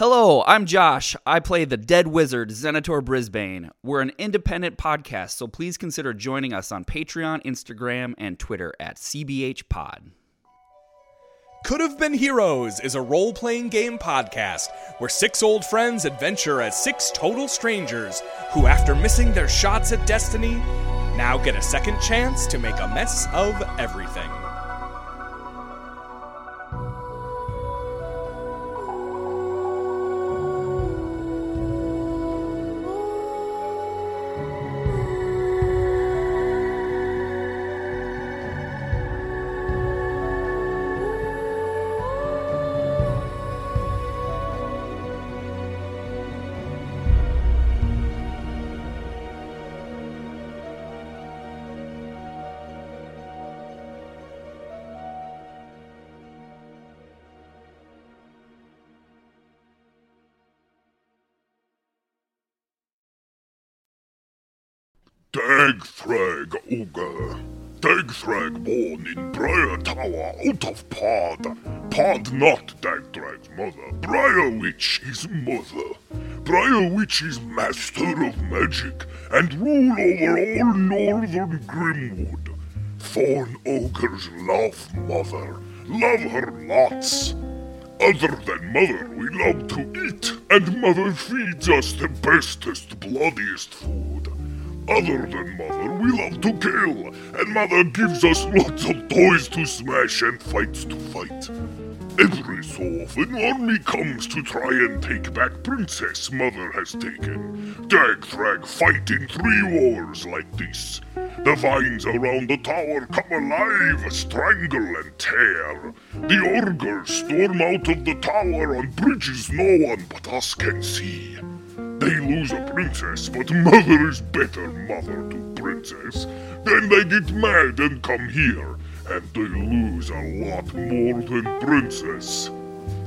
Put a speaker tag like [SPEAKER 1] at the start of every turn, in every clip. [SPEAKER 1] Hello, I'm Josh. I play the Dead Wizard, Xenator Brisbane. We're an independent podcast, so please consider joining us on Patreon, Instagram, and Twitter at CBH Pod.
[SPEAKER 2] Could Have Been Heroes is a role playing game podcast where six old friends adventure as six total strangers who, after missing their shots at destiny, now get a second chance to make a mess of everything.
[SPEAKER 3] Dagthrag Ogre. Dagthrag born in Briar Tower out of Pod. Pod not Dagthrag's mother. Briar Witch is mother. Briar Witch is master of magic and rule over all northern Grimwood. Thorn Ogres love mother. Love her lots. Other than mother, we love to eat, and mother feeds us the bestest, bloodiest food. Other than mother, we love to kill, and mother gives us lots of toys to smash and fights to fight. Every so often, army comes to try and take back princess mother has taken. Dagthrag fight in three wars like this. The vines around the tower come alive, strangle and tear. The orgers storm out of the tower on bridges no one but us can see. They lose a princess, but mother is better mother to princess. Then they get mad and come here, and they lose a lot more than princess.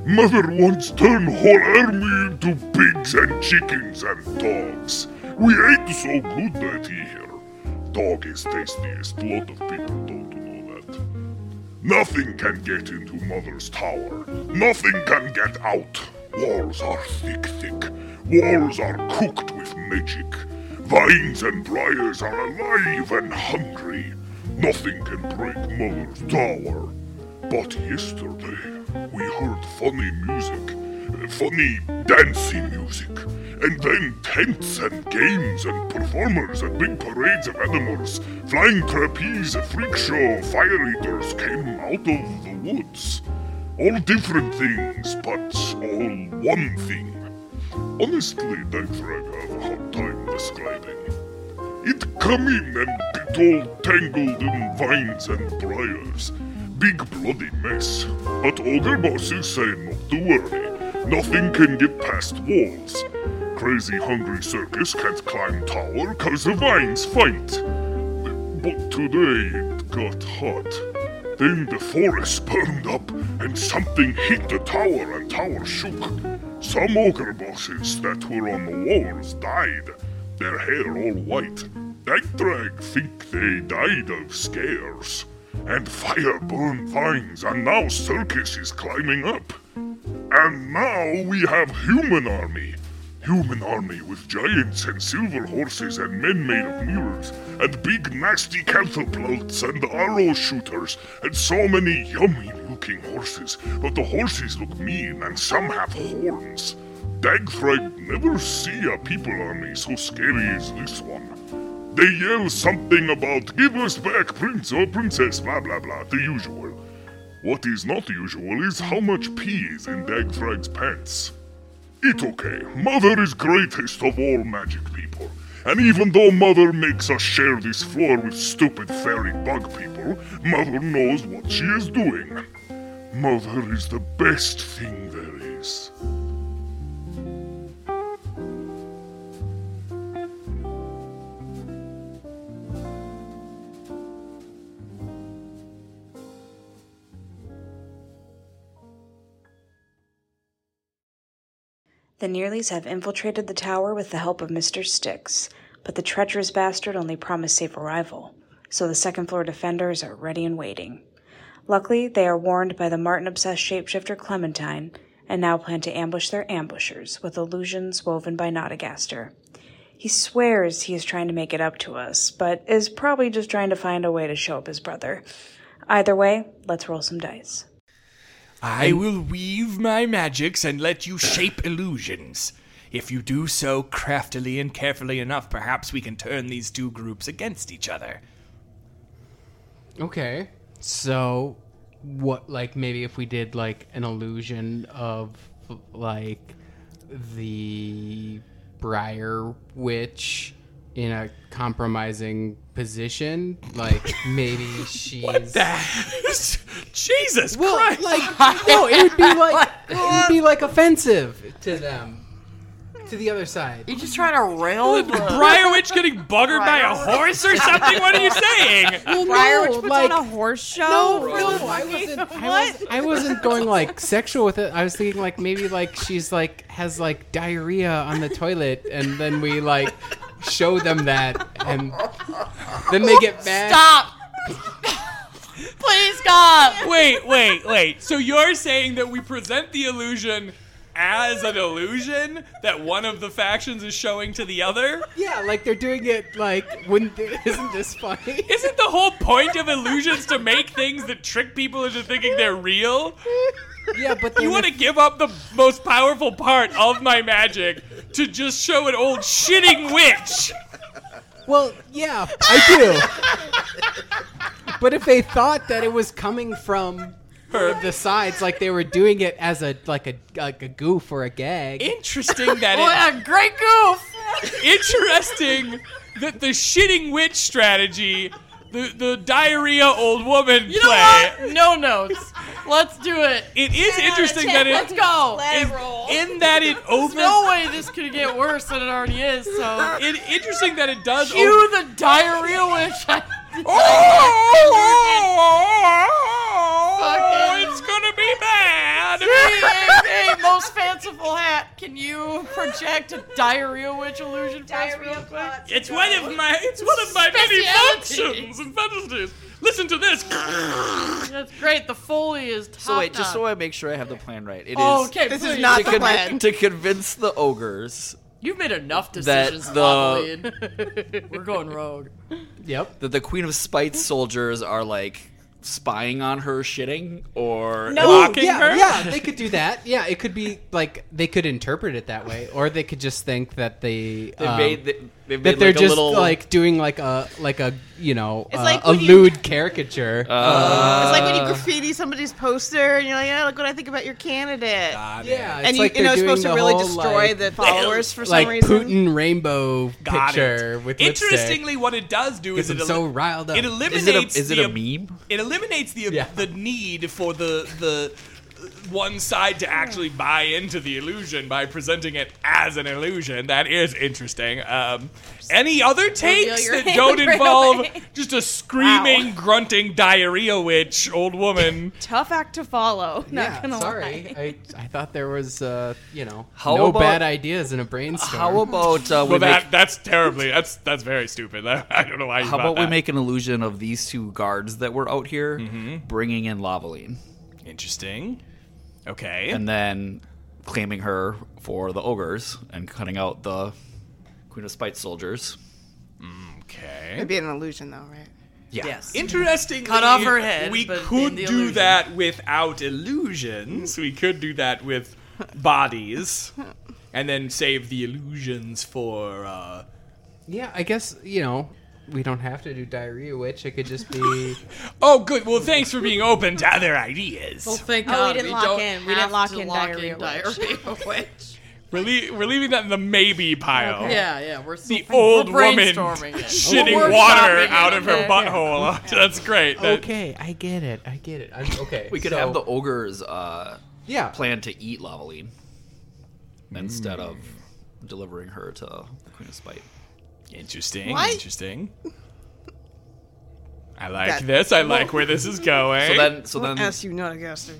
[SPEAKER 3] Mother once turned whole army into pigs and chickens and dogs. We ate so good that year. Dog is tastiest. Lot of people don't know that. Nothing can get into Mother's Tower. Nothing can get out. Walls are thick, thick. Walls are cooked with magic. Vines and briars are alive and hungry. Nothing can break Mother's Tower. But yesterday, we heard funny music. uh, Funny dancey music. And then tents and games and performers and big parades of animals, flying trapeze, a freak show, fire eaters came out of the woods. All different things, but all one thing. Honestly, Dagthrag have a hard time describing. It come in and get all tangled in vines and briars. Big bloody mess. But ogre bosses say not to worry. Nothing can get past walls. Crazy hungry circus can't climb tower cause the vines fight. But today it got hot. Then the forest burned up and something hit the tower and tower shook. Some ogre bosses that were on the walls died, their hair all white. Dagdrag think they died of scares. And fire burned vines, and now circus is climbing up. And now we have human army. Human army with giants and silver horses and men made of mirrors and big nasty catapults and arrow shooters and so many yummy looking horses. But the horses look mean and some have horns. Dagthrag never see a people army so scary as this one. They yell something about give us back prince or princess blah blah blah the usual. What is not usual is how much pee is in Dagthrag's pants. It's okay. Mother is greatest of all magic people. And even though Mother makes us share this floor with stupid fairy bug people, Mother knows what she is doing. Mother is the best thing there is.
[SPEAKER 4] The Nearlys have infiltrated the tower with the help of Mr. Styx, but the treacherous bastard only promised safe arrival, so the second floor defenders are ready and waiting. Luckily, they are warned by the Martin obsessed shapeshifter Clementine and now plan to ambush their ambushers with illusions woven by Nottagaster. He swears he is trying to make it up to us, but is probably just trying to find a way to show up his brother. Either way, let's roll some dice.
[SPEAKER 2] I will weave my magics and let you shape illusions. If you do so craftily and carefully enough, perhaps we can turn these two groups against each other.
[SPEAKER 5] Okay. So, what, like, maybe if we did, like, an illusion of, like, the Briar Witch in a compromising position, like, maybe she's.
[SPEAKER 2] Jesus
[SPEAKER 5] Well,
[SPEAKER 2] Christ!
[SPEAKER 5] like, no, it would be like, it would be, like, offensive to them, to the other side.
[SPEAKER 6] You're just trying to rail the
[SPEAKER 2] Briar Witch getting buggered by a horse or something? What are you saying?
[SPEAKER 5] Well,
[SPEAKER 6] Briar
[SPEAKER 5] no,
[SPEAKER 6] Witch puts
[SPEAKER 5] like-
[SPEAKER 6] on a horse show?
[SPEAKER 5] No,
[SPEAKER 6] for
[SPEAKER 5] no,
[SPEAKER 6] the
[SPEAKER 5] Oh, I
[SPEAKER 6] fucking-
[SPEAKER 5] wasn't. I,
[SPEAKER 6] What?
[SPEAKER 5] was, I wasn't going like sexual with it. I was thinking like maybe like she's like has like diarrhea on the toilet, and then we like show them that, and then they get mad.
[SPEAKER 6] Stop! Please stop!
[SPEAKER 2] Wait, wait, wait. So you're saying that we present the illusion as an illusion that one of the factions is showing to the other?
[SPEAKER 5] Yeah, like they're doing it like wouldn't they, isn't this funny?
[SPEAKER 2] Isn't the whole point of illusions to make things that trick people into thinking they're real?
[SPEAKER 5] Yeah, but
[SPEAKER 2] You
[SPEAKER 5] then
[SPEAKER 2] want to
[SPEAKER 5] if-
[SPEAKER 2] give up the most powerful part of my magic to just show an old shitting witch?
[SPEAKER 5] well, yeah, I do. but if they thought that it was coming from
[SPEAKER 2] Her.
[SPEAKER 5] the sides, like they were doing it as a like a like a goof or a gag.
[SPEAKER 2] Interesting that it
[SPEAKER 6] What a great goof!
[SPEAKER 2] interesting that the shitting witch strategy, the, the diarrhea old woman
[SPEAKER 6] You know
[SPEAKER 2] play,
[SPEAKER 6] what? No notes. Let's do it.
[SPEAKER 2] it is interesting that it
[SPEAKER 6] Let's go.
[SPEAKER 2] is- in that it opens.
[SPEAKER 6] No way this could get worse than it already is. So
[SPEAKER 2] It, interesting that it does.
[SPEAKER 6] cue the diarrhea witch.
[SPEAKER 2] Oh,
[SPEAKER 6] Fucking-
[SPEAKER 2] it's gonna be bad.
[SPEAKER 6] hey, hey, hey, most fanciful hat. Can you project a diarrhea witch illusion for us real quick?
[SPEAKER 2] It's one of my. It's one of my many
[SPEAKER 6] Speciality.
[SPEAKER 2] functions and fantasies. Listen to this.
[SPEAKER 6] That's great. The foley is top
[SPEAKER 7] So wait, just so
[SPEAKER 6] notch.
[SPEAKER 7] I make sure I have the plan right. It is
[SPEAKER 6] Oh, okay,
[SPEAKER 7] to
[SPEAKER 6] This is please.
[SPEAKER 7] to
[SPEAKER 6] not the plan.
[SPEAKER 7] to convince the ogres
[SPEAKER 6] You've made enough
[SPEAKER 7] That
[SPEAKER 6] decisions,
[SPEAKER 7] the-
[SPEAKER 6] Loveline. We're going rogue.
[SPEAKER 5] yep.
[SPEAKER 7] that the Queen of Spite's soldiers are like spying on her shitting or
[SPEAKER 2] Mocking
[SPEAKER 5] Oh, yeah,
[SPEAKER 2] her?
[SPEAKER 5] yeah, they could do that. Yeah, it could be like they could interpret it that way, or they could just think that they,
[SPEAKER 7] they
[SPEAKER 5] um,
[SPEAKER 7] made, they, they made
[SPEAKER 5] that they're
[SPEAKER 7] like
[SPEAKER 5] just
[SPEAKER 7] a little
[SPEAKER 5] like doing like a like a you know uh,
[SPEAKER 8] like
[SPEAKER 5] a
[SPEAKER 8] when you-
[SPEAKER 5] lewd caricature.
[SPEAKER 7] Uh,
[SPEAKER 5] Uh,
[SPEAKER 8] It's like when you graffiti somebody's poster and you're like, oh, look what I think about your candidate.
[SPEAKER 5] yeah, it's
[SPEAKER 8] and you,
[SPEAKER 5] like
[SPEAKER 8] you know,
[SPEAKER 5] they're doing
[SPEAKER 8] it's supposed to
[SPEAKER 5] the
[SPEAKER 8] really
[SPEAKER 5] whole,
[SPEAKER 8] destroy
[SPEAKER 5] like,
[SPEAKER 8] the followers for some
[SPEAKER 5] like
[SPEAKER 8] reason.
[SPEAKER 5] Putin rainbow
[SPEAKER 2] Got it.
[SPEAKER 5] picture with lipstick.
[SPEAKER 2] Interestingly, what it does do
[SPEAKER 5] Gets
[SPEAKER 2] is it,
[SPEAKER 5] them
[SPEAKER 2] el-
[SPEAKER 5] so riled up.
[SPEAKER 2] it eliminates
[SPEAKER 7] is it a, is it
[SPEAKER 2] the
[SPEAKER 7] a
[SPEAKER 2] ab-
[SPEAKER 7] meme?
[SPEAKER 2] It eliminates the
[SPEAKER 5] Yeah.
[SPEAKER 2] the need for the the uh, one side to actually buy into the illusion by presenting it as an illusion. That is interesting. Um, any other takes
[SPEAKER 8] your
[SPEAKER 2] that
[SPEAKER 8] hand
[SPEAKER 2] don't
[SPEAKER 8] right
[SPEAKER 2] involve
[SPEAKER 8] away.
[SPEAKER 2] just a screaming, grunting diarrhea witch old woman?
[SPEAKER 8] Tough act to follow. Not
[SPEAKER 5] yeah,
[SPEAKER 8] gonna
[SPEAKER 5] sorry.
[SPEAKER 8] lie.
[SPEAKER 5] I, I thought there was uh, you know
[SPEAKER 7] How
[SPEAKER 5] no
[SPEAKER 7] about-
[SPEAKER 5] bad ideas in a brainstorm.
[SPEAKER 7] How about uh, we make
[SPEAKER 2] Well, that that's terribly. That's that's very stupid. I don't know why. You
[SPEAKER 7] how
[SPEAKER 2] bought
[SPEAKER 7] about we
[SPEAKER 2] that.
[SPEAKER 7] make an illusion of these two guards that were out here
[SPEAKER 5] Mm-hmm.
[SPEAKER 7] bringing in Lavaline
[SPEAKER 2] interesting? Okay.
[SPEAKER 7] and then claiming her for the ogres and cutting out the Queen of Spite soldiers.
[SPEAKER 2] okay.
[SPEAKER 8] It'd be an illusion, though, right?
[SPEAKER 7] Yeah.
[SPEAKER 6] Yes.
[SPEAKER 2] Interesting.
[SPEAKER 6] Cut off her head,
[SPEAKER 2] We
[SPEAKER 6] but
[SPEAKER 2] could do
[SPEAKER 6] in the illusion.
[SPEAKER 2] that without illusions. We could do that with bodies, and then save the illusions for. Uh,
[SPEAKER 5] Yeah, I guess you know we don't have to do diarrhea witch. It could just be.
[SPEAKER 2] oh, good. Well, thanks for being open to other ideas.
[SPEAKER 6] Well, thank
[SPEAKER 8] Oh, we
[SPEAKER 6] God
[SPEAKER 8] didn't lock
[SPEAKER 6] don't
[SPEAKER 8] in. We didn't
[SPEAKER 6] have
[SPEAKER 8] lock
[SPEAKER 6] to
[SPEAKER 8] in
[SPEAKER 6] lock
[SPEAKER 8] diarrhea
[SPEAKER 6] in
[SPEAKER 8] witch.
[SPEAKER 6] diarrhea witch.
[SPEAKER 2] We're, lea- we're leaving that in the maybe pile.
[SPEAKER 6] Yeah, yeah. We're so
[SPEAKER 2] The old
[SPEAKER 6] we're
[SPEAKER 2] woman
[SPEAKER 6] brainstorming it.
[SPEAKER 2] shitting
[SPEAKER 6] We're
[SPEAKER 2] water
[SPEAKER 6] workshopping it,
[SPEAKER 2] out of her
[SPEAKER 6] okay?
[SPEAKER 2] butthole. That's great. That-
[SPEAKER 5] okay, I get it. I get it. I'm, okay,
[SPEAKER 7] We could
[SPEAKER 5] so-
[SPEAKER 7] have the ogres uh,
[SPEAKER 5] yeah.
[SPEAKER 7] plan to eat Lavaline instead
[SPEAKER 5] Hmm.
[SPEAKER 7] of delivering her to the Queen of Spite.
[SPEAKER 2] Interesting.
[SPEAKER 8] What?
[SPEAKER 2] Interesting. I like
[SPEAKER 8] That-
[SPEAKER 2] this. I like where this is going.
[SPEAKER 7] So then, so
[SPEAKER 2] Um,
[SPEAKER 8] Don't
[SPEAKER 7] then,
[SPEAKER 8] ask you, not a guess.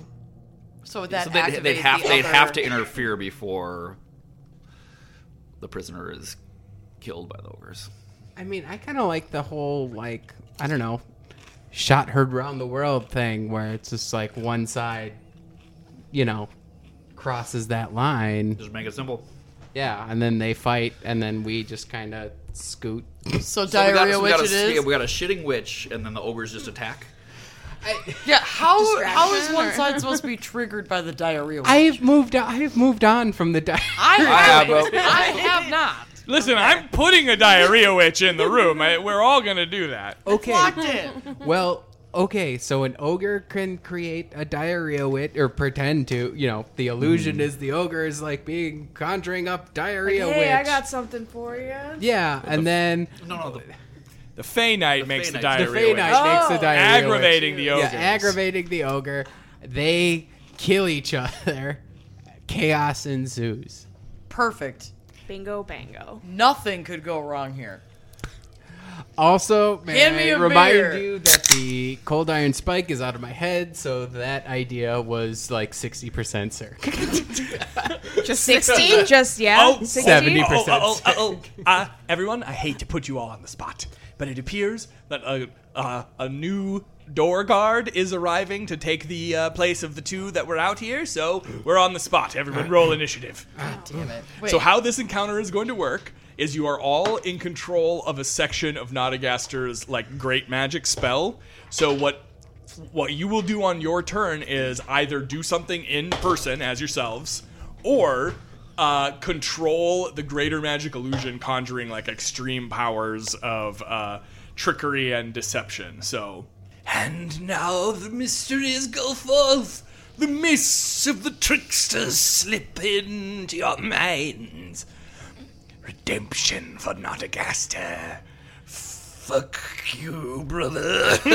[SPEAKER 6] So that
[SPEAKER 7] so they'd, they'd
[SPEAKER 6] activates
[SPEAKER 7] have
[SPEAKER 6] the
[SPEAKER 7] they'd
[SPEAKER 6] other-
[SPEAKER 7] have to interfere before the prisoner is killed by the ogres.
[SPEAKER 5] I mean, I kind of like the whole like I don't know, shot heard round the world thing where it's just like one side, you know, crosses that line,
[SPEAKER 7] Just make it simple.
[SPEAKER 5] yeah, and then they fight, and then we just kind of scoot.
[SPEAKER 6] So,
[SPEAKER 7] So we got-
[SPEAKER 6] diarrhea
[SPEAKER 7] so we
[SPEAKER 6] witch
[SPEAKER 7] got,
[SPEAKER 6] it
[SPEAKER 7] a, yeah,
[SPEAKER 6] is.
[SPEAKER 7] we got a shitting witch, and then the ogres just attack.
[SPEAKER 6] Yeah, how how is
[SPEAKER 8] Distraction
[SPEAKER 6] one
[SPEAKER 8] or-
[SPEAKER 6] side supposed to be triggered by the diarrhea witch?
[SPEAKER 5] I've moved. On, I've moved on from the. Di-
[SPEAKER 6] I have,
[SPEAKER 7] have a-
[SPEAKER 6] I have not.
[SPEAKER 2] Listen, I'm putting a diarrhea witch in the room. I, we're all gonna do that.
[SPEAKER 5] okay.
[SPEAKER 6] Locked in.
[SPEAKER 5] Well, okay, so an ogre can create a diarrhea witch or pretend to, you know, the
[SPEAKER 2] Hmm.
[SPEAKER 5] illusion is the ogre is like being conjuring up diarrhea
[SPEAKER 9] hey,
[SPEAKER 5] witch.
[SPEAKER 9] I got something for you.
[SPEAKER 5] yeah, and then
[SPEAKER 7] No, no, the,
[SPEAKER 2] The Fey Knight makes
[SPEAKER 7] Fey
[SPEAKER 2] the
[SPEAKER 7] Knight.
[SPEAKER 2] diarrhea
[SPEAKER 5] the Fey
[SPEAKER 2] witch.
[SPEAKER 5] Knight
[SPEAKER 9] Oh.
[SPEAKER 5] makes a diarrhea
[SPEAKER 2] aggravating the
[SPEAKER 5] witch.
[SPEAKER 2] ogres.
[SPEAKER 5] Yeah, aggravating the ogre. They kill each other. Chaos ensues.
[SPEAKER 6] Perfect.
[SPEAKER 9] Bingo, bango.
[SPEAKER 6] Nothing could go wrong here.
[SPEAKER 5] Also, may
[SPEAKER 6] Hand me
[SPEAKER 5] I
[SPEAKER 6] a
[SPEAKER 5] remind
[SPEAKER 6] beer.
[SPEAKER 5] you that the cold iron spike is out of my head, so that idea was like 60% circ.
[SPEAKER 9] Just 60? Just, yeah.
[SPEAKER 2] Oh,
[SPEAKER 9] 60?
[SPEAKER 5] 70%.
[SPEAKER 2] Oh, oh, oh, oh, oh. Uh, everyone, I hate to put you all on the spot, but it appears that a, uh, a new door guard is arriving to take the uh, place of the two that were out here, so we're on the spot. Everyone, roll initiative.
[SPEAKER 6] Damn it. Wait,
[SPEAKER 2] So, how this encounter is going to work is you are all in control of a section of Notagaster's like great magic spell. So, what what you will do on your turn is either do something in person as yourselves, or uh, control the greater magic illusion, conjuring like extreme powers of uh, trickery and deception. So, and now the mysteries go forth. The mists of the tricksters slip into your minds. Redemption for Notagaster. Fuck you, brother.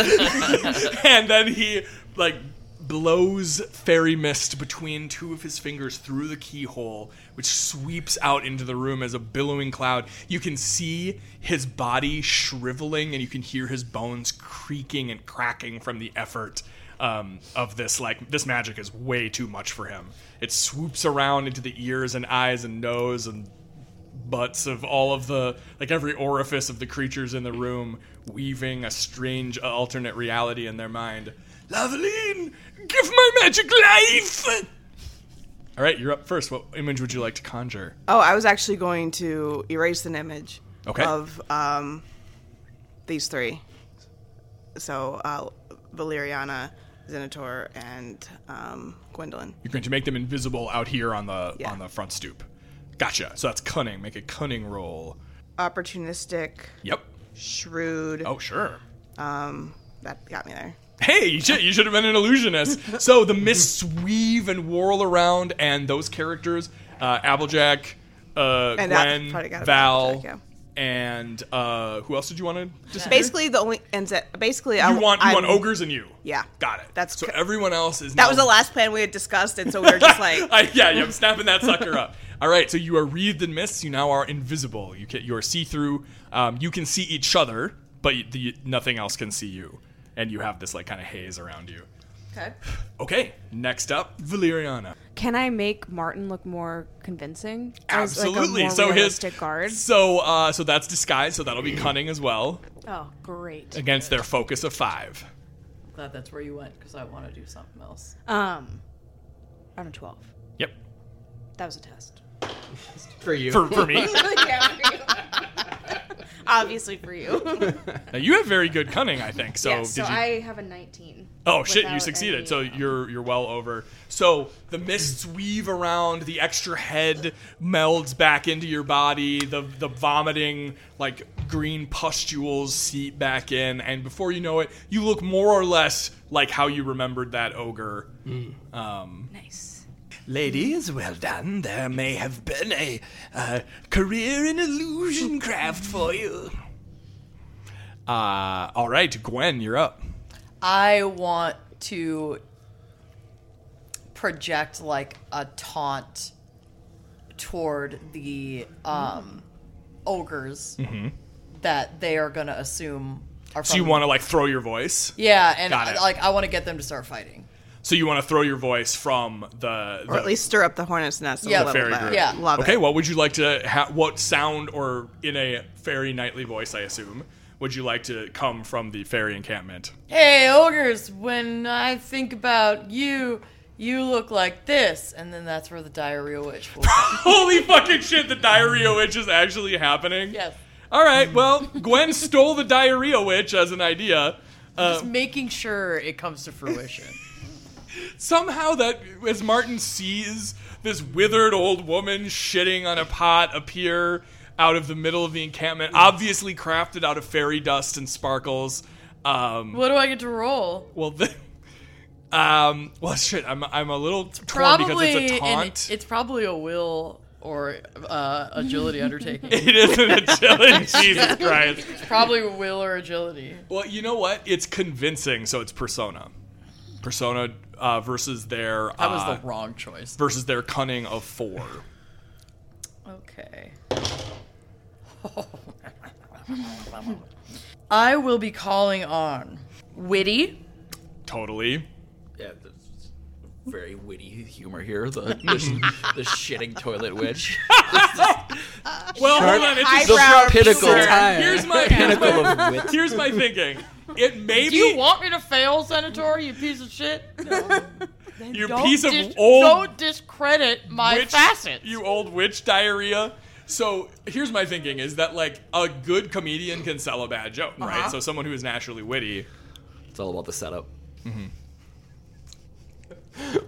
[SPEAKER 2] and then he, like, blows fairy mist between two of his fingers through the keyhole, which sweeps out into the room as a billowing cloud. You can see his body shriveling, and you can hear his bones creaking and cracking from the effort um, of this like this magic is way too much for him. It swoops around into the ears and eyes and nose and butts of all of the like every orifice of the creatures in the room, weaving a strange uh, alternate reality in their mind. Laveline, give my magic life. All right, you're up first. What image would you like to conjure?
[SPEAKER 8] Oh, I was actually going to erase an image
[SPEAKER 2] Okay.
[SPEAKER 8] of um, these three. So uh, Valeriana, Xenator, and um, Gwendolyn.
[SPEAKER 2] You're going to make them invisible out here on the
[SPEAKER 8] Yeah.
[SPEAKER 2] on the front stoop. Gotcha. So that's cunning. Make a cunning roll.
[SPEAKER 8] Opportunistic,
[SPEAKER 2] Yep.
[SPEAKER 8] shrewd.
[SPEAKER 2] Oh sure.
[SPEAKER 8] That got me there.
[SPEAKER 2] Hey, you should, you should have been an illusionist. So the mists weave and whirl around, and those characters, uh, Applejack, uh,
[SPEAKER 8] And that
[SPEAKER 2] Gwen,
[SPEAKER 8] probably got it,
[SPEAKER 2] Val,
[SPEAKER 8] Applejack,
[SPEAKER 2] and uh, who else did you want to? Just
[SPEAKER 8] Basically, the only and Z- basically I
[SPEAKER 2] you want you
[SPEAKER 8] I'm-
[SPEAKER 2] want ogres and you.
[SPEAKER 8] Yeah.
[SPEAKER 2] got it.
[SPEAKER 8] That's
[SPEAKER 2] so
[SPEAKER 8] co-
[SPEAKER 2] everyone else is
[SPEAKER 8] That
[SPEAKER 2] now-
[SPEAKER 8] was the last plan we had discussed, and so we were just like,
[SPEAKER 2] I, yeah, yeah, I'm snapping that sucker up. All right, so you are wreathed in mists. You now are invisible. You can, you are see through. Um, you can see each other, but you, the, nothing else can see you, and you have this like kind of haze around you.
[SPEAKER 8] okay.
[SPEAKER 2] Okay, next up, Valeriana.
[SPEAKER 9] Can I make Martin look more convincing? As, like, a
[SPEAKER 2] Absolutely.
[SPEAKER 9] more
[SPEAKER 2] so his
[SPEAKER 9] realistic guard.
[SPEAKER 2] So uh, so that's disguise. So that'll be cunning as well
[SPEAKER 9] Oh, great.
[SPEAKER 2] against their focus of five.
[SPEAKER 6] I'm glad that's where you went because I want to do something else.
[SPEAKER 2] Uh,
[SPEAKER 9] Um, on a 12.
[SPEAKER 2] Yep.
[SPEAKER 9] That was a test.
[SPEAKER 5] For you.
[SPEAKER 2] For, for me,
[SPEAKER 9] Obviously for you.
[SPEAKER 2] now you have very good cunning, I think. So
[SPEAKER 9] yeah,
[SPEAKER 2] did
[SPEAKER 9] so
[SPEAKER 2] you?
[SPEAKER 9] I have a 19.
[SPEAKER 2] oh shit, you
[SPEAKER 9] without
[SPEAKER 2] succeeded.
[SPEAKER 9] any-
[SPEAKER 2] so you're you're well over. So the mists weave around. The extra head melds back into your body. The the vomiting like green pustules seep back in, and before you know it, you look more or less like how you remembered that ogre Um,
[SPEAKER 9] Nice.
[SPEAKER 2] Ladies, well done. There may have been a uh, career in illusion craft for you. Uh, all right, Gwen, you're up.
[SPEAKER 6] I want to project like a taunt toward the um, ogres that they are going to assume are.
[SPEAKER 2] Mm-hmm. So you want to like throw your voice?
[SPEAKER 6] Yeah, and
[SPEAKER 2] Got it.
[SPEAKER 6] like I want to get them to start fighting.
[SPEAKER 2] So you want to throw your voice from the, the
[SPEAKER 8] Or at least stir up the hornet's nest a
[SPEAKER 6] Yeah.
[SPEAKER 8] little
[SPEAKER 2] fairy
[SPEAKER 8] bit.
[SPEAKER 2] group?
[SPEAKER 6] Yeah.
[SPEAKER 8] love
[SPEAKER 2] okay.
[SPEAKER 8] it.
[SPEAKER 2] What would you like to? Ha- what sound or in a fairy knightly voice, I assume, would you like to come from the fairy encampment?
[SPEAKER 6] Hey ogres, when I think about you, you look like this, and then that's where the diarrhea witch will.
[SPEAKER 2] Holy fucking shit, the diarrhea witch is actually happening.
[SPEAKER 6] yes.
[SPEAKER 2] All right, well, Gwen stole the diarrhea witch as an idea.
[SPEAKER 6] Just making sure it comes to fruition.
[SPEAKER 2] somehow that as Martin sees this withered old woman shitting on a pot appear out of the middle of the encampment, obviously crafted out of fairy dust and sparkles. Um,
[SPEAKER 6] what do I get to roll?
[SPEAKER 2] well, the, um, well, shit, I'm I'm a little torn because
[SPEAKER 6] Probably
[SPEAKER 2] it's a
[SPEAKER 6] an-
[SPEAKER 2] taunt.
[SPEAKER 6] it's probably a will or uh, agility undertaking.
[SPEAKER 2] it is an agility, Jesus Christ.
[SPEAKER 6] It's probably will or agility.
[SPEAKER 2] Well, you know what? It's convincing, so it's persona, persona uh, versus their
[SPEAKER 6] That was
[SPEAKER 2] uh,
[SPEAKER 6] the wrong choice.
[SPEAKER 2] versus their cunning of four.
[SPEAKER 6] Okay. I will be calling on witty.
[SPEAKER 2] Totally.
[SPEAKER 7] Yeah, that's very witty humor here. The the, the shitting toilet witch.
[SPEAKER 2] Well, hold on. It's a
[SPEAKER 8] Eyebrow
[SPEAKER 7] pinnacle.
[SPEAKER 8] peeler.
[SPEAKER 2] Here's my here's
[SPEAKER 7] Pinnacle
[SPEAKER 2] my,
[SPEAKER 7] of wit.
[SPEAKER 2] here's my thinking. It may
[SPEAKER 6] Do you
[SPEAKER 2] be
[SPEAKER 6] want me to fail, Senator? You piece of shit. No.
[SPEAKER 2] you
[SPEAKER 6] Don't
[SPEAKER 2] piece of
[SPEAKER 6] dis-
[SPEAKER 2] old
[SPEAKER 6] Don't discredit my
[SPEAKER 2] witch,
[SPEAKER 6] facets.
[SPEAKER 2] you old witch diarrhea. So here's my thinking: is that like a good comedian can sell a bad joke,
[SPEAKER 6] Uh-huh.
[SPEAKER 2] right? So someone who is naturally witty.
[SPEAKER 7] It's all about the setup.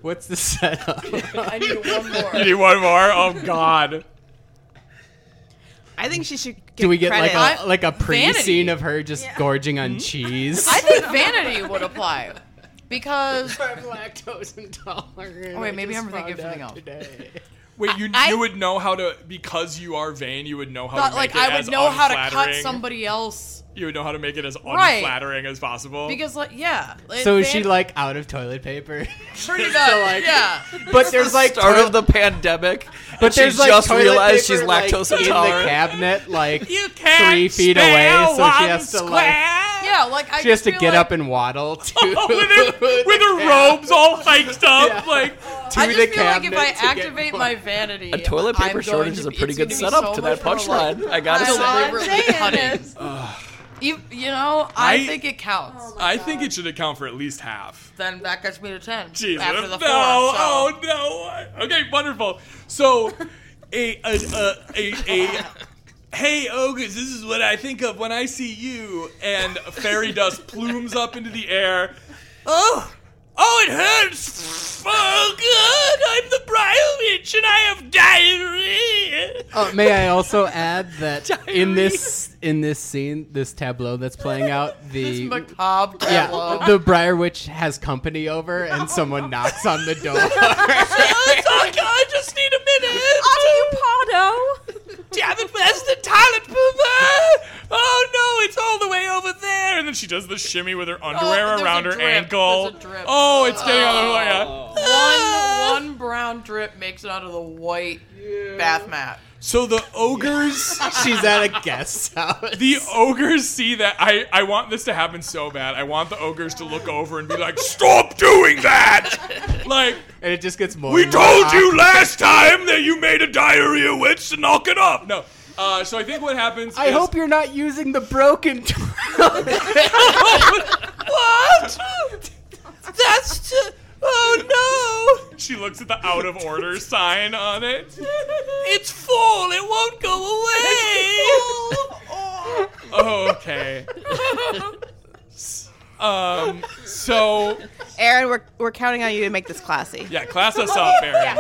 [SPEAKER 5] What's the setup?
[SPEAKER 6] I need one
[SPEAKER 2] You
[SPEAKER 6] more.
[SPEAKER 2] need one more? Oh God!
[SPEAKER 8] I think she should. Get
[SPEAKER 5] Do we get
[SPEAKER 8] credit.
[SPEAKER 5] like a like a pre
[SPEAKER 6] Vanity.
[SPEAKER 5] scene of her just gorging on cheese?
[SPEAKER 6] I think vanity would apply because
[SPEAKER 5] I'm lactose intolerant.
[SPEAKER 6] Oh, wait, I maybe just I'm thinking found of something
[SPEAKER 2] Wait, you
[SPEAKER 6] I-
[SPEAKER 2] you would know how to because you are vain. You would know how
[SPEAKER 6] not
[SPEAKER 2] to make
[SPEAKER 6] like
[SPEAKER 2] it
[SPEAKER 6] I
[SPEAKER 2] as
[SPEAKER 6] would know how to cut
[SPEAKER 2] unflattering-
[SPEAKER 6] somebody else
[SPEAKER 2] You would know how to make it as
[SPEAKER 6] Right.
[SPEAKER 2] unflattering as possible.
[SPEAKER 6] because like yeah.
[SPEAKER 5] So is she
[SPEAKER 6] van-
[SPEAKER 5] like out of toilet paper?
[SPEAKER 6] pretty much
[SPEAKER 5] like-
[SPEAKER 6] yeah.
[SPEAKER 5] but there's like
[SPEAKER 7] Start
[SPEAKER 5] toi-
[SPEAKER 7] of the pandemic,
[SPEAKER 5] but
[SPEAKER 7] and
[SPEAKER 5] there's
[SPEAKER 7] she
[SPEAKER 5] like
[SPEAKER 7] just
[SPEAKER 5] toilet
[SPEAKER 7] realized
[SPEAKER 5] paper,
[SPEAKER 7] she's
[SPEAKER 5] like,
[SPEAKER 7] lactose
[SPEAKER 5] in
[SPEAKER 7] intolerant.
[SPEAKER 5] the cabinet, like
[SPEAKER 2] you can't
[SPEAKER 5] three feet
[SPEAKER 2] spare
[SPEAKER 5] away, so she
[SPEAKER 2] one
[SPEAKER 5] has to like
[SPEAKER 2] square.
[SPEAKER 6] Yeah, like I
[SPEAKER 5] she has
[SPEAKER 6] just
[SPEAKER 5] to
[SPEAKER 6] feel
[SPEAKER 5] get
[SPEAKER 6] like-
[SPEAKER 5] up and waddle to
[SPEAKER 2] with her, with her robes all hiked up,
[SPEAKER 5] Yeah.
[SPEAKER 2] like
[SPEAKER 5] to
[SPEAKER 6] I just
[SPEAKER 5] the
[SPEAKER 6] feel like if
[SPEAKER 5] cabinet
[SPEAKER 6] I
[SPEAKER 5] to get
[SPEAKER 6] activate
[SPEAKER 5] one.
[SPEAKER 6] my vanity,
[SPEAKER 7] A toilet
[SPEAKER 6] I'm
[SPEAKER 7] paper
[SPEAKER 6] going
[SPEAKER 7] shortage
[SPEAKER 6] to
[SPEAKER 7] is a
[SPEAKER 6] be-
[SPEAKER 7] pretty
[SPEAKER 6] it's
[SPEAKER 7] good
[SPEAKER 6] gonna be
[SPEAKER 7] setup
[SPEAKER 6] so
[SPEAKER 7] to
[SPEAKER 6] much
[SPEAKER 7] that
[SPEAKER 6] more like-
[SPEAKER 7] punchline. I gotta
[SPEAKER 6] I'm
[SPEAKER 7] say.
[SPEAKER 6] really cutting. You, you know, I,
[SPEAKER 2] I-
[SPEAKER 6] think it counts.
[SPEAKER 2] I think it should account for at least half.
[SPEAKER 6] then that gets me to ten
[SPEAKER 2] Jesus.
[SPEAKER 6] after the
[SPEAKER 2] no.
[SPEAKER 6] four. so.
[SPEAKER 2] Oh no. Okay, wonderful. So a a a a, a Hey ogres, this is what I think of when I see you and fairy dust plumes up into the air. Oh, oh, it hurts! Oh, good! I'm the Briar Witch and I have diarrhea.
[SPEAKER 5] Uh, may I also add that in this in this scene, this tableau that's playing out,
[SPEAKER 6] This
[SPEAKER 5] the
[SPEAKER 6] macabre tableau.
[SPEAKER 5] yeah, the Briar Witch has company over, and someone knocks on the door.
[SPEAKER 2] I just need a minute.
[SPEAKER 9] Are you Pardo?
[SPEAKER 2] Damn it, where's the toilet paper? Oh no, it's all the way over there. And then she does the shimmy with her underwear
[SPEAKER 6] Oh, there's a
[SPEAKER 2] around her
[SPEAKER 6] drip,
[SPEAKER 2] ankle.
[SPEAKER 6] there's a drip.
[SPEAKER 2] Oh, it's getting on the floor. Yeah.
[SPEAKER 6] one one brown drip makes it onto the white bath mat.
[SPEAKER 2] So the ogres,
[SPEAKER 5] She's at a guest house.
[SPEAKER 2] the ogres see that. I, I want this to happen so bad. I want the ogres to look over and be like, "Stop doing that!" like
[SPEAKER 5] and it just gets more.
[SPEAKER 2] we
[SPEAKER 5] and more
[SPEAKER 2] told
[SPEAKER 5] awkward.
[SPEAKER 2] you last time that you made a diarrhea witch to knock it off. No. Uh, so I think what happens.
[SPEAKER 5] I
[SPEAKER 2] is-
[SPEAKER 5] hope you're not using the broken.
[SPEAKER 2] What? That's t- oh no! She looks at the out of order sign on it. It's full. It won't go away. okay. Um. So
[SPEAKER 8] Aaron, we're, we're counting on you to make this classy.
[SPEAKER 2] yeah, class us up, Aaron.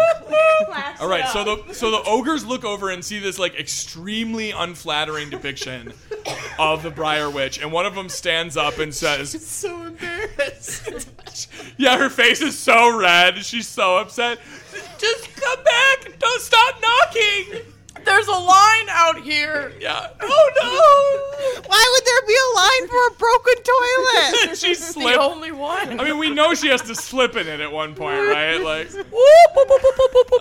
[SPEAKER 2] All right, so
[SPEAKER 8] up.
[SPEAKER 2] the so the ogres look over and see this like extremely unflattering depiction of the Briar Witch, and one of them stands up and says,
[SPEAKER 5] so embarrassed.
[SPEAKER 2] Yeah, her face is so red. She's so upset. Just come back. Don't stop knocking.
[SPEAKER 6] There's a line out here.
[SPEAKER 2] Yeah. Oh
[SPEAKER 8] Why would there be a line for a broken toilet?
[SPEAKER 2] no. she
[SPEAKER 6] It's the
[SPEAKER 2] slipped.
[SPEAKER 6] only one.
[SPEAKER 2] I mean, we know she has to slip in it at one point, right? Like.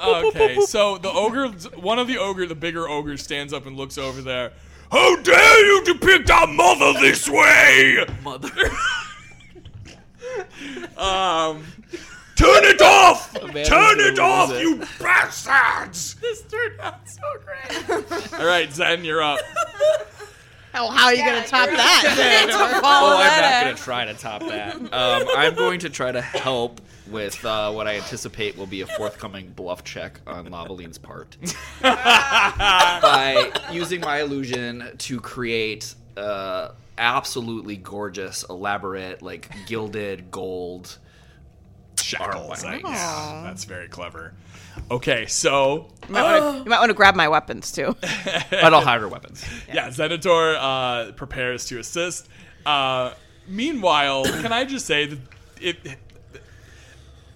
[SPEAKER 2] Okay. So the ogre, one of the ogre, the bigger ogre, stands up and looks over there. How dare you depict our mother this way? Mother. um. Turn it off! Turn
[SPEAKER 7] is gonna
[SPEAKER 2] it
[SPEAKER 7] lose
[SPEAKER 2] off,
[SPEAKER 7] it.
[SPEAKER 2] you bastards!
[SPEAKER 6] this turned out so great.
[SPEAKER 2] All right, Zen, you're up.
[SPEAKER 8] Oh, how are you going to top that?
[SPEAKER 7] Oh, I'm not going to try to top that. Um, I'm going to try to help with uh, what I anticipate will be a forthcoming bluff check on Lavaline's part by using my illusion to create uh, absolutely gorgeous, elaborate, like gilded gold.
[SPEAKER 2] Shackles. I- yeah, that's very clever. Okay, so
[SPEAKER 8] You might wanna- you might want to grab my weapons too.
[SPEAKER 7] But I'll hide her weapons.
[SPEAKER 2] yeah, Zenitor uh, prepares to assist. Uh, meanwhile, can I just say that it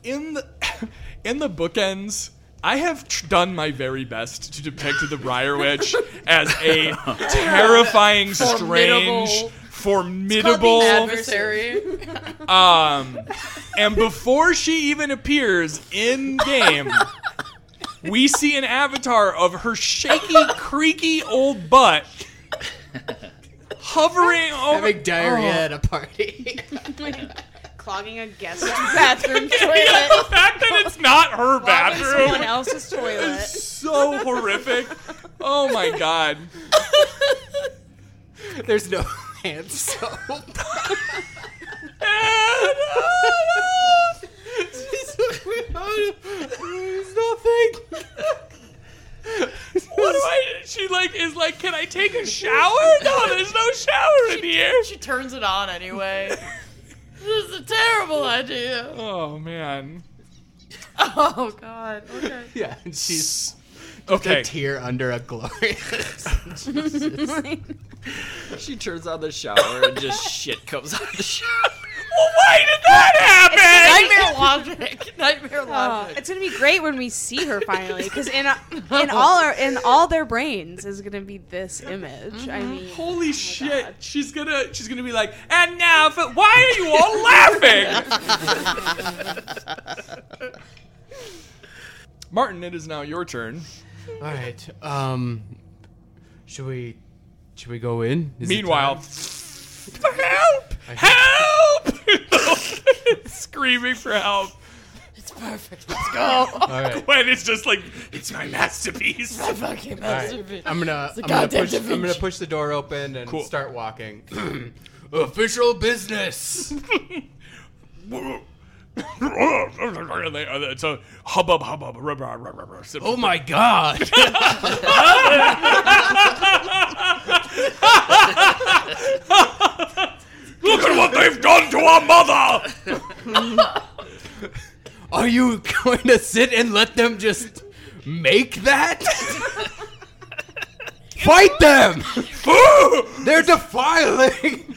[SPEAKER 2] in the in the bookends. I have tr- done my very best to depict the Briar Witch as a terrifying, strange,
[SPEAKER 6] Formidable-
[SPEAKER 9] Oh.
[SPEAKER 2] formidable
[SPEAKER 6] adversary.
[SPEAKER 2] Um, and before she even appears in game, we see an avatar of her shaky, creaky old butt hovering over.
[SPEAKER 5] Having diarrhea at a party.
[SPEAKER 8] Clogging a guest bathroom toilet.
[SPEAKER 2] The fact that it's not her
[SPEAKER 8] Someone
[SPEAKER 2] bathroom
[SPEAKER 8] else's toilet.
[SPEAKER 2] is so horrific. Oh my god.
[SPEAKER 5] There's no hand soap. There's nothing.
[SPEAKER 2] What do I? She like is like, can I take a shower? No, there's no shower in here.
[SPEAKER 6] she turns it on anyway. this is a terrible idea.
[SPEAKER 2] Oh man.
[SPEAKER 6] Oh God. Okay.
[SPEAKER 5] Yeah, and she's
[SPEAKER 2] Okay.
[SPEAKER 5] a tear under a glorious.
[SPEAKER 7] She turns on the shower and just shit comes out of the shower.
[SPEAKER 2] Why did that happen?
[SPEAKER 6] Nightmare logic. Nightmare
[SPEAKER 9] Oh,
[SPEAKER 6] logic.
[SPEAKER 9] it's gonna be great when we see her finally, because in in all our in all their brains is gonna be this image. I mean,
[SPEAKER 2] Holy shit! She's gonna she's gonna be like, and now, for, why are you all laughing? Martin, it is now your turn.
[SPEAKER 5] All right. Um, should we? Should we go in? Is it
[SPEAKER 2] Meanwhile,
[SPEAKER 5] time?
[SPEAKER 2] help! Help! Screaming for help.
[SPEAKER 6] It's perfect. Let's go.
[SPEAKER 5] all right.
[SPEAKER 2] When it's just like, it's my masterpiece.
[SPEAKER 6] Fucking
[SPEAKER 5] All right.
[SPEAKER 6] masterpiece.
[SPEAKER 5] I'm gonna. I'm gonna,
[SPEAKER 6] goddamn
[SPEAKER 5] push,
[SPEAKER 6] Da
[SPEAKER 5] I'm gonna push the door open and
[SPEAKER 2] Cool.
[SPEAKER 5] start walking. Official business.
[SPEAKER 2] And they- and it's a hubbub, hubbub, rub, rub, rub, rub, rub.
[SPEAKER 5] Oh my god.
[SPEAKER 2] Look at what they've done to our mother!
[SPEAKER 5] Are you going to sit and let them just make that? Fight them! They're defiling.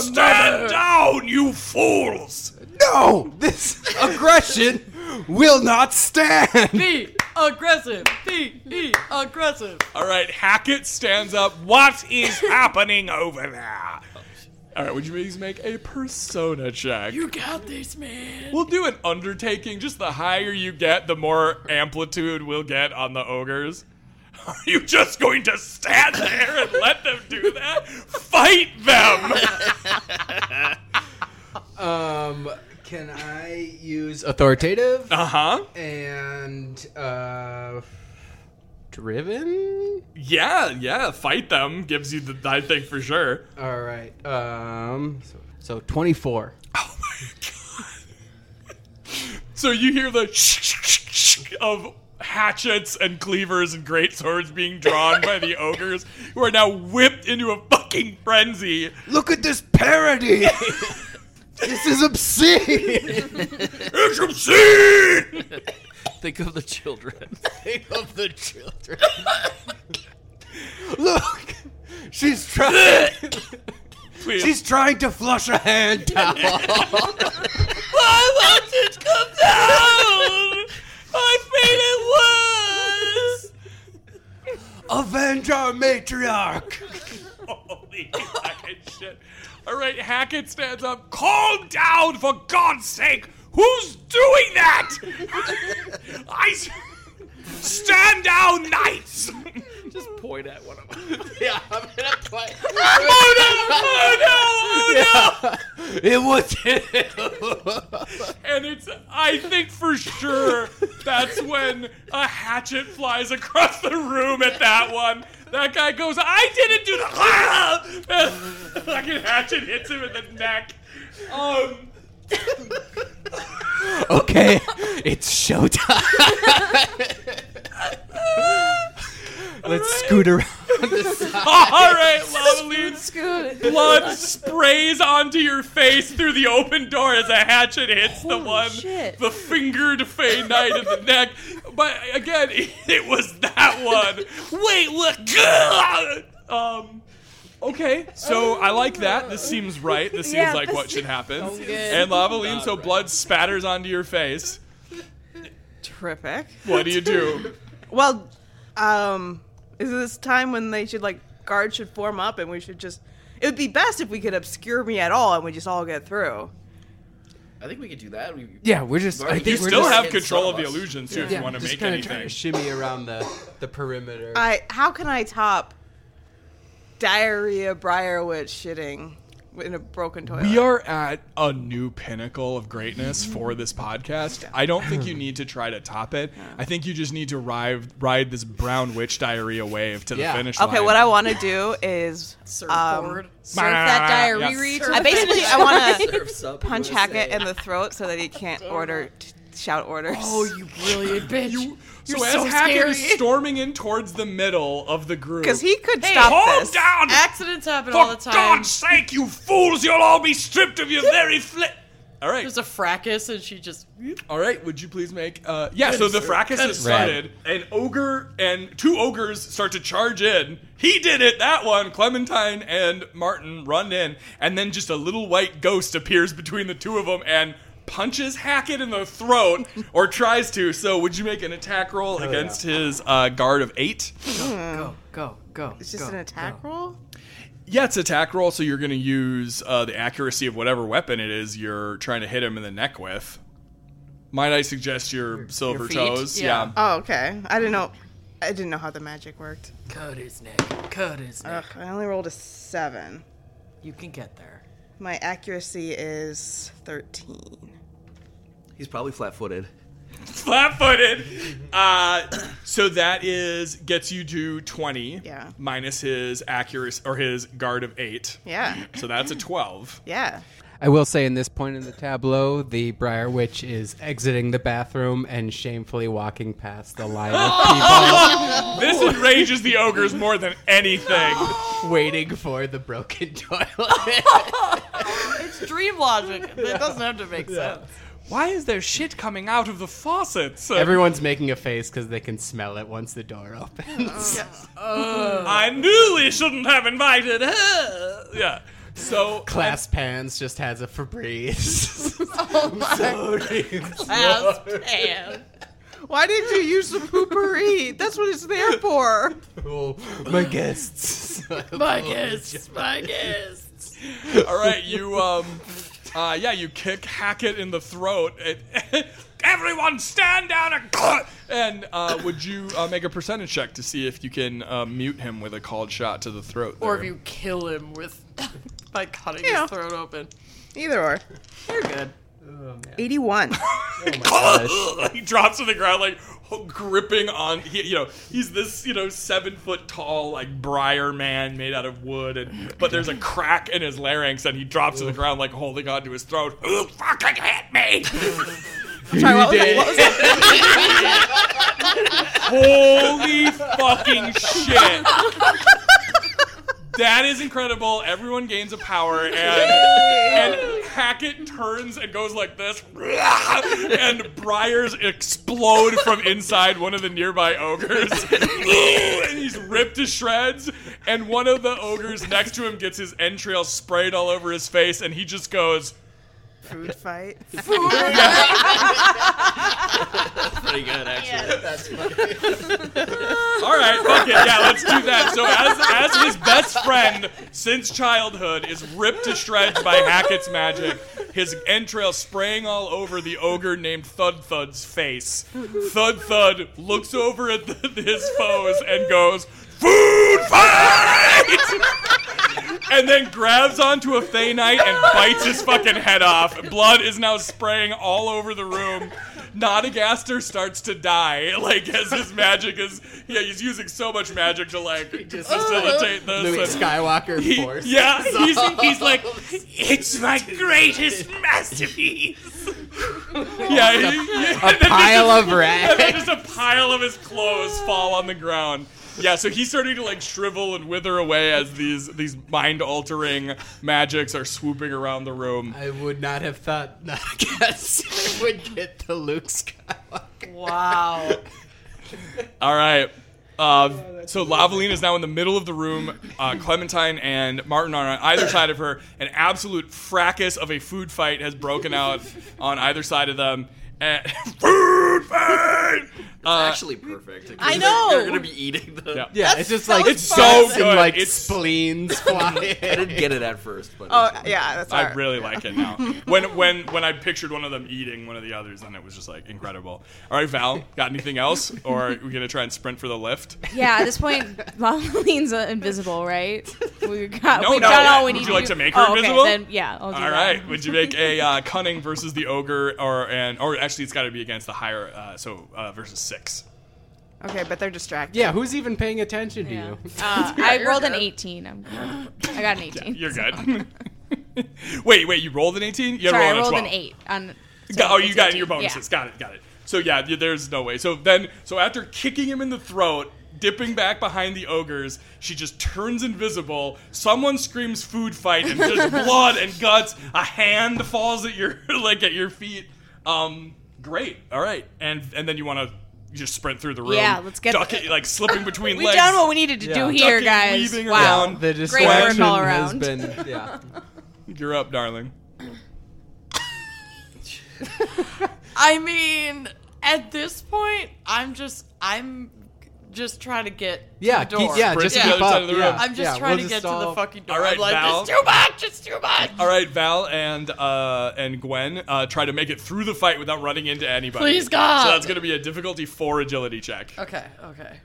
[SPEAKER 2] Stand down, you fools!
[SPEAKER 5] No, this aggression will not stand.
[SPEAKER 6] Be aggressive. Be be aggressive.
[SPEAKER 2] All right, Hackett stands up. What is happening over there? All right, would you please make a persona check?
[SPEAKER 6] You got this, man.
[SPEAKER 2] we'll do an undertaking. Just the higher you get, the more amplitude we'll get on the ogres. Are you just going to stand there and let them do that? Fight them!
[SPEAKER 5] Um, can I use authoritative
[SPEAKER 2] Uh huh.
[SPEAKER 5] and uh driven?
[SPEAKER 2] Yeah, yeah. Fight them gives you the I think for sure.
[SPEAKER 5] All right. Um, so, so 24.
[SPEAKER 2] Oh my god. So you hear the sh- sh- sh- sh- of hatchets and cleavers and great swords being drawn by the ogres who are now whipped into a fucking frenzy.
[SPEAKER 5] Look at this parody. this is obscene.
[SPEAKER 2] It's obscene!
[SPEAKER 7] Think of the children.
[SPEAKER 5] Think of the children. Look, she's trying.
[SPEAKER 2] Please.
[SPEAKER 5] she's trying to flush a hand towel.
[SPEAKER 2] Why won't it come down? I feel it was!
[SPEAKER 5] Avenge our matriarch.
[SPEAKER 2] Holy fucking shit. All right, Hackett stands up. Calm down, for God's sake! Who's doing that? I. s- Stand down, knights!
[SPEAKER 7] Just point at one of them.
[SPEAKER 5] Yeah, I'm gonna play.
[SPEAKER 2] Oh no! Oh no! Oh no!
[SPEAKER 5] It was him.
[SPEAKER 2] And it's, I think for sure, that's when a hatchet flies across the room at that one.
[SPEAKER 10] That guy goes, I didn't do the. And fucking hatchet hits him in the neck. Um,
[SPEAKER 5] Okay, it's showtime. Let's scoot around.
[SPEAKER 10] all right, lava leaves.
[SPEAKER 9] Good.
[SPEAKER 10] Blood sprays onto your face through the open door as a hatchet hits the
[SPEAKER 9] Holy
[SPEAKER 10] one,
[SPEAKER 9] shit.
[SPEAKER 10] the fingered Fey Knight in the neck. But again, it was that one. Wait, what? Um. Okay, so I like that. This seems right. This seems
[SPEAKER 9] Yeah,
[SPEAKER 10] like
[SPEAKER 9] this
[SPEAKER 10] what should happen. And lava lean, so blood spatters onto your face.
[SPEAKER 8] Terrific.
[SPEAKER 10] What do you do?
[SPEAKER 8] Well, um, is this time when they should like guards should form up and we should just? It would be best if we could obscure me at all and we just all get through.
[SPEAKER 7] I think we could do that. We,
[SPEAKER 5] Yeah, we're just.
[SPEAKER 7] You
[SPEAKER 5] I think
[SPEAKER 10] You
[SPEAKER 5] we're
[SPEAKER 10] still
[SPEAKER 5] just,
[SPEAKER 10] have
[SPEAKER 7] It's
[SPEAKER 10] control
[SPEAKER 7] some
[SPEAKER 10] of
[SPEAKER 7] of
[SPEAKER 10] the
[SPEAKER 7] us.
[SPEAKER 10] illusions here if
[SPEAKER 5] yeah,
[SPEAKER 10] you want to
[SPEAKER 5] just
[SPEAKER 10] make
[SPEAKER 5] kinda trying to
[SPEAKER 10] anything.
[SPEAKER 5] shimmy around the the perimeter.
[SPEAKER 8] I how can I top diarrhea Briarwood shitting in a broken toilet?
[SPEAKER 2] We are at a new pinnacle of greatness for this podcast. I don't think you need to try to top it. I think you just need to ride, ride this brown witch diarrhea wave to the
[SPEAKER 5] Yeah.
[SPEAKER 2] finish line.
[SPEAKER 8] okay. What I want to do is
[SPEAKER 6] Surf
[SPEAKER 8] um,
[SPEAKER 6] forward.
[SPEAKER 9] Surf that
[SPEAKER 2] Yeah.
[SPEAKER 9] diarrhea reach.
[SPEAKER 8] I basically I want to
[SPEAKER 7] Surf's up, you
[SPEAKER 8] punch
[SPEAKER 7] wanna
[SPEAKER 8] Hackett
[SPEAKER 7] say.
[SPEAKER 8] in the throat so that he can't order t- shout orders.
[SPEAKER 6] Oh, you brilliant bitch.
[SPEAKER 2] So
[SPEAKER 6] You're
[SPEAKER 2] as
[SPEAKER 6] so
[SPEAKER 2] Hackett
[SPEAKER 6] scary.
[SPEAKER 2] is storming in towards the middle of the group,
[SPEAKER 8] because he could stop
[SPEAKER 10] calm
[SPEAKER 8] this.
[SPEAKER 10] down!
[SPEAKER 6] Accidents happen all
[SPEAKER 10] For
[SPEAKER 6] the time.
[SPEAKER 10] God's sake, you fools! You'll all be stripped of your very fli
[SPEAKER 2] All right,
[SPEAKER 6] There's a fracas and she just.
[SPEAKER 2] all right. Would you please make? Uh, yeah. So the fracas has started. An ogre and two ogres start to charge in. He did it. That one. Clementine and Martin run in, and then just a little white ghost appears between the two of them and punches Hackett in the throat, or tries to. So would you make an attack roll against his uh, guard of eight?
[SPEAKER 6] Go, go, go.
[SPEAKER 8] It's just an attack roll.
[SPEAKER 2] Yeah, it's attack roll, so you're going to use uh, the accuracy of whatever weapon it is you're trying to hit him in the neck with. Might I suggest your, silver
[SPEAKER 6] feet?
[SPEAKER 2] toes?
[SPEAKER 6] Yeah.
[SPEAKER 8] Oh, okay. I didn't know. I didn't know how the magic worked.
[SPEAKER 6] Cut his neck. Cut his neck.
[SPEAKER 8] Ugh, I only rolled a seven.
[SPEAKER 6] You can get there.
[SPEAKER 8] My accuracy is thirteen.
[SPEAKER 7] He's probably flat-footed.
[SPEAKER 2] Flat-footed. Uh, so that is gets you to twenty.
[SPEAKER 8] Yeah.
[SPEAKER 2] Minus his accuracy or his guard of eight.
[SPEAKER 8] Yeah,
[SPEAKER 2] So that's a twelve.
[SPEAKER 8] yeah.
[SPEAKER 5] I will say, in this point in the tableau, the Briar Witch is exiting the bathroom and shamefully walking past the line of
[SPEAKER 2] This enrages the ogres more than anything.
[SPEAKER 5] people waiting for the broken toilet.
[SPEAKER 6] It's dream logic. It doesn't have to make sense.
[SPEAKER 2] Why is there shit coming out of the faucets?
[SPEAKER 5] Everyone's making a face because they can smell it once the door opens.
[SPEAKER 2] I knew we shouldn't have invited her. Yeah. So
[SPEAKER 5] Class pans just has a Febreze.
[SPEAKER 6] Ass pan.
[SPEAKER 8] Why did you use the poopery? That's what it's there for.
[SPEAKER 5] oh, my guests.
[SPEAKER 6] My guess. My guess.
[SPEAKER 2] All right, you um, uh, yeah, you kick Hackett in the throat. It, everyone, stand down and and uh, would you uh, make a percentage check to see if you can uh, mute him with a called shot to the throat?
[SPEAKER 6] Or
[SPEAKER 2] there?
[SPEAKER 6] if you kill him with by cutting
[SPEAKER 8] Yeah.
[SPEAKER 6] his throat open.
[SPEAKER 8] Either or.
[SPEAKER 6] You're good.
[SPEAKER 8] Eighty-one.
[SPEAKER 2] he drops to the ground like gripping on. He, you know, he's this you know seven foot tall like briar man made out of wood, and but there's a crack in his larynx, and he drops to the ground like holding onto his throat. Who fucking hit me?
[SPEAKER 8] Sorry, what was that? What was that?
[SPEAKER 2] Holy fucking shit. That is incredible. Everyone gains a power, and, and Hackett turns and goes like this, and briars explode from inside one of the nearby ogres. and he's ripped to shreds, and one of the ogres next to him gets his entrail sprayed all over his face, and he just goes,
[SPEAKER 8] Food fight.
[SPEAKER 7] Pretty good, actually.
[SPEAKER 2] All right, fuck it. Yeah, let's do that. So as as his best friend since childhood is ripped to shreds by Hackett's magic, his entrails spraying all over the ogre named Thud Thud's face. Thud Thud looks over at the, his foes and goes, "Food fight!" And then grabs onto a Fey Knight and bites his fucking head off. Blood is now spraying all over the room. Nodagaster starts to die, like as his magic is. Yeah, he's using so much magic to like facilitate this.
[SPEAKER 5] Louis
[SPEAKER 2] and-
[SPEAKER 5] Skywalker
[SPEAKER 2] he-
[SPEAKER 5] force.
[SPEAKER 2] yeah, he's, he's like, it's my greatest masterpiece. yeah, he, yeah,
[SPEAKER 5] A pile of
[SPEAKER 2] and then
[SPEAKER 5] rags.
[SPEAKER 2] just a pile of his clothes fall on the ground. Yeah, so he's starting to like shrivel and wither away as these these mind altering magics are swooping around the room.
[SPEAKER 5] I would not have thought Nodagaster would get to Luke Skywalker.
[SPEAKER 6] Wow.
[SPEAKER 2] All right. Uh, so Lavalina is now in the middle of the room. Uh, Clementine and Martin are on either side of her. An absolute fracas of a food fight has broken out on either side of them. And food fight! Uh,
[SPEAKER 7] Actually, perfect. They're,
[SPEAKER 6] I know.
[SPEAKER 7] gonna be eating the.
[SPEAKER 2] Yeah.
[SPEAKER 5] Yeah, it's just like
[SPEAKER 2] It's so
[SPEAKER 5] guts
[SPEAKER 2] good.
[SPEAKER 5] And, like
[SPEAKER 2] It's-
[SPEAKER 5] spleens
[SPEAKER 7] I
[SPEAKER 5] flying.
[SPEAKER 7] didn't get it at first, but
[SPEAKER 8] Oh yeah, that's all
[SPEAKER 2] I
[SPEAKER 8] right.
[SPEAKER 2] really like it now. When when when I pictured one of them eating one of the others, then it was just like incredible. All right, Val, got anything else, or are we gonna try and sprint for the lift?
[SPEAKER 9] Yeah, at this point, Lavaline's uh, invisible, right? We got,
[SPEAKER 2] No,
[SPEAKER 9] we
[SPEAKER 2] no.
[SPEAKER 9] got all we
[SPEAKER 2] Would
[SPEAKER 9] need
[SPEAKER 2] you like
[SPEAKER 9] do.
[SPEAKER 2] to make her
[SPEAKER 9] Oh, okay,
[SPEAKER 2] invisible?
[SPEAKER 9] Then, yeah, I'll do
[SPEAKER 2] All
[SPEAKER 9] that.
[SPEAKER 2] right, would you make a uh, cunning versus the ogre, or and or actually it's got to be against the higher, uh, so uh, versus six.
[SPEAKER 8] Okay, but they're distracted.
[SPEAKER 5] yeah, who's even paying attention to
[SPEAKER 9] Yeah.
[SPEAKER 5] you?
[SPEAKER 9] Uh, I rolled an 18. I'm, I got an 18.
[SPEAKER 2] You're good. wait, wait, you rolled an eighteen. You had
[SPEAKER 9] Sorry,
[SPEAKER 2] rolled
[SPEAKER 9] I
[SPEAKER 2] a
[SPEAKER 9] rolled
[SPEAKER 2] 12.
[SPEAKER 9] an 8. On,
[SPEAKER 2] Got-
[SPEAKER 9] so
[SPEAKER 2] oh, you
[SPEAKER 9] it's
[SPEAKER 2] got
[SPEAKER 9] 18.
[SPEAKER 2] your
[SPEAKER 9] Yeah.
[SPEAKER 2] bonuses. Got it. Got it. So yeah, y- there's no way. So then, so after kicking him in the throat, dipping back behind the ogres, she just turns invisible. Someone screams "food fight" and there's blood and guts. A hand falls at your like at your feet. Um, great. All right, and and then you want to just sprint through the room.
[SPEAKER 9] Yeah, let's get-
[SPEAKER 2] duck it, like slipping between
[SPEAKER 9] We've
[SPEAKER 2] legs.
[SPEAKER 9] done what we needed to do
[SPEAKER 5] Yeah.
[SPEAKER 9] here,
[SPEAKER 2] Ducking,
[SPEAKER 9] guys.
[SPEAKER 2] weaving
[SPEAKER 9] Wow.
[SPEAKER 2] around.
[SPEAKER 5] The
[SPEAKER 9] Great work
[SPEAKER 5] distraction
[SPEAKER 9] all
[SPEAKER 5] has
[SPEAKER 9] around.
[SPEAKER 5] been yeah.
[SPEAKER 2] You're up, darling.
[SPEAKER 6] I mean, at this point, I'm just I'm just trying to get
[SPEAKER 5] Yeah,
[SPEAKER 6] to the door.
[SPEAKER 5] keep, yeah,
[SPEAKER 2] Sprint
[SPEAKER 5] just
[SPEAKER 6] to the
[SPEAKER 5] keep
[SPEAKER 2] other side
[SPEAKER 5] up.
[SPEAKER 2] of the
[SPEAKER 5] yeah,
[SPEAKER 2] room.
[SPEAKER 6] I'm just
[SPEAKER 5] yeah,
[SPEAKER 6] trying
[SPEAKER 5] we'll
[SPEAKER 6] to get to the
[SPEAKER 5] all-
[SPEAKER 6] fucking door.
[SPEAKER 2] All right,
[SPEAKER 6] I'm like,
[SPEAKER 2] Val.
[SPEAKER 6] it's too much. It's too much.
[SPEAKER 2] All right, Val and uh, and Gwen uh, try to make it through the fight without running into anybody.
[SPEAKER 6] Please, God.
[SPEAKER 2] So that's going to be a difficulty four agility check.
[SPEAKER 6] Okay. Okay.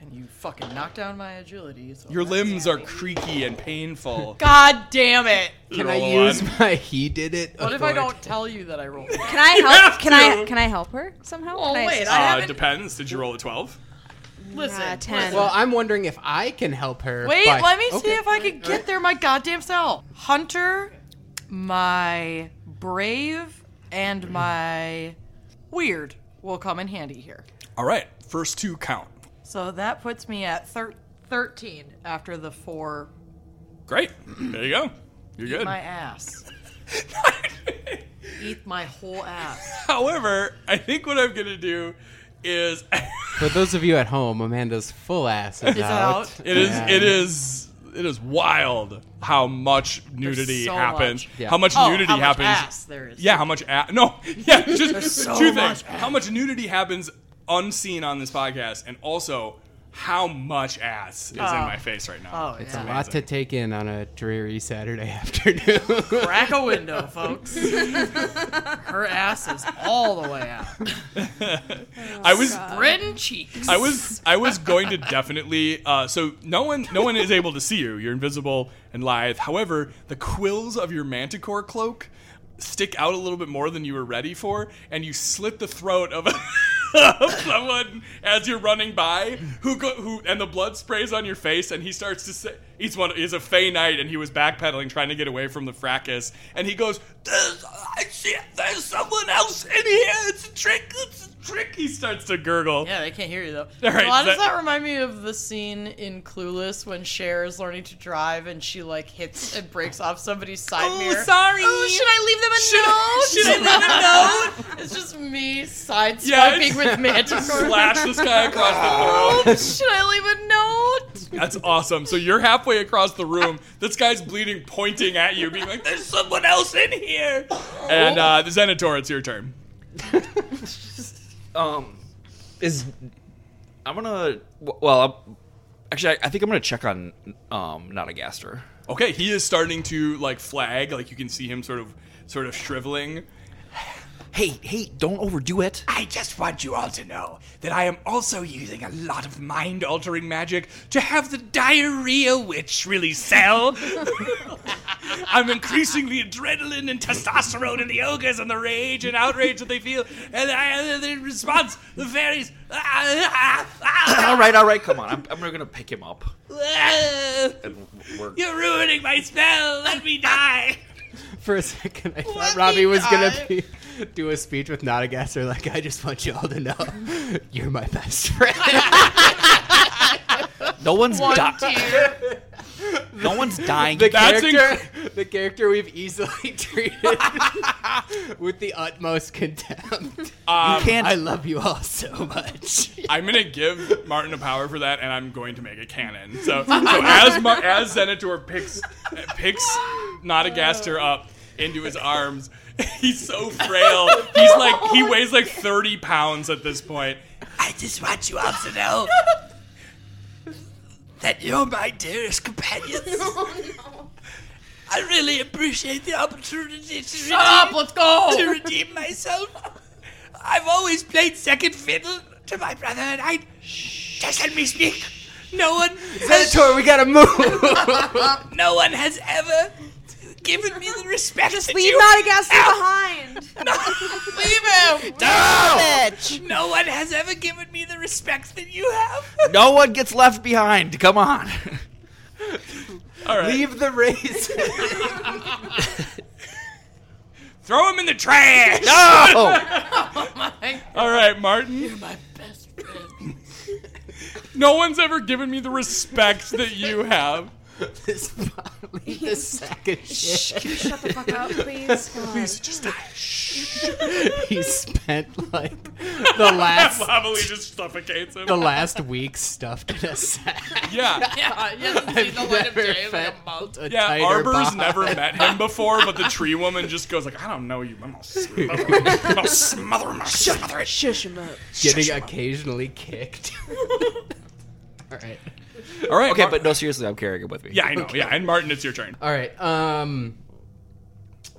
[SPEAKER 6] And you fucking knocked down my agility. So
[SPEAKER 2] Your
[SPEAKER 6] that's-
[SPEAKER 2] limbs are creaky and painful.
[SPEAKER 6] God damn it!
[SPEAKER 5] Can
[SPEAKER 2] Roll
[SPEAKER 5] I
[SPEAKER 2] a
[SPEAKER 5] use
[SPEAKER 2] one.
[SPEAKER 5] my he did it?
[SPEAKER 6] What if I don't tell you that I rolled?
[SPEAKER 9] Can I
[SPEAKER 2] have
[SPEAKER 9] help? Can
[SPEAKER 2] to.
[SPEAKER 9] I can I help her somehow?
[SPEAKER 6] Oh,
[SPEAKER 9] Can
[SPEAKER 6] wait,
[SPEAKER 9] assist?
[SPEAKER 6] I
[SPEAKER 2] Uh,
[SPEAKER 6] haven't-
[SPEAKER 2] depends. Did you roll a twelve?
[SPEAKER 6] Listen,
[SPEAKER 9] Uh, 10.
[SPEAKER 5] Well, I'm wondering if I can help her.
[SPEAKER 6] Wait,
[SPEAKER 5] by-
[SPEAKER 6] let me
[SPEAKER 5] Okay.
[SPEAKER 6] see if I can get there my goddamn self. Hunter, my brave, and my weird will come in handy here.
[SPEAKER 2] All right, first two count.
[SPEAKER 6] So that puts me at thir- 13 after the four
[SPEAKER 2] Great. There you go. You're good.
[SPEAKER 6] my ass. Eat my whole ass.
[SPEAKER 2] However, I think what I'm going to do is
[SPEAKER 5] For those of you at home, Amanda's full ass is,
[SPEAKER 6] Is out.
[SPEAKER 2] It is.
[SPEAKER 5] Yeah.
[SPEAKER 2] It is. It is wild how much nudity
[SPEAKER 6] so
[SPEAKER 2] happens.
[SPEAKER 6] much.
[SPEAKER 5] Yeah.
[SPEAKER 2] How much
[SPEAKER 6] Oh,
[SPEAKER 2] nudity
[SPEAKER 6] how much
[SPEAKER 2] happens.
[SPEAKER 6] ass there is.
[SPEAKER 2] Yeah, how much ass? No, yeah, just
[SPEAKER 6] so
[SPEAKER 2] two
[SPEAKER 6] much
[SPEAKER 2] things. How much nudity happens unseen on this podcast, and also how much ass is in my face right now.
[SPEAKER 6] Oh,
[SPEAKER 5] It's
[SPEAKER 6] yeah.
[SPEAKER 5] a lot to take in on a dreary Saturday afternoon.
[SPEAKER 6] Crack a window, folks. Her ass is all the way out.
[SPEAKER 2] I was.
[SPEAKER 6] Bread and cheeks.
[SPEAKER 2] I was I was going to definitely uh, so no one no one is able to see you. You're invisible and lithe. However, the quills of your manticore cloak stick out a little bit more than you were ready for, and you slit the throat of, of someone as you're running by who go, who and the blood sprays on your face, and he starts to say he's one he's a fey knight, and he was backpedaling trying to get away from the fracas, and he goes, "There's I see it. there's someone else in here. It's a trick. It's a trick." He starts to gurgle.
[SPEAKER 6] Yeah, they can't hear you though.
[SPEAKER 2] All right,
[SPEAKER 6] a lot
[SPEAKER 2] that-
[SPEAKER 6] does that remind me of the scene in Clueless when Cher is learning to drive and she like hits and breaks off somebody's side mirror.
[SPEAKER 2] sorry.
[SPEAKER 6] Oh, should I leave them a
[SPEAKER 2] Should-
[SPEAKER 6] note?
[SPEAKER 2] should I
[SPEAKER 6] leave them a note? It's just me sideswiping
[SPEAKER 2] Yeah, it's-
[SPEAKER 6] with Manticore.
[SPEAKER 2] Slash this guy across the throat.
[SPEAKER 6] Should I leave a note?
[SPEAKER 2] That's awesome. So you're halfway across the room. This guy's bleeding, pointing at you, being like, "There's someone else in here." And uh, the Zenitor, it's your turn.
[SPEAKER 7] Um, is I'm gonna well, I'm, actually, I, I think I'm gonna check on um Notagaster.
[SPEAKER 2] Okay, he is starting to like flag. Like you can see him sort of, sort of shriveling.
[SPEAKER 7] Hey, hey, don't overdo it.
[SPEAKER 2] I just want you all to know that I am also using a lot of mind altering magic to have the diarrhea witch really sell. I'm increasing the adrenaline and testosterone and the ogres and the rage and outrage that they feel. And I, uh, the response, the fairies. uh,
[SPEAKER 7] all right, all right, come on. I'm, I'm gonna pick him up. And we're,
[SPEAKER 2] uh, You're ruining my spell. Let me die.
[SPEAKER 5] For a second, I thought
[SPEAKER 6] Let me
[SPEAKER 5] Robbie was gonna
[SPEAKER 6] die.
[SPEAKER 5] be, do a speech with Notagaster, like, I just want you all to know, you're my best friend.
[SPEAKER 7] no one's
[SPEAKER 6] One
[SPEAKER 7] di-
[SPEAKER 6] tear.
[SPEAKER 7] no one's dying.
[SPEAKER 5] The
[SPEAKER 2] That's
[SPEAKER 5] character, the character we've easily treated with the utmost contempt.
[SPEAKER 2] Um,
[SPEAKER 7] Can't
[SPEAKER 5] I love you all so much.
[SPEAKER 2] I'm gonna give Martin a power for that, and I'm going to make a cannon. So, so as Mar- as Senator picks picks Notagaster up into his arms, he's so frail. He's like he weighs like 30 pounds at this point.
[SPEAKER 7] I just want you all to know that you're my dearest companions. I really appreciate the opportunity to Shut
[SPEAKER 6] Up, let's
[SPEAKER 7] to
[SPEAKER 6] go.
[SPEAKER 7] redeem myself. I've always played second fiddle to my brother, and I just let me speak. No one, has,
[SPEAKER 5] Tor, we gotta move.
[SPEAKER 7] no one has ever given me the respect. Just
[SPEAKER 9] Leave Madagascar behind.
[SPEAKER 6] Leave him.
[SPEAKER 7] No one has ever given me the respect that you have. No one gets left behind. Come on.
[SPEAKER 2] All right,
[SPEAKER 5] Leave the race.
[SPEAKER 2] throw him in the trash.
[SPEAKER 7] No.
[SPEAKER 2] All right, Martin. You're my best friend. no one's ever given me the respect that you have.
[SPEAKER 5] this, leave this sack of shit.
[SPEAKER 9] Can you shut the fuck up, please? Come on.
[SPEAKER 5] He spent like the last
[SPEAKER 2] Probably just suffocates him.
[SPEAKER 5] the last week stuffed in a sack.
[SPEAKER 2] Yeah.
[SPEAKER 6] Yeah, you haven't seen the light of
[SPEAKER 5] Never
[SPEAKER 6] day in like a month.
[SPEAKER 5] felt a
[SPEAKER 2] Yeah,
[SPEAKER 5] tighter
[SPEAKER 2] Arbor's
[SPEAKER 5] bond.
[SPEAKER 2] never met him before, but the tree woman just goes like, "I don't know you. I'm gonna smother him. I'm gonna smother him. I'll smother it."
[SPEAKER 9] Shush him up.
[SPEAKER 5] getting occasionally kicked. All right.
[SPEAKER 2] All right. Mar-
[SPEAKER 7] no, seriously, I'm carrying it with me.
[SPEAKER 2] yeah, I know. Yeah, and Martin, it's your turn.
[SPEAKER 5] All right. Um.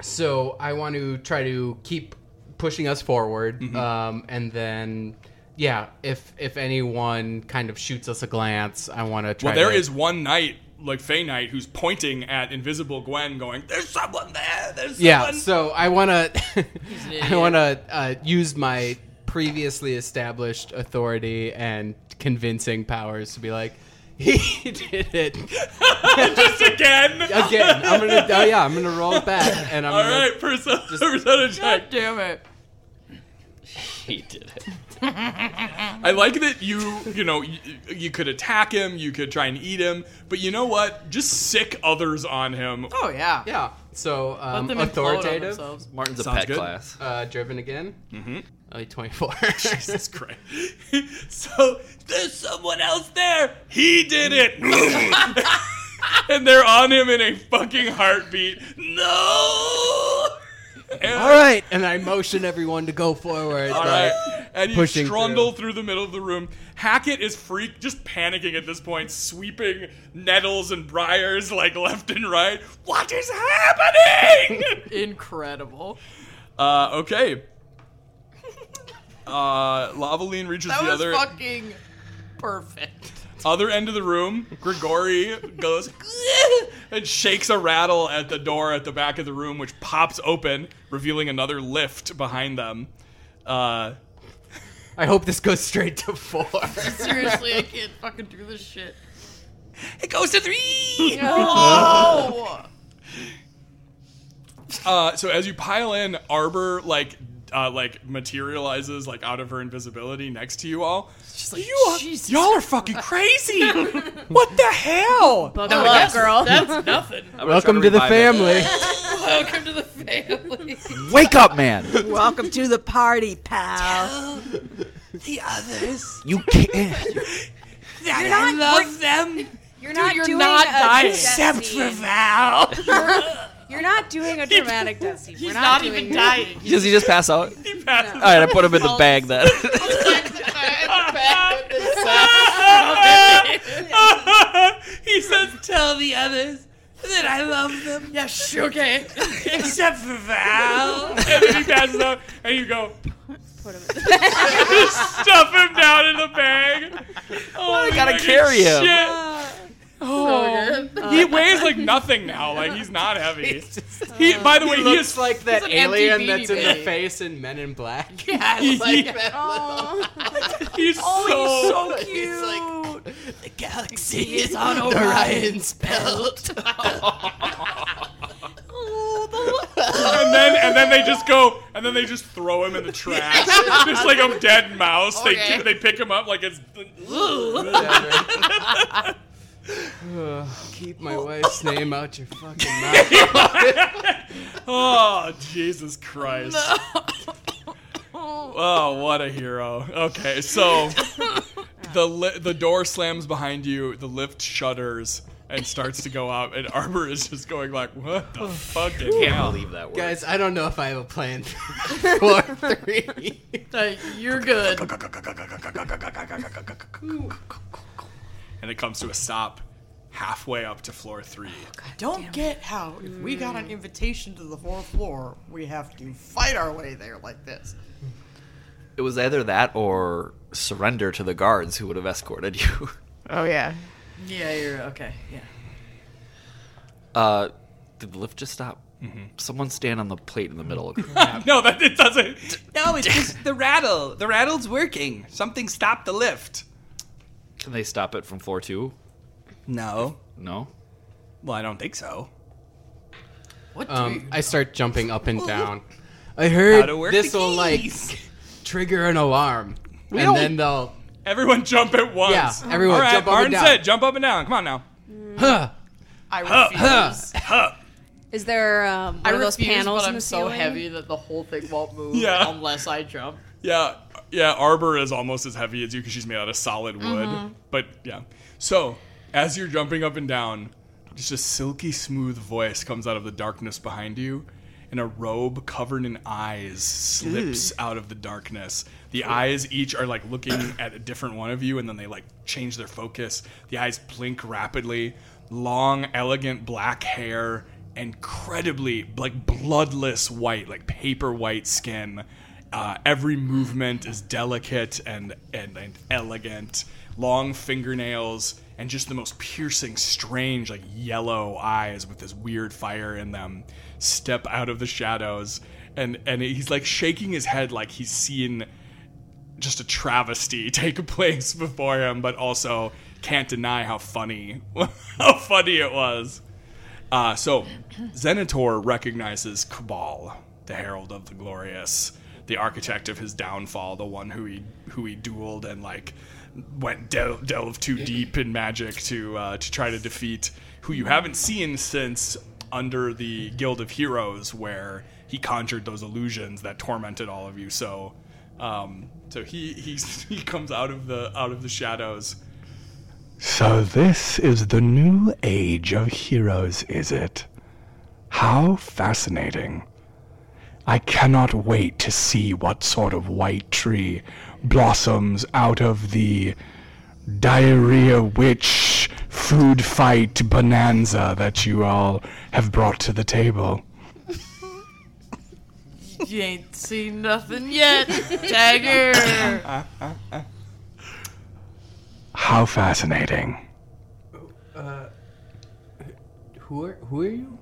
[SPEAKER 5] So I want to try to keep pushing us forward.
[SPEAKER 2] Mm-hmm.
[SPEAKER 5] Um. And then, yeah, if if anyone kind of shoots us a glance, I want to try.
[SPEAKER 2] Well, there
[SPEAKER 5] to,
[SPEAKER 2] is one knight, like Fey Knight, who's pointing at Invisible Gwen, going, "There's someone there. There's
[SPEAKER 5] Yeah.
[SPEAKER 2] someone."
[SPEAKER 5] So I want to. I
[SPEAKER 6] idiot.
[SPEAKER 5] want to uh, use my previously established authority and convincing powers to be like, he did it
[SPEAKER 2] Just again.
[SPEAKER 5] again. I'm gonna. Oh yeah. I'm gonna roll it back, and I'm
[SPEAKER 2] All
[SPEAKER 5] gonna
[SPEAKER 2] right, persona, persona check.
[SPEAKER 6] Damn it.
[SPEAKER 7] he did it.
[SPEAKER 2] I like that you, you know, you, you could attack him, you could try and eat him, but you know what? Just sick others on him.
[SPEAKER 6] Oh yeah.
[SPEAKER 5] Yeah. So um,
[SPEAKER 6] Let them authoritative.
[SPEAKER 5] authoritative,
[SPEAKER 7] Martin's a
[SPEAKER 2] Sounds
[SPEAKER 7] pet
[SPEAKER 2] good.
[SPEAKER 7] class.
[SPEAKER 5] uh, driven again. Mm-hmm. Only twenty-four.
[SPEAKER 2] Jesus Christ. so there's someone else there. He did it. and they're on him in a fucking heartbeat. No. And,
[SPEAKER 5] All right, and I motion everyone to go forward.
[SPEAKER 2] All
[SPEAKER 5] like,
[SPEAKER 2] right. And you
[SPEAKER 5] Pushing
[SPEAKER 2] strundle through. the middle of the room. Hackett is freak, just panicking at this point, sweeping nettles and briars like left and right. What is happening?
[SPEAKER 6] Incredible.
[SPEAKER 2] uh, okay. Uh, Lavaline reaches
[SPEAKER 6] That
[SPEAKER 2] the
[SPEAKER 6] was
[SPEAKER 2] other.
[SPEAKER 6] fucking perfect.
[SPEAKER 2] other end of the room, Grigori goes and shakes a rattle at the door at the back of the room, which pops open, revealing another lift behind them. Uh,
[SPEAKER 5] I hope this goes straight to four.
[SPEAKER 6] Seriously, I can't fucking do this shit.
[SPEAKER 2] it goes to three.
[SPEAKER 6] Oh.
[SPEAKER 2] Uh, so as you pile in, Arbor like uh, like materializes like out of her invisibility next to you all.
[SPEAKER 6] Just like,
[SPEAKER 2] You are,
[SPEAKER 6] Jesus.
[SPEAKER 2] y'all are fucking crazy. what the hell?
[SPEAKER 9] Buck
[SPEAKER 6] Well,
[SPEAKER 9] up,
[SPEAKER 6] that's,
[SPEAKER 9] girl.
[SPEAKER 6] That's nothing.
[SPEAKER 5] Welcome to the family.
[SPEAKER 6] Welcome to the family.
[SPEAKER 7] Wake up, man.
[SPEAKER 8] Welcome to the party, pal.
[SPEAKER 6] The others.
[SPEAKER 7] You can't.
[SPEAKER 9] You're not,
[SPEAKER 6] Love them.
[SPEAKER 9] you're not
[SPEAKER 6] you're
[SPEAKER 9] doing
[SPEAKER 6] not
[SPEAKER 9] a
[SPEAKER 6] dying.
[SPEAKER 9] death
[SPEAKER 6] Except
[SPEAKER 9] scene.
[SPEAKER 7] Ow.
[SPEAKER 9] You're not doing a dramatic death scene.
[SPEAKER 6] He's
[SPEAKER 9] We're
[SPEAKER 6] not,
[SPEAKER 9] doing
[SPEAKER 6] even
[SPEAKER 9] that.
[SPEAKER 6] dying. He's
[SPEAKER 7] Does he just pass out?
[SPEAKER 2] He passes
[SPEAKER 7] All right, I put him in the bag then.
[SPEAKER 6] back with the
[SPEAKER 2] he says, "Tell the others that I love them."
[SPEAKER 6] Yeah, sure, okay.
[SPEAKER 2] except for Val. and then he passes out, and you go. Stuff him down in the bag. Oh, I
[SPEAKER 7] gotta carry him.
[SPEAKER 2] Shit.
[SPEAKER 6] So good.
[SPEAKER 2] He weighs like nothing now. Like he's not heavy. he, by the way, he,
[SPEAKER 5] looks
[SPEAKER 2] is
[SPEAKER 5] like that
[SPEAKER 2] he's an empty
[SPEAKER 5] alien
[SPEAKER 2] beanie
[SPEAKER 5] that's in the
[SPEAKER 2] bag.
[SPEAKER 5] face in Men in Black.
[SPEAKER 6] Yeah, I like that little.
[SPEAKER 2] oh, He's so,
[SPEAKER 6] so cute. He's like, the galaxy is
[SPEAKER 5] on
[SPEAKER 6] Orion's belt.
[SPEAKER 2] and then and then they just go and then they just throw him in the trash. just like a dead mouse.
[SPEAKER 6] Okay.
[SPEAKER 2] They they pick him up like it's
[SPEAKER 5] Keep my wife's name out your fucking mouth.
[SPEAKER 2] Oh, Jesus Christ. oh, what a hero. Okay, so the li- the door slams behind you, the lift shutters and starts to go up and Arbor is just going like, "What
[SPEAKER 11] Oh,
[SPEAKER 2] the fuck?"
[SPEAKER 7] Can't believe that word.
[SPEAKER 5] Guys, I don't know if I have a plan for three.
[SPEAKER 6] Uh, You're good.
[SPEAKER 2] And it comes to a stop halfway up to floor 3.
[SPEAKER 11] Oh,
[SPEAKER 6] Don't get how if we got an invitation to the fourth floor, we have to fight our way there like this.
[SPEAKER 7] It was either that or surrender to the guards who would have escorted you.
[SPEAKER 8] Oh yeah.
[SPEAKER 6] Yeah, you're okay. Yeah.
[SPEAKER 7] Uh, did the lift just stop?
[SPEAKER 2] Mm-hmm.
[SPEAKER 7] Someone stand on the plate in the middle.
[SPEAKER 2] No, that it doesn't.
[SPEAKER 11] No, it's just the rattle. The rattle's working. Something stopped the lift.
[SPEAKER 7] Can they stop it from floor two?
[SPEAKER 11] No.
[SPEAKER 7] No.
[SPEAKER 11] Well, I don't think so.
[SPEAKER 6] What do
[SPEAKER 5] Um,
[SPEAKER 6] you Oh.
[SPEAKER 5] I start jumping up and down. I
[SPEAKER 11] How to work
[SPEAKER 5] heard
[SPEAKER 11] the
[SPEAKER 5] this will like
[SPEAKER 11] keys.
[SPEAKER 5] trigger an alarm, and then they'll
[SPEAKER 2] Everyone jump at once.
[SPEAKER 5] yeah, everyone
[SPEAKER 2] All right,
[SPEAKER 5] jump up
[SPEAKER 2] Martin
[SPEAKER 5] and down.
[SPEAKER 2] said, "Jump up and down." Come on now.
[SPEAKER 6] Mm.
[SPEAKER 5] Huh.
[SPEAKER 6] I refuse.
[SPEAKER 9] Is there um, one
[SPEAKER 6] I
[SPEAKER 9] of those
[SPEAKER 6] refuse,
[SPEAKER 9] panels
[SPEAKER 6] but
[SPEAKER 9] in
[SPEAKER 6] I'm
[SPEAKER 9] the
[SPEAKER 6] so
[SPEAKER 9] ceiling?
[SPEAKER 6] heavy that the whole thing won't move
[SPEAKER 2] Yeah.
[SPEAKER 6] unless I jump.
[SPEAKER 2] Yeah, yeah. Arbor is almost as heavy as you because she's made out of solid wood. But yeah. So as you're jumping up and down, just a silky smooth voice comes out of the darkness behind you, and a robe covered in eyes slips out of the darkness. The eyes each are like looking at a different one of you, and then they like change their focus. The eyes blink rapidly. Long, elegant black hair, incredibly like bloodless white, like paper white skin. Uh, every movement is delicate and, and, and elegant. Long fingernails and just the most piercing, strange, like yellow eyes with this weird fire in them step out of the shadows. And, and he's like shaking his head like he's seen just a travesty take place before him, but also can't deny how funny how funny it was. Uh, so, Zenitor recognizes Cabal, the Herald of the Glorious, the architect of his downfall, the one who he who he dueled and like went del- delve too deep in magic to uh, to try to defeat. Who you haven't seen since under the Guild of Heroes, where he conjured those illusions that tormented all of you. So, um, so he he's, he comes out of the out of the shadows.
[SPEAKER 3] So, this is the new age of heroes, is it? How fascinating. I cannot wait to see what sort of white tree blossoms out of the diarrhea witch food fight bonanza that you all have brought to the table.
[SPEAKER 6] You ain't seen nothing yet, Tiger.
[SPEAKER 3] How fascinating.
[SPEAKER 5] Who are who are you?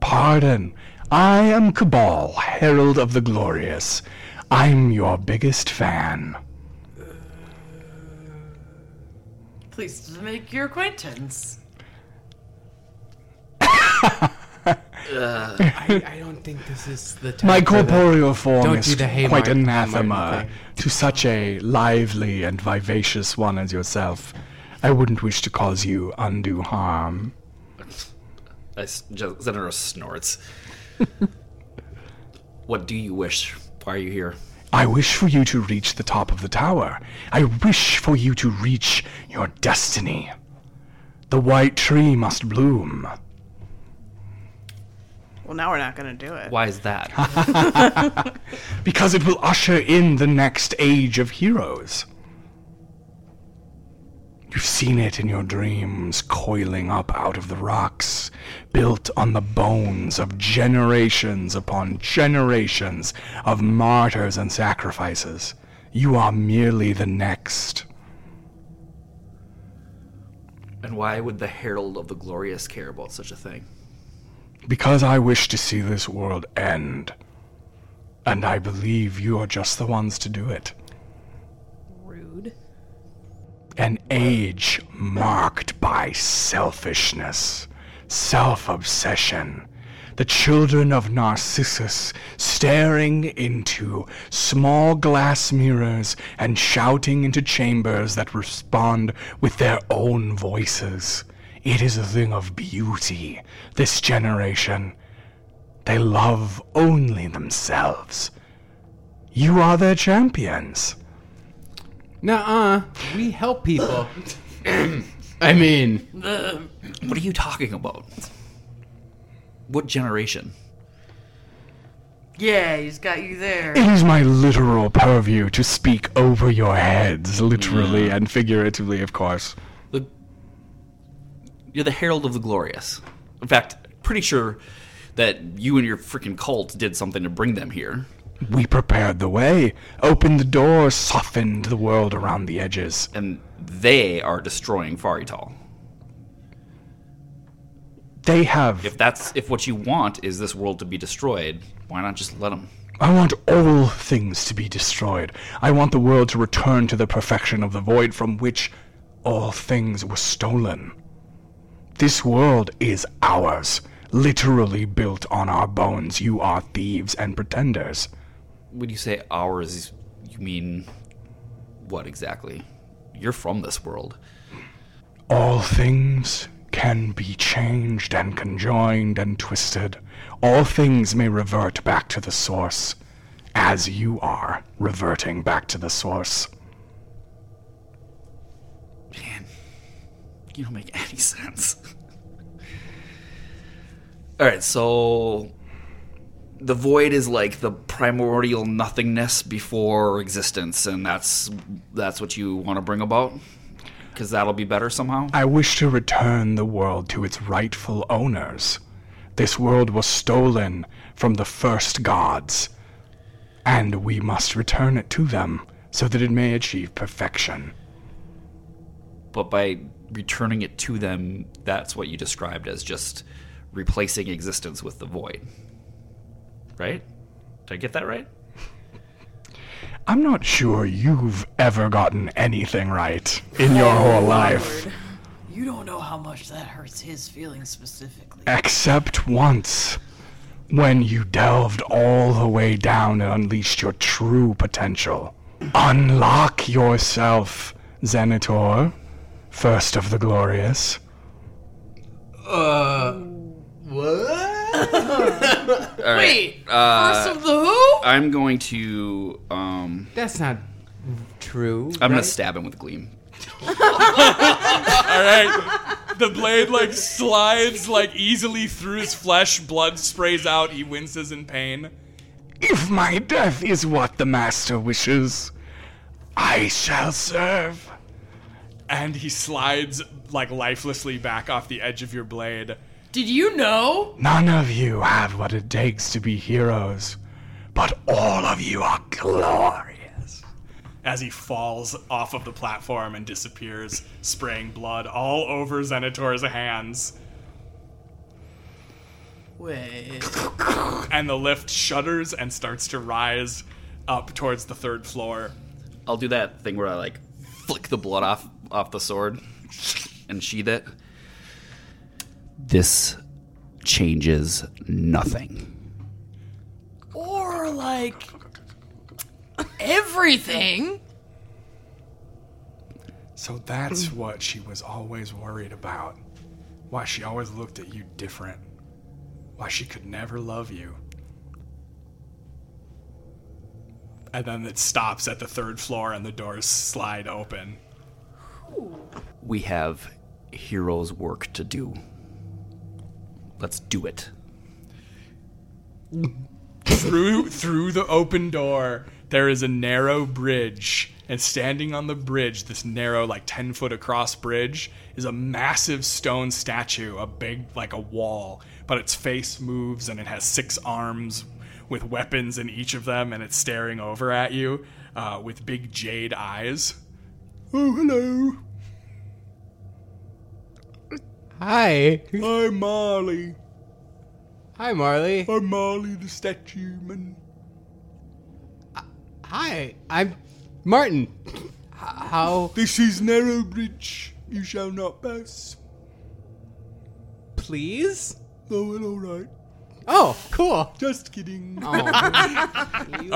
[SPEAKER 3] Pardon. I am Cabal, Herald of the Glorious. I'm your biggest fan.
[SPEAKER 6] Please make your acquaintance.
[SPEAKER 5] I, I don't think this is the time.
[SPEAKER 3] My
[SPEAKER 5] for that.
[SPEAKER 3] corporeal form
[SPEAKER 5] Don't
[SPEAKER 3] is
[SPEAKER 5] do the Haymarket
[SPEAKER 3] quite
[SPEAKER 5] Haymarket
[SPEAKER 3] anathema
[SPEAKER 5] thing.
[SPEAKER 3] to such a lively and vivacious one as yourself. I wouldn't wish to cause you undue harm.
[SPEAKER 7] I s- just, Zenero snorts. what do you wish? Why are you here?
[SPEAKER 3] I wish for you to reach the top of the tower. I wish for you to reach your destiny. The white tree must bloom.
[SPEAKER 8] Well, now we're not gonna do it.
[SPEAKER 7] Why is that?
[SPEAKER 3] because it will usher in the next age of heroes. You've seen it in your dreams, coiling up out of the rocks, built on the bones of generations upon generations of martyrs and sacrifices. You are merely the next.
[SPEAKER 7] And why would the Herald of the Glorious care about such a thing?
[SPEAKER 2] Because I wish to see this world end. And I believe you are just the ones to do it.
[SPEAKER 12] Rude.
[SPEAKER 2] An age marked by selfishness, self obsession. The children of Narcissus staring into small glass mirrors and shouting into chambers that respond with their own voices. It is a thing of beauty, this generation. They love only themselves. You are their champions.
[SPEAKER 5] Nuh-uh. We help people. I mean,
[SPEAKER 7] what are you talking about? What generation?
[SPEAKER 6] Yeah, he's got you there.
[SPEAKER 2] It is my literal purview to speak over your heads, literally and figuratively, of course.
[SPEAKER 7] You're the Herald of the Glorious. In fact, pretty sure that you and your freaking cult did something to bring them here.
[SPEAKER 2] We prepared the way, opened the door, softened the world around the edges.
[SPEAKER 7] And they are destroying Farital.
[SPEAKER 2] They have.
[SPEAKER 7] If that's if what you want is this world to be destroyed, why not just let them?
[SPEAKER 2] I want all things to be destroyed. I want the world to return to the perfection of the void from which all things were stolen. This world is ours, literally built on our bones. You are thieves and pretenders.
[SPEAKER 7] When you say ours, you mean what exactly? You're from this world.
[SPEAKER 2] All things can be changed and conjoined and twisted. All things may revert back to the source, as you are reverting back to the source.
[SPEAKER 7] You don't make any sense. All right, so the void is like the primordial nothingness before existence, and that's that's what you want to bring about because that'll be better somehow.
[SPEAKER 2] I wish to return the world to its rightful owners. This world was stolen from the first gods, and we must return it to them so that it may achieve perfection.
[SPEAKER 7] But by returning it to them, that's what you described as just replacing existence with the void. Right? Did I get that right?
[SPEAKER 2] I'm not sure you've ever gotten anything right in your whole life,
[SPEAKER 6] You don't know how much that hurts his feelings specifically.
[SPEAKER 2] except once. When you delved all the way down and unleashed your true potential. Unlock yourself, Xenator, first of the glorious.
[SPEAKER 5] uh, what?
[SPEAKER 7] All right, uh, I'm going to. Um,
[SPEAKER 5] That's not true.
[SPEAKER 7] I'm gonna
[SPEAKER 5] right?
[SPEAKER 7] stab him with gleam.
[SPEAKER 13] All right. The blade like slides like easily through his flesh. Blood sprays out. He winces in pain.
[SPEAKER 2] If my death is what the master wishes, I shall serve.
[SPEAKER 13] And he slides like lifelessly back off the edge of your blade.
[SPEAKER 6] Did you know?
[SPEAKER 2] None of you have what it takes to be heroes, but all of you are glorious.
[SPEAKER 13] As he falls off of the platform and disappears, spraying blood all over Xenator's hands.
[SPEAKER 6] Wait.
[SPEAKER 13] And the lift shudders and starts to rise up towards the third floor.
[SPEAKER 7] I'll do that thing where I like flick the blood off off the sword and sheath it. This changes nothing.
[SPEAKER 6] Or like everything.
[SPEAKER 2] So that's
[SPEAKER 13] Hmm.
[SPEAKER 2] what she was always worried about. Why she always looked at you different. Why she could never love you.
[SPEAKER 13] And then it stops at the third floor and the doors slide open.
[SPEAKER 7] We have heroes' work to do. Let's do it.
[SPEAKER 13] through through the open door there is a narrow bridge and standing on the bridge this narrow like 10 foot across bridge is a massive stone statue a big like a wall but its face moves and it has six arms with weapons in each of them and it's staring over at you uh, with big jade eyes
[SPEAKER 2] Oh, hello.
[SPEAKER 5] Hi.
[SPEAKER 14] I'm Marley.
[SPEAKER 5] Hi, Marley.
[SPEAKER 14] I'm Marley the statue man.
[SPEAKER 5] Hi, I'm Martin. H- How
[SPEAKER 14] This is Narrow Bridge. You shall not pass.
[SPEAKER 5] please?
[SPEAKER 14] Oh, well, alright.
[SPEAKER 5] Oh, cool.
[SPEAKER 14] Just kidding.
[SPEAKER 2] All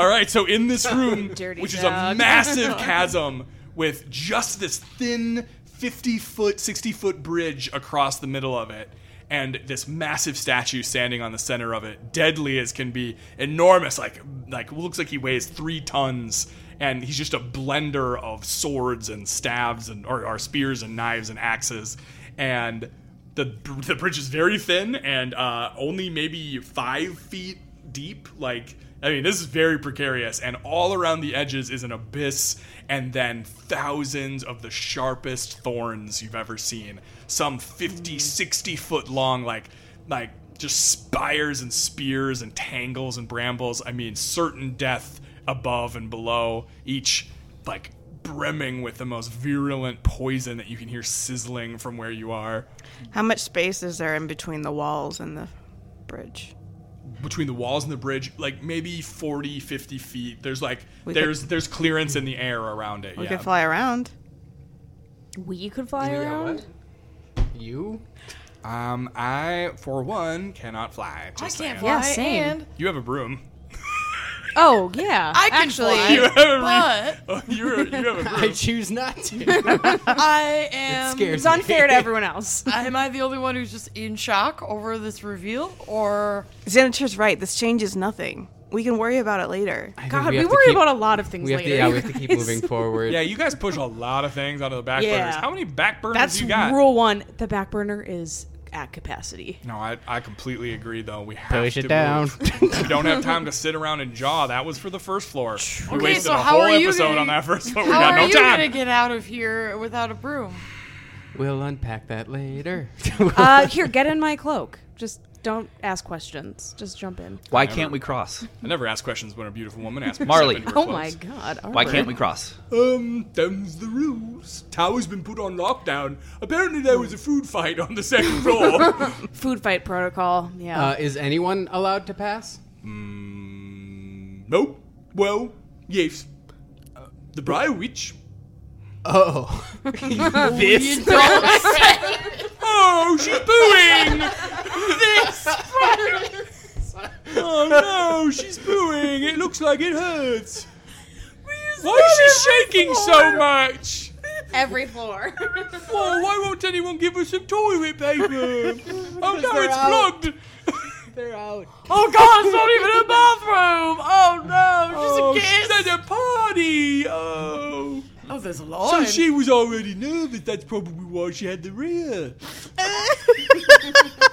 [SPEAKER 2] right, so in this room,
[SPEAKER 14] Oh. Dirty
[SPEAKER 2] which is a
[SPEAKER 14] dog.
[SPEAKER 2] massive chasm with just this thin 50 foot, 60 foot bridge across the middle of it, and this massive statue standing on the center of it, deadly as can be, enormous, like, like looks like he weighs three tons, and he's just a blender of swords and staves and or, or spears and knives and axes, and the the bridge is very thin and uh, only maybe five feet deep. Like, I mean, this is very precarious. And all around the edges is an abyss, and then thousands of the sharpest thorns you've ever seen. Some 50, 60 foot long, like, like just spires and spears and tangles and brambles. I mean, certain death above and below each, like, brimming with the most virulent poison that you can hear sizzling from where you are.
[SPEAKER 8] How much space is there in between the walls and the bridge?
[SPEAKER 2] between the walls and the bridge like maybe 40 50 feet there's like
[SPEAKER 8] We could-
[SPEAKER 2] there's there's clearance in the air around it
[SPEAKER 8] We
[SPEAKER 2] yeah
[SPEAKER 8] could fly around.
[SPEAKER 9] We could fly around.
[SPEAKER 2] you um i for one cannot fly just
[SPEAKER 9] can't
[SPEAKER 2] saying.
[SPEAKER 9] fly, Yeah, same. and-
[SPEAKER 2] you have a broom
[SPEAKER 9] Oh yeah,
[SPEAKER 6] I can
[SPEAKER 9] actually.
[SPEAKER 6] fly, You have a re-
[SPEAKER 2] but- you're, you have a broom
[SPEAKER 5] I choose not to.
[SPEAKER 6] I am.
[SPEAKER 8] Um,
[SPEAKER 5] scares It's unfair me. to everyone
[SPEAKER 9] else.
[SPEAKER 6] am I the only one who's just in shock over this reveal, or
[SPEAKER 8] Xanatar's right. This changes nothing. We can worry about it later.
[SPEAKER 5] think
[SPEAKER 8] God,
[SPEAKER 5] we
[SPEAKER 8] we,
[SPEAKER 5] have to
[SPEAKER 8] worry
[SPEAKER 5] keep-
[SPEAKER 8] about a lot of things
[SPEAKER 5] we have to-
[SPEAKER 8] later.
[SPEAKER 5] yeah, we have to keep moving forward.
[SPEAKER 2] yeah you guys push a lot of things out of the back
[SPEAKER 9] Yeah.
[SPEAKER 2] burners how many back burners
[SPEAKER 9] That's
[SPEAKER 2] you got
[SPEAKER 9] rule one. The back burner is at capacity.
[SPEAKER 2] no I, I completely agree though we have
[SPEAKER 5] Push it
[SPEAKER 2] to
[SPEAKER 5] down.
[SPEAKER 2] move. we don't have time to sit around and jaw that was for the first floor we
[SPEAKER 6] Okay,
[SPEAKER 2] wasted
[SPEAKER 6] so
[SPEAKER 2] a
[SPEAKER 6] how
[SPEAKER 2] whole
[SPEAKER 6] are you
[SPEAKER 2] episode
[SPEAKER 6] gonna-
[SPEAKER 2] on that first floor we
[SPEAKER 6] how
[SPEAKER 2] got
[SPEAKER 6] are
[SPEAKER 2] no
[SPEAKER 6] you
[SPEAKER 2] time
[SPEAKER 6] gonna get out of here without a broom?
[SPEAKER 5] We'll unpack that later.
[SPEAKER 9] uh, here, get in my cloak. Just don't ask questions. Just jump in.
[SPEAKER 2] I never- I never ask questions when a beautiful woman asks. me to
[SPEAKER 7] Marley.
[SPEAKER 2] step into her
[SPEAKER 9] Oh
[SPEAKER 2] clothes.
[SPEAKER 9] my God!
[SPEAKER 7] Why can't we cross?
[SPEAKER 14] Um, them's the rules.
[SPEAKER 2] Tower's been put on lockdown. Apparently, there was a food fight on the second floor.
[SPEAKER 9] Food fight protocol. Yeah.
[SPEAKER 5] Uh, is anyone allowed to pass?
[SPEAKER 2] nope. Well, yes. Uh, The Briar Witch.
[SPEAKER 5] Oh.
[SPEAKER 14] This-
[SPEAKER 2] oh, she's booing! this Oh no, she's booing. It looks like it hurts. Why is she shaking so much?
[SPEAKER 9] Every floor.
[SPEAKER 2] Whoa, why won't anyone give us some toilet paper? oh no,
[SPEAKER 14] they're
[SPEAKER 2] it's
[SPEAKER 14] out.
[SPEAKER 2] plugged.
[SPEAKER 5] They're out.
[SPEAKER 14] Oh god, it's not even a bathroom! Oh no,
[SPEAKER 2] Oh,
[SPEAKER 14] she's a kid!
[SPEAKER 2] she's at a party! Oh.
[SPEAKER 6] Oh, there's a lot.
[SPEAKER 14] So she was already nervous, that's probably why she had the rear.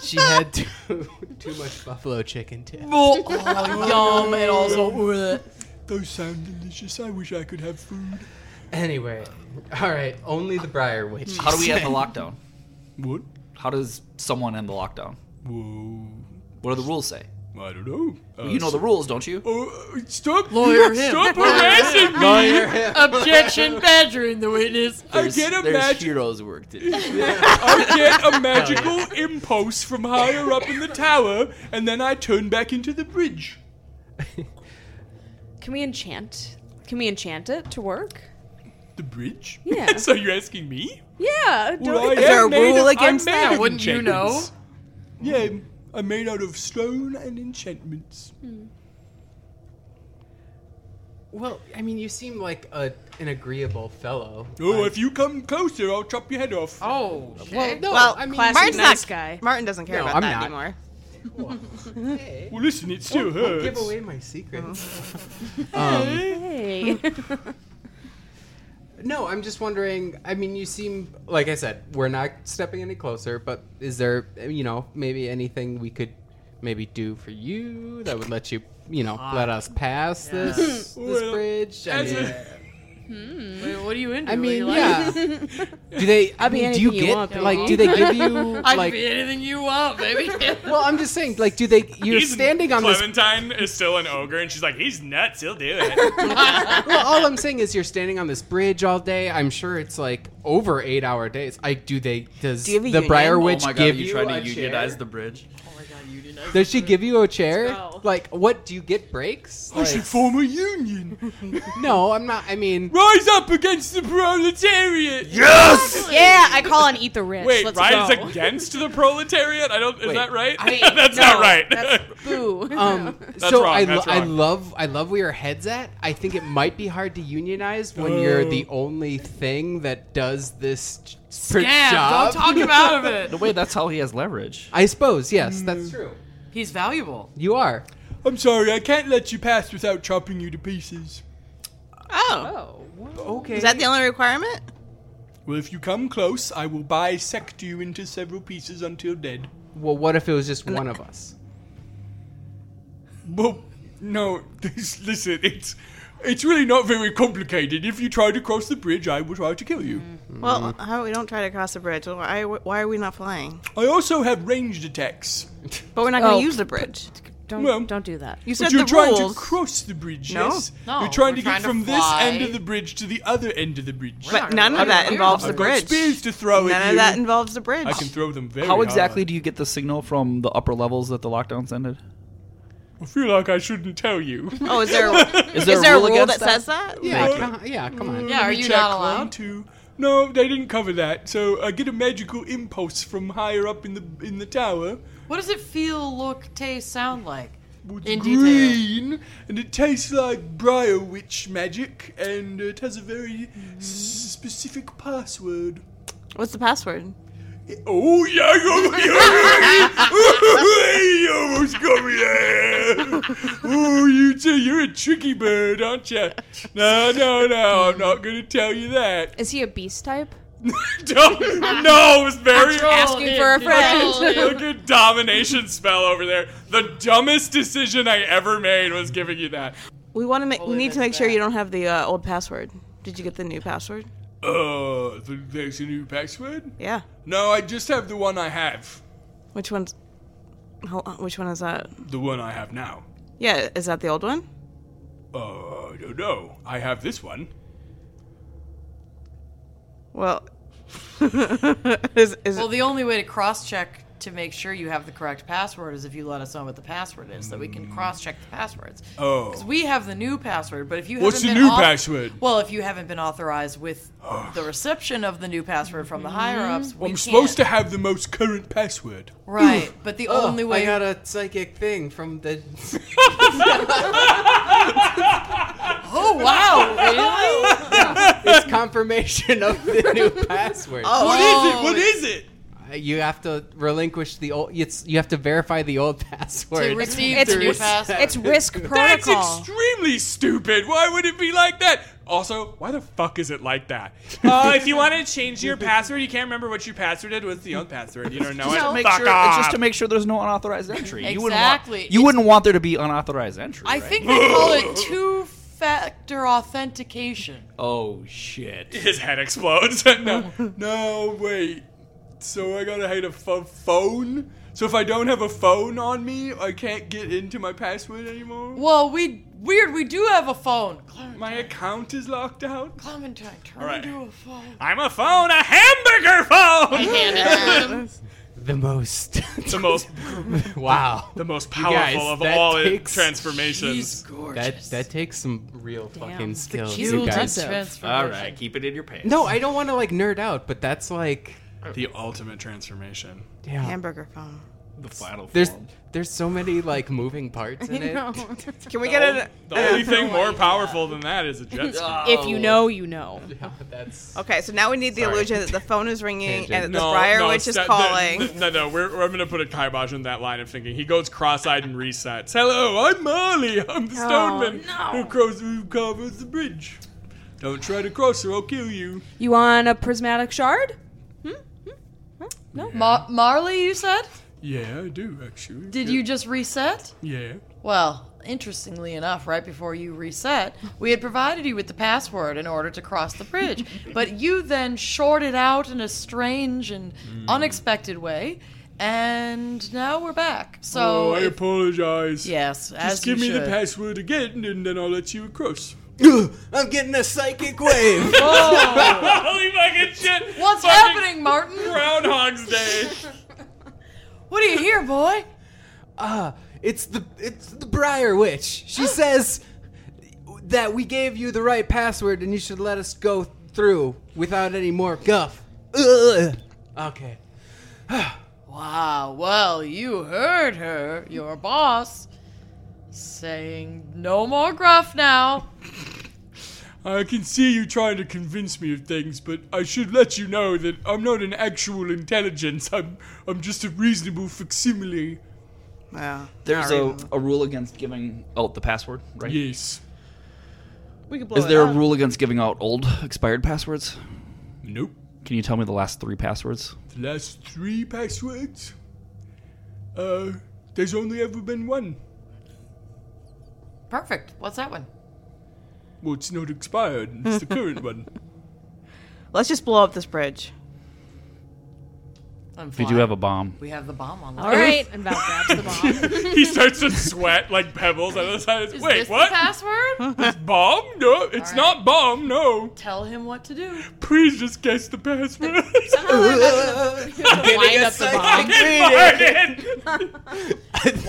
[SPEAKER 5] She had too, too much buffalo chicken tip.
[SPEAKER 14] Oh,
[SPEAKER 6] Um,
[SPEAKER 5] yum, and also bleh.
[SPEAKER 14] Those sound delicious. I wish I could have food.
[SPEAKER 5] Anyway, all right. Only the Briar Witch.
[SPEAKER 7] How do we
[SPEAKER 5] you
[SPEAKER 7] end the
[SPEAKER 5] say.
[SPEAKER 7] lockdown?
[SPEAKER 14] What?
[SPEAKER 7] How does someone end the lockdown?
[SPEAKER 14] Whoa.
[SPEAKER 7] What do the rules say?
[SPEAKER 14] I don't know.
[SPEAKER 7] Well, you know the rules, don't you?
[SPEAKER 14] Oh, stop!
[SPEAKER 7] Lawyer him.
[SPEAKER 14] Stop harassing me!
[SPEAKER 7] Lawyer him.
[SPEAKER 6] Objection, badgering the witness.
[SPEAKER 14] I get a
[SPEAKER 15] There's
[SPEAKER 14] magic.
[SPEAKER 15] heroes work to do.
[SPEAKER 14] I get a magical impulse from higher up in the tower, and then I turn back into the bridge.
[SPEAKER 9] Can we enchant? Can we enchant it to work?
[SPEAKER 14] The bridge?
[SPEAKER 9] Yeah.
[SPEAKER 14] so you're asking me?
[SPEAKER 9] Yeah.
[SPEAKER 14] Well, I
[SPEAKER 9] Don't
[SPEAKER 14] am made of- I'm made of enchantments.
[SPEAKER 9] enchantments.
[SPEAKER 14] Yeah, I'm made out of stone and enchantments.
[SPEAKER 9] Hmm.
[SPEAKER 5] Well, I mean, you seem like a, an agreeable fellow.
[SPEAKER 14] Oh, if you come closer, I'll chop your head off.
[SPEAKER 6] Oh,
[SPEAKER 5] Well, no,
[SPEAKER 8] Well,
[SPEAKER 5] I mean,
[SPEAKER 8] classic
[SPEAKER 5] Martin's
[SPEAKER 8] nice
[SPEAKER 5] not-
[SPEAKER 8] guy. Martin doesn't care
[SPEAKER 5] No,
[SPEAKER 8] about
[SPEAKER 5] I'm
[SPEAKER 8] that
[SPEAKER 5] not.
[SPEAKER 8] anymore.
[SPEAKER 14] Well, listen, it
[SPEAKER 9] Oh,
[SPEAKER 14] still
[SPEAKER 5] Don't- don't
[SPEAKER 14] hurts.
[SPEAKER 5] give away my secrets.
[SPEAKER 8] Oh.
[SPEAKER 5] um,
[SPEAKER 9] Hey.
[SPEAKER 5] no, I'm just wondering. I mean, you seem like I said we're not stepping any closer, but is there, you know, maybe anything we could maybe do for you that would let you, you know, let us pass this?
[SPEAKER 6] This
[SPEAKER 5] bridge. I mean-
[SPEAKER 6] Wait, what are you into?
[SPEAKER 5] I mean,
[SPEAKER 6] What do you like?
[SPEAKER 5] yeah. do they? I
[SPEAKER 9] I'll be
[SPEAKER 5] mean, do
[SPEAKER 9] anything
[SPEAKER 5] you
[SPEAKER 9] you
[SPEAKER 5] get
[SPEAKER 9] want, baby.
[SPEAKER 5] like? Do they give you
[SPEAKER 6] I'd
[SPEAKER 5] like?
[SPEAKER 6] be anything you want, baby.
[SPEAKER 5] Well, I'm just saying, like, do they? You're
[SPEAKER 2] He's-
[SPEAKER 5] standing on this.
[SPEAKER 2] Clementine is still an ogre, and she's like, he's nuts, he'll do it.
[SPEAKER 5] well, all I'm saying is you're standing on this bridge all day. I'm sure it's like over eight hour days. Like, do they? Does
[SPEAKER 6] Do you have a
[SPEAKER 5] the
[SPEAKER 6] union?
[SPEAKER 5] Briar
[SPEAKER 6] Oh
[SPEAKER 5] Witch
[SPEAKER 7] my God,
[SPEAKER 5] give
[SPEAKER 7] are
[SPEAKER 5] you,
[SPEAKER 7] you trying to
[SPEAKER 5] a
[SPEAKER 7] unionize
[SPEAKER 5] chair?
[SPEAKER 7] the bridge?
[SPEAKER 5] Oh my God, unionize. Does she give you a chair? Like, what do you get breaks?
[SPEAKER 2] I should
[SPEAKER 5] Like-
[SPEAKER 2] form a union.
[SPEAKER 5] no, I'm not. I mean,
[SPEAKER 2] Rise up against the proletariat.
[SPEAKER 9] Yeah, I call on eat the rich.
[SPEAKER 16] Wait,
[SPEAKER 9] Let's
[SPEAKER 16] rise
[SPEAKER 9] go.
[SPEAKER 16] against the proletariat? I don't. Is
[SPEAKER 5] Wait.
[SPEAKER 16] that right?
[SPEAKER 5] I-
[SPEAKER 16] that's
[SPEAKER 5] no,
[SPEAKER 16] not right.
[SPEAKER 9] That's boo.
[SPEAKER 5] Um,
[SPEAKER 16] That's
[SPEAKER 5] so
[SPEAKER 16] wrong,
[SPEAKER 5] I,
[SPEAKER 16] that's
[SPEAKER 5] I
[SPEAKER 16] wrong.
[SPEAKER 5] love I love where your head's at. I think it might be hard to unionize when you're
[SPEAKER 16] Oh.
[SPEAKER 5] the only thing that does this j- per-
[SPEAKER 6] Scam,
[SPEAKER 5] job.
[SPEAKER 6] don't talk him out of it.
[SPEAKER 7] No, wait, that's how he has leverage.
[SPEAKER 5] I suppose yes,
[SPEAKER 2] Mm.
[SPEAKER 5] that's true.
[SPEAKER 6] He's valuable.
[SPEAKER 5] You are.
[SPEAKER 2] I'm sorry, I can't let you pass without chopping you to pieces.
[SPEAKER 8] Oh.
[SPEAKER 5] Okay.
[SPEAKER 8] Is that the only requirement?
[SPEAKER 2] Well, if you come close, I will bisect you into several pieces until dead.
[SPEAKER 5] Well, what if it was just one of us?
[SPEAKER 2] Well, no, this, listen, it's it's really not very complicated. If you try to cross the bridge, I will try to kill you.
[SPEAKER 8] Well, how, we don't try to cross the bridge. Why, why are we not flying?
[SPEAKER 2] I also have ranged attacks.
[SPEAKER 8] But we're not going to use the bridge.
[SPEAKER 9] Don't don't do that.
[SPEAKER 8] You
[SPEAKER 2] but
[SPEAKER 8] said
[SPEAKER 2] you're
[SPEAKER 8] the
[SPEAKER 2] trying
[SPEAKER 8] rules.
[SPEAKER 2] to cross the bridge,
[SPEAKER 8] No.
[SPEAKER 2] yes?
[SPEAKER 8] No,
[SPEAKER 2] you're trying
[SPEAKER 8] we're
[SPEAKER 2] to
[SPEAKER 8] trying
[SPEAKER 2] get
[SPEAKER 8] to
[SPEAKER 2] from
[SPEAKER 8] fly.
[SPEAKER 2] this end of the bridge to the other end of the bridge.
[SPEAKER 8] But none of that involves the
[SPEAKER 2] I've got
[SPEAKER 8] bridge.
[SPEAKER 2] spears to throw
[SPEAKER 8] none
[SPEAKER 2] at
[SPEAKER 8] of
[SPEAKER 2] you.
[SPEAKER 8] that involves the bridge.
[SPEAKER 2] I can throw them very
[SPEAKER 7] How
[SPEAKER 2] hard.
[SPEAKER 7] exactly do you get the signal from the upper levels that the lockdowns ended?
[SPEAKER 2] I feel like I shouldn't tell you.
[SPEAKER 8] Oh, is there a-
[SPEAKER 7] Is there a rule against that?
[SPEAKER 8] says that?
[SPEAKER 2] Yeah,
[SPEAKER 8] Like-
[SPEAKER 2] come-
[SPEAKER 5] uh, yeah, come
[SPEAKER 2] Mm,
[SPEAKER 6] Yeah,
[SPEAKER 2] let
[SPEAKER 6] are
[SPEAKER 2] me
[SPEAKER 6] you
[SPEAKER 2] check.
[SPEAKER 6] not allowed?
[SPEAKER 2] One, two. No, they didn't cover that. So I get a magical impulse from higher up in the in the tower.
[SPEAKER 6] What does it feel, look, taste, sound like? In detail.
[SPEAKER 2] green, and it tastes like Briar Witch magic, and it has a very s- specific password.
[SPEAKER 8] What's the password?
[SPEAKER 2] Oh yeah, yeah, yeah, yeah. you almost got me there. Oh, you two, you're a tricky bird, aren't you? No, no, no, I'm not gonna tell you that.
[SPEAKER 9] Is he a beast type?
[SPEAKER 2] Don't- no, it's very
[SPEAKER 9] Control Asking him, for a friend. control him.
[SPEAKER 2] Look at domination spell over there. The dumbest decision I ever made was giving you that.
[SPEAKER 8] We want to make. We need to make sure you don't have the uh, old password. Did you get the new password?
[SPEAKER 2] Uh, th- there's a new password.
[SPEAKER 8] Yeah.
[SPEAKER 2] No, I just have the one I have.
[SPEAKER 8] Which one's? How, which one is that?
[SPEAKER 2] The one I have now.
[SPEAKER 8] Yeah, is that the old one?
[SPEAKER 2] Uh, I don't know. I have this one.
[SPEAKER 8] Well, is, is
[SPEAKER 6] Well, the only way to cross check to make sure you have the correct password is if you let us know what the password is, so we can cross check the passwords.
[SPEAKER 2] Mm. Oh.
[SPEAKER 6] Because we have the new password, but if you
[SPEAKER 2] What's
[SPEAKER 6] haven't
[SPEAKER 2] the
[SPEAKER 6] been
[SPEAKER 2] new
[SPEAKER 6] auth-
[SPEAKER 2] password?
[SPEAKER 6] Well, if you haven't been authorized with the reception of the new password from the higher ups, we
[SPEAKER 2] Mm. I'm
[SPEAKER 6] can't.
[SPEAKER 2] supposed to have the most current password.
[SPEAKER 6] Right, but the
[SPEAKER 5] Oh,
[SPEAKER 6] only way
[SPEAKER 5] I got a psychic thing from the.
[SPEAKER 6] Oh wow! Really?
[SPEAKER 5] it's confirmation of the new password.
[SPEAKER 7] Oh,
[SPEAKER 2] What is it?
[SPEAKER 5] Uh, You have to relinquish the old. It's you have to verify the old password
[SPEAKER 6] receive
[SPEAKER 9] It's
[SPEAKER 5] through
[SPEAKER 9] risk-
[SPEAKER 5] seven.
[SPEAKER 9] it's risk
[SPEAKER 2] That's
[SPEAKER 9] protocol.
[SPEAKER 2] extremely stupid. Why would it be like that? Also, why the fuck is it like that? Uh,
[SPEAKER 16] if you want to change your password, you can't remember what your password did. What's the old password? You don't know
[SPEAKER 7] Just to
[SPEAKER 16] it.
[SPEAKER 7] make
[SPEAKER 16] Fuck
[SPEAKER 7] sure-
[SPEAKER 16] off.
[SPEAKER 7] it's just to make sure there's no unauthorized entry. You wouldn't
[SPEAKER 6] Exactly.
[SPEAKER 7] want, you
[SPEAKER 6] It's-
[SPEAKER 7] wouldn't want there to be unauthorized entry.
[SPEAKER 6] I
[SPEAKER 7] right?
[SPEAKER 6] think they call it two factor authentication.
[SPEAKER 7] Oh shit.
[SPEAKER 2] His head explodes. no, no, wait. So I gotta have a pho- phone. So if I don't have a phone on me, I can't get into my password anymore.
[SPEAKER 6] Well, we weird. We do have a phone.
[SPEAKER 2] My account is locked out.
[SPEAKER 6] Clementine, turn
[SPEAKER 2] All right.
[SPEAKER 6] into a phone.
[SPEAKER 2] I'm a phone, a hamburger phone.
[SPEAKER 5] the most.
[SPEAKER 2] the most,
[SPEAKER 5] wow.
[SPEAKER 2] the most
[SPEAKER 5] You
[SPEAKER 2] powerful
[SPEAKER 5] guys,
[SPEAKER 2] of
[SPEAKER 5] that
[SPEAKER 2] all
[SPEAKER 5] takes-
[SPEAKER 2] transformations.
[SPEAKER 5] That that takes some real fucking skills,
[SPEAKER 6] huge
[SPEAKER 5] you guys.
[SPEAKER 6] transformation.
[SPEAKER 7] All right, keep it in your pants.
[SPEAKER 5] No, I don't want to like nerd out, but that's like,
[SPEAKER 2] The ultimate transformation.
[SPEAKER 5] damn.
[SPEAKER 8] hamburger phone?
[SPEAKER 7] the final
[SPEAKER 5] There's
[SPEAKER 7] form.
[SPEAKER 5] there's so many like moving parts in it.
[SPEAKER 8] Can we get
[SPEAKER 5] Uh,
[SPEAKER 8] it?
[SPEAKER 2] The only thing more powerful than that is a jet
[SPEAKER 5] Oh,
[SPEAKER 2] ski.
[SPEAKER 9] If you know, you know.
[SPEAKER 5] Yeah, that's
[SPEAKER 8] Okay, so now we need the illusion that the phone is ringing and that the
[SPEAKER 2] No,
[SPEAKER 8] Briar
[SPEAKER 2] no,
[SPEAKER 8] Witch is
[SPEAKER 2] sta-
[SPEAKER 8] calling.
[SPEAKER 2] th- th- No, no, we're, we're- I'm going to put a kibosh on that line of thinking. He goes cross-eyed and resets. Hello, I'm Molly. I'm
[SPEAKER 6] Oh,
[SPEAKER 2] the stoneman who crossed who covers the bridge. Don't try to cross or I'll kill you.
[SPEAKER 9] You want a prismatic shard?
[SPEAKER 6] Ma- Marley, you said?
[SPEAKER 2] Yeah, I do actually.
[SPEAKER 6] Did you just reset?
[SPEAKER 2] Yeah.
[SPEAKER 6] Well, interestingly enough, right before you reset, we had provided you with the password in order to cross the bridge. but you then shorted out in a strange and
[SPEAKER 5] Hmm.
[SPEAKER 6] unexpected way, and now we're back.
[SPEAKER 2] oh,
[SPEAKER 6] So,
[SPEAKER 2] I
[SPEAKER 6] if-
[SPEAKER 2] apologize.
[SPEAKER 6] yes, as
[SPEAKER 2] Just give
[SPEAKER 6] you
[SPEAKER 2] me the
[SPEAKER 6] should.
[SPEAKER 2] password again, and then I'll let you across.
[SPEAKER 17] I'm getting a psychic wave.
[SPEAKER 2] Holy fucking shit!
[SPEAKER 6] What's
[SPEAKER 2] Fucking
[SPEAKER 6] happening, Martin?
[SPEAKER 2] Groundhog's Day.
[SPEAKER 6] What are you here, boy?
[SPEAKER 17] Ah, it's the it's the Briar Witch. She says that we gave you the right password and you should let us go through without any more guff. Ugh. Okay.
[SPEAKER 6] Wow, Ah, well, you heard her, your boss, saying no more gruff now.
[SPEAKER 2] I can see you trying to convince me of things, but I should let you know that I'm not an actual intelligence. I'm I'm just a reasonable facsimile.
[SPEAKER 8] Wow.
[SPEAKER 7] There's a, a rule against giving out the password, right?
[SPEAKER 2] Yes.
[SPEAKER 8] We could blow
[SPEAKER 7] Is
[SPEAKER 8] it
[SPEAKER 7] there a
[SPEAKER 8] up.
[SPEAKER 7] rule against giving out old expired passwords?
[SPEAKER 2] Nope.
[SPEAKER 7] Can you tell me the last three passwords?
[SPEAKER 2] The last three passwords? Uh, there's only ever been one.
[SPEAKER 6] Perfect. What's that one?
[SPEAKER 2] Well, it's not expired, it's the current one.
[SPEAKER 8] Let's just blow up this bridge.
[SPEAKER 6] I'm
[SPEAKER 7] We do have a bomb.
[SPEAKER 6] We have the bomb on.
[SPEAKER 9] All right, and Val grabs the bomb.
[SPEAKER 2] he starts to sweat like pebbles on the side. Is Wait,
[SPEAKER 6] this
[SPEAKER 2] what?
[SPEAKER 6] The password?
[SPEAKER 2] It's bomb? No, it's not bomb, no.
[SPEAKER 6] Tell him what to do.
[SPEAKER 2] Please just guess the password.
[SPEAKER 6] Wind up the bomb.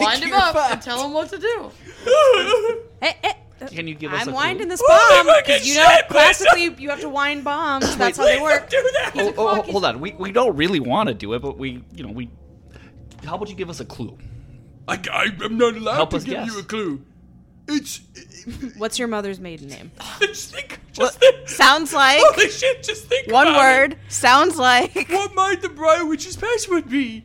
[SPEAKER 6] Wind him up and tell him what to do.
[SPEAKER 7] Can you give
[SPEAKER 9] Eh, I'm
[SPEAKER 7] clue?
[SPEAKER 9] winding
[SPEAKER 2] Oh,
[SPEAKER 9] this
[SPEAKER 7] Holy
[SPEAKER 9] bomb
[SPEAKER 7] fucking
[SPEAKER 9] because you know
[SPEAKER 7] shit, please don't-
[SPEAKER 9] classically you have to wind bombs. That's how they work.
[SPEAKER 7] Oh, oh, hold on. We, we don't really want to do it, but we, you know, we. How about you give us a clue?
[SPEAKER 2] I, am not allowed
[SPEAKER 7] Help
[SPEAKER 2] to
[SPEAKER 7] us
[SPEAKER 2] give
[SPEAKER 7] guess.
[SPEAKER 2] you a clue. It's
[SPEAKER 9] What's your mother's maiden name?
[SPEAKER 8] Sounds like
[SPEAKER 2] Holy shit, just think
[SPEAKER 8] one
[SPEAKER 2] about
[SPEAKER 8] word. Sounds like
[SPEAKER 2] What might the Briar Witch's password be?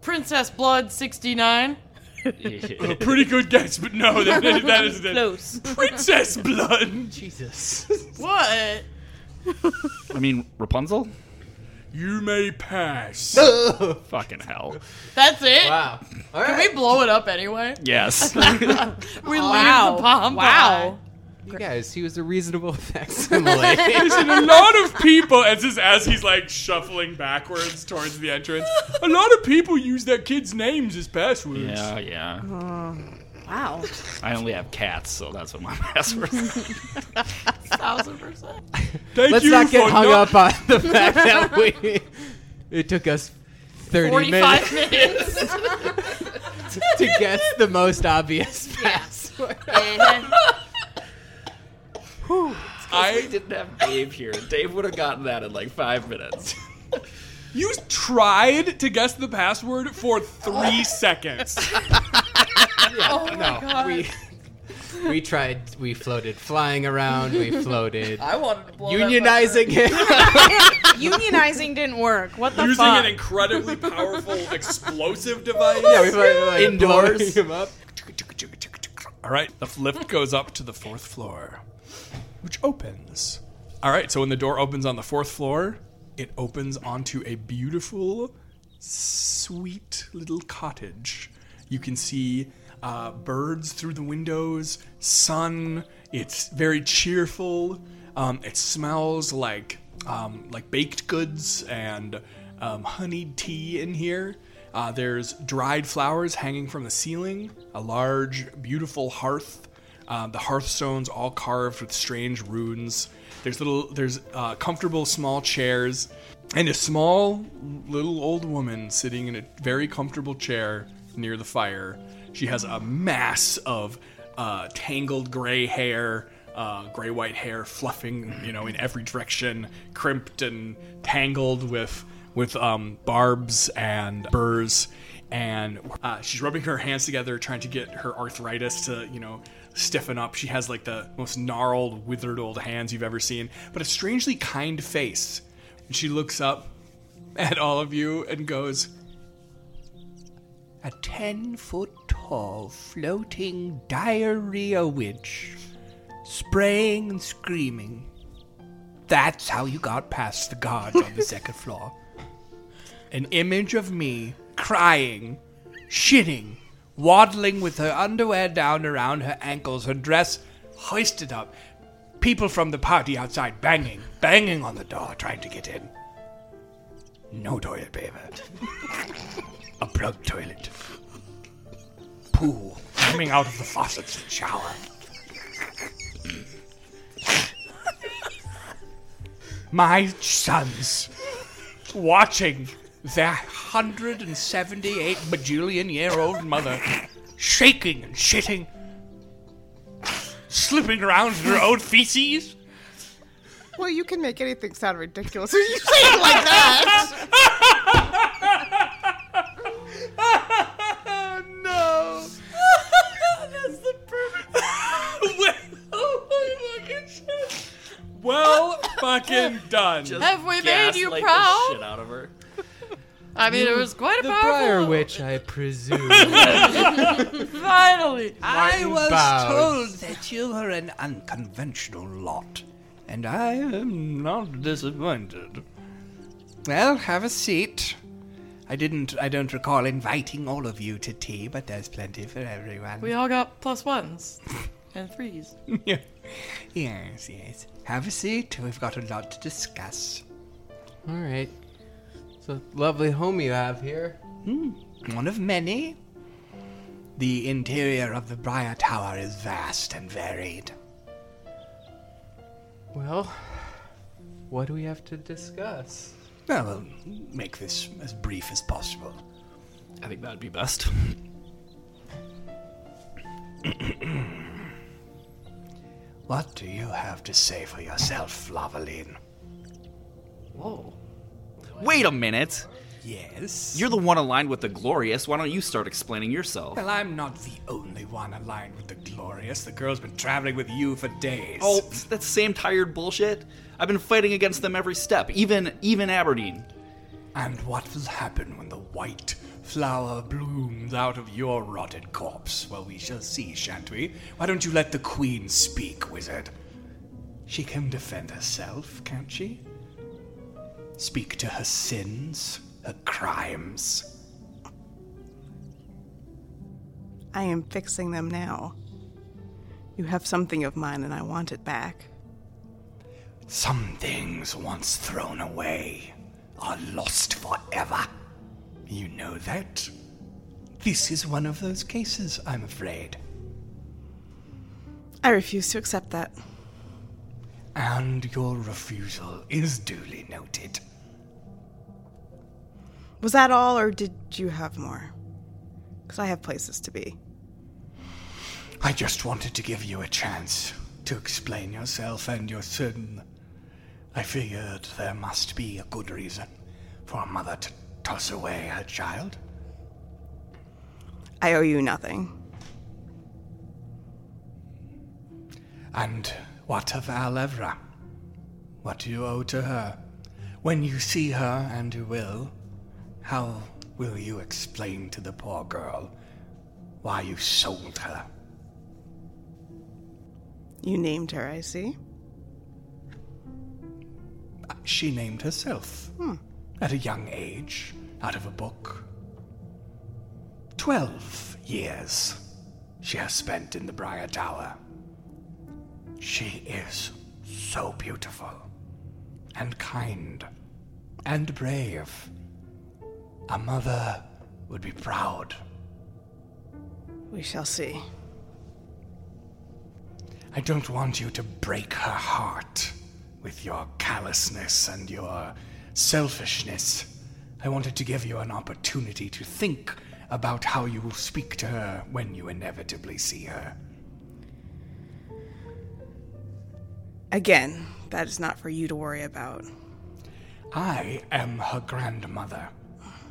[SPEAKER 6] Princess Blood 69.
[SPEAKER 2] A pretty good guess, but no, that, that isn't it.
[SPEAKER 6] Close.
[SPEAKER 2] Princess Blood.
[SPEAKER 18] Jesus.
[SPEAKER 6] What?
[SPEAKER 7] I mean, Rapunzel?
[SPEAKER 2] You may pass.
[SPEAKER 7] Fucking hell.
[SPEAKER 6] That's it?
[SPEAKER 18] Wow.
[SPEAKER 6] Can we blow it up anyway?
[SPEAKER 7] Yes.
[SPEAKER 6] we leave
[SPEAKER 18] Wow.
[SPEAKER 6] the bomb
[SPEAKER 18] Wow.
[SPEAKER 6] wow.
[SPEAKER 18] You guys, he was a reasonable facsimile.
[SPEAKER 2] There's a lot of people as his, as he's like shuffling backwards towards the entrance. A lot of people use their kids' names as passwords.
[SPEAKER 7] Yeah, yeah. Oh,
[SPEAKER 9] wow.
[SPEAKER 7] I only have cats, so that's what my password is.
[SPEAKER 6] Thousand percent.
[SPEAKER 2] Thank
[SPEAKER 18] Let's
[SPEAKER 2] you
[SPEAKER 18] not get
[SPEAKER 2] for
[SPEAKER 18] hung up
[SPEAKER 2] not-
[SPEAKER 18] on the fact that we. It took us 30 minutes,
[SPEAKER 6] 45 minutes.
[SPEAKER 18] to guess the most obvious password.
[SPEAKER 7] I didn't have Dave here. Dave would have gotten that in like five minutes.
[SPEAKER 2] You tried to guess the password for three seconds.
[SPEAKER 6] oh my god.
[SPEAKER 18] we we tried. We floated flying around. We floated
[SPEAKER 6] I wanted to blow that
[SPEAKER 18] unionizing it.
[SPEAKER 9] Unionizing didn't work. What the
[SPEAKER 2] Using
[SPEAKER 9] fuck?
[SPEAKER 2] an incredibly powerful explosive device.
[SPEAKER 18] yeah, we floated like,
[SPEAKER 2] Indoors.
[SPEAKER 18] blowing him up.
[SPEAKER 2] All right, the lift goes up to the fourth floor, which opens. All right, so when the door opens on the fourth floor, it opens onto a beautiful, sweet little cottage. You can see uh, birds through the windows, sun. It's very cheerful. Um, it smells like um, like baked goods and um, honeyed tea in here. Uh, there's dried flowers hanging from the ceiling, a large, beautiful hearth. Uh, the hearthstones all carved with strange runes. There's little, there's uh, comfortable small chairs, and a small little old woman sitting in a very comfortable chair near the fire. She has a mass of uh, tangled gray hair, uh, gray white hair fluffing, you know, in every direction, crimped and tangled with with um, barbs and burrs. And uh, she's rubbing her hands together, trying to get her arthritis to, you know, stiffen up. She has like the most gnarled, withered old hands you've ever seen, but a strangely kind face. And she looks up at all of you and goes,
[SPEAKER 5] A ten foot tall floating diarrhea witch, spraying and screaming. That's how you got past the guards on the second floor. An image of me crying, shitting, waddling with her underwear down around her ankles, her dress hoisted up, people from the party outside banging, banging on the door, trying to get in. No toilet paper. A plug toilet. Pool.
[SPEAKER 19] coming out of the faucets and shower.
[SPEAKER 2] My sons watching their 178 bajillion year old mother shaking and shitting, slipping around in her own feces.
[SPEAKER 8] Well, you can make anything sound ridiculous when you say it like that.
[SPEAKER 20] no. That's the perfect. oh my fucking shit.
[SPEAKER 21] Well, fucking done.
[SPEAKER 6] Have we made you proud?
[SPEAKER 7] out of her.
[SPEAKER 6] I mean, it was quite a
[SPEAKER 5] the
[SPEAKER 6] powerful.
[SPEAKER 5] Briar Witch, I presume.
[SPEAKER 6] Finally,
[SPEAKER 2] I was
[SPEAKER 5] Bowes.
[SPEAKER 2] told that you were an unconventional lot, and I am not disappointed. Well, have a seat. I didn't. I don't recall inviting all of you to tea, but there's plenty for everyone.
[SPEAKER 6] We all got plus ones and threes.
[SPEAKER 2] yeah. Yes, yes. Have a seat. We've got a lot to discuss.
[SPEAKER 5] All right. It's a lovely home you have here.
[SPEAKER 2] Hmm. One of many. The interior of the Briar Tower is vast and varied.
[SPEAKER 5] Well, what do we have to discuss?
[SPEAKER 2] Well, we'll make this as brief as possible. I think that'd be best. what do you have to say for yourself, Flavoline?
[SPEAKER 7] Whoa. Wait a minute.
[SPEAKER 2] Yes.
[SPEAKER 7] You're the one aligned with the glorious. Why don't you start explaining yourself?
[SPEAKER 2] Well, I'm not the only one aligned with the Glorious. The girl's been traveling with you for days.
[SPEAKER 7] Oh, that same tired bullshit. I've been fighting against them every step, even even Aberdeen.
[SPEAKER 2] And what will happen when the white flower blooms out of your rotted corpse? Well, we shall see, shan't we? Why don't you let the queen speak, wizard? She can defend herself, can't she? Speak to her sins, her crimes.
[SPEAKER 8] I am fixing them now. You have something of mine, and I want it back.
[SPEAKER 2] Some things once thrown away are lost forever. You know that? This is one of those cases, I'm afraid.
[SPEAKER 8] I refuse to accept that.
[SPEAKER 2] And your refusal is duly noted.
[SPEAKER 8] Was that all, or did you have more? Because I have places to be.
[SPEAKER 2] I just wanted to give you a chance to explain yourself and your sin. I figured there must be a good reason for a mother to toss away her child.
[SPEAKER 8] I owe you nothing.
[SPEAKER 2] And what of Alevra? What do you owe to her? When you see her, and you will, how will you explain to the poor girl why you sold her?
[SPEAKER 8] You named her, I see.
[SPEAKER 2] She named herself
[SPEAKER 8] Hmm.
[SPEAKER 2] at a young age, out of a book. Twelve years she has spent in the Briar Tower. She is so beautiful, and kind, and brave. A mother would be proud.
[SPEAKER 8] We shall see.
[SPEAKER 2] I don't want you to break her heart with your callousness and your selfishness. I wanted to give you an opportunity to think about how you will speak to her when you inevitably see her.
[SPEAKER 8] Again, that is not for you to worry about.
[SPEAKER 2] I am her grandmother.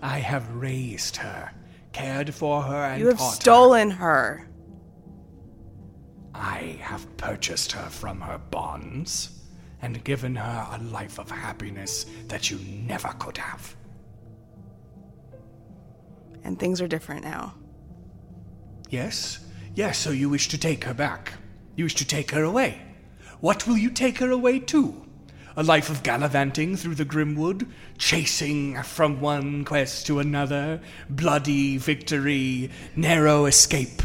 [SPEAKER 2] I have raised her, cared for her, and
[SPEAKER 8] You have
[SPEAKER 2] taught
[SPEAKER 8] stolen her.
[SPEAKER 2] I have purchased her from her bonds and given her a life of happiness that you never could have.
[SPEAKER 8] And things are different now.
[SPEAKER 2] Yes? Yes, so you wish to take her back. You wish to take her away. What will you take her away to? A life of gallivanting through the Grimwood, chasing from one quest to another, bloody victory, narrow escape.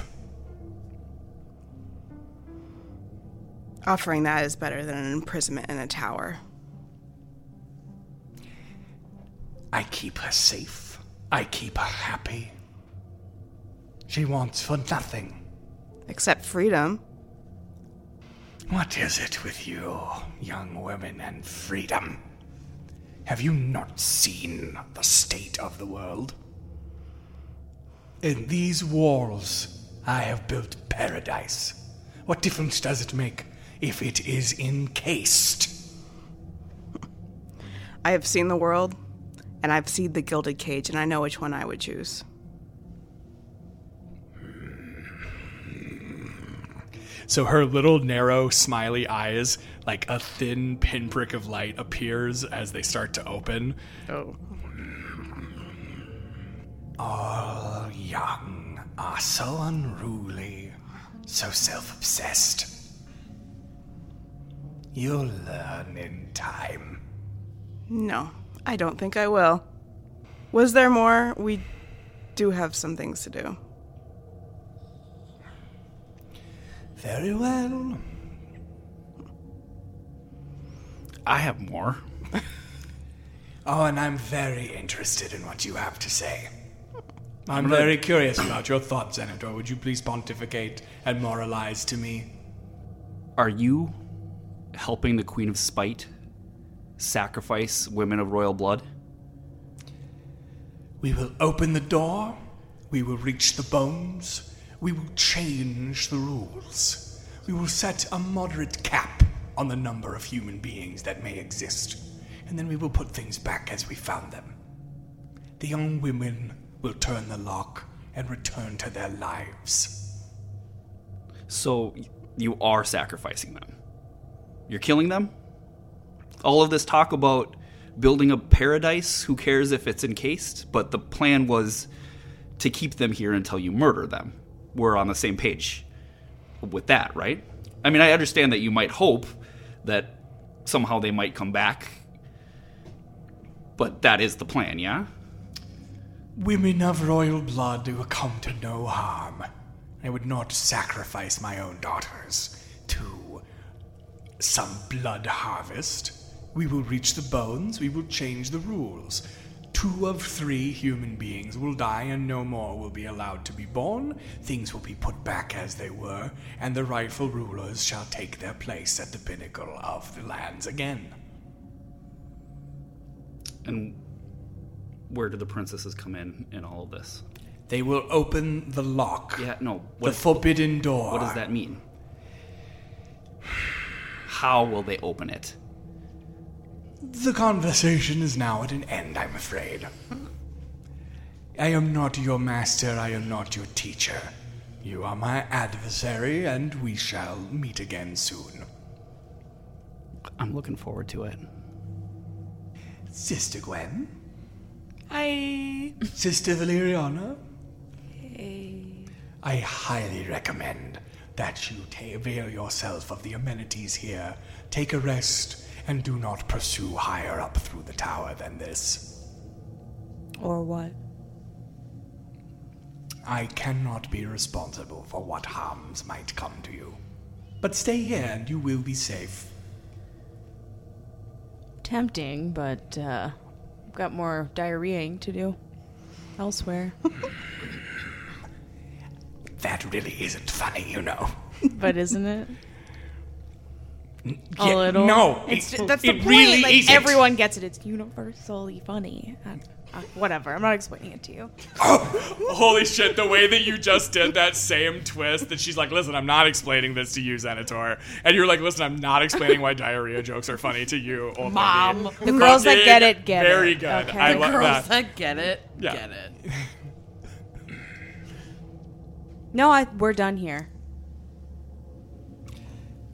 [SPEAKER 8] Offering that is better than an imprisonment in a tower.
[SPEAKER 2] I keep her safe. I keep her happy. She wants for nothing
[SPEAKER 8] Except freedom.
[SPEAKER 2] What is it with you, young women and freedom? Have you not seen the state of the world? In these walls, I have built paradise. What difference does it make if it is encased?
[SPEAKER 8] I have seen the world, and I've seen the gilded cage, and I know which one I would choose.
[SPEAKER 22] So her little narrow smiley eyes, like a thin pinprick of light, appears as they start to open.
[SPEAKER 8] Oh.
[SPEAKER 2] All young are so unruly, so self obsessed. You'll learn in time.
[SPEAKER 8] No, I don't think I will. Was there more? We do have some things to do.
[SPEAKER 2] Very well.
[SPEAKER 23] I have more.
[SPEAKER 2] Oh, and I'm very interested in what you have to say.
[SPEAKER 24] I'm
[SPEAKER 2] I'm gonna-
[SPEAKER 24] very curious about your thoughts, Senator. Would you please pontificate and moralize to me?
[SPEAKER 7] Are you helping the Queen of Spite sacrifice women of royal blood?
[SPEAKER 2] We will open the door, we will reach the bones, we will change the rules. We will set a moderate cap on the number of human beings that may exist, and then we will put things back as we found them. The young women will turn the lock and return to their lives.
[SPEAKER 7] So y- you are sacrificing them. You're killing them? All of this talk about building a paradise, who cares if it's encased? But the plan was to keep them here until you murder them. We're on the same page with that, right? I mean, I understand that you might hope that somehow they might come back, but that is the plan, yeah?
[SPEAKER 2] Women of royal blood who come to no harm. I would not sacrifice my own daughters to some blood harvest. We will reach the bones, we will change the rules. Two of three human beings will die, and no more will be allowed to be born. Things will be put back as they were, and the rightful rulers shall take their place at the pinnacle of the lands again.
[SPEAKER 7] And where do the princesses come in in all of this?
[SPEAKER 2] They will open the lock.
[SPEAKER 7] Yeah, no.
[SPEAKER 2] The forbidden door.
[SPEAKER 7] What does that mean? How will they open it?
[SPEAKER 2] The conversation is now at an end, I'm afraid. I am not your master, I am not your teacher. You are my adversary, and we shall meet again soon.
[SPEAKER 7] I'm looking forward to it.
[SPEAKER 2] Sister Gwen?
[SPEAKER 9] Hi.
[SPEAKER 2] Sister Valeriana? I highly recommend that you ta- avail yourself of the amenities here, take a rest, and do not pursue higher up through the tower than this.
[SPEAKER 9] Or what?
[SPEAKER 2] I cannot be responsible for what harms might come to you. But stay here and you will be safe.
[SPEAKER 9] Tempting, but uh, I've got more diarrheaing to do elsewhere.
[SPEAKER 2] That really isn't funny, you know.
[SPEAKER 9] but isn't it?
[SPEAKER 2] yeah,
[SPEAKER 9] A little.
[SPEAKER 2] no,
[SPEAKER 9] it's
[SPEAKER 2] it-
[SPEAKER 9] ju- that's
[SPEAKER 2] it
[SPEAKER 9] the point.
[SPEAKER 2] really
[SPEAKER 9] like
[SPEAKER 2] isn't.
[SPEAKER 9] everyone gets it. It's universally funny. I- I- whatever. I'm not explaining it to you.
[SPEAKER 25] Holy shit, the way that you just did that same twist that she's like, listen, I'm not explaining this to you, Xanator. And you're like, listen, I'm not explaining why diarrhea jokes are funny to you. Old
[SPEAKER 6] Mom.
[SPEAKER 25] lady."
[SPEAKER 6] The girls that
[SPEAKER 25] Fucking
[SPEAKER 6] get it, get it.
[SPEAKER 25] Very good.
[SPEAKER 6] Okay.
[SPEAKER 25] I
[SPEAKER 6] The
[SPEAKER 25] love
[SPEAKER 6] girls
[SPEAKER 25] that.
[SPEAKER 6] that get it,
[SPEAKER 25] Yeah.
[SPEAKER 6] get it.
[SPEAKER 9] No, I, we're done here.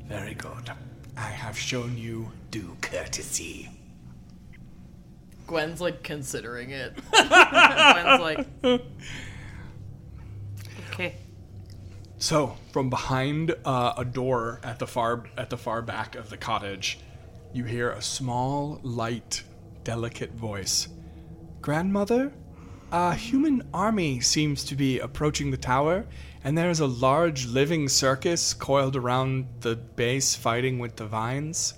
[SPEAKER 2] Very good. I have shown you due courtesy.
[SPEAKER 6] Gwen's like considering it. Gwen's like, okay.
[SPEAKER 22] So, from behind uh, a door at the far at the far back of the cottage, you hear a small, light, delicate voice. Grandmother, a human army seems to be approaching the tower, and there is a large living circus coiled around the base fighting with the vines.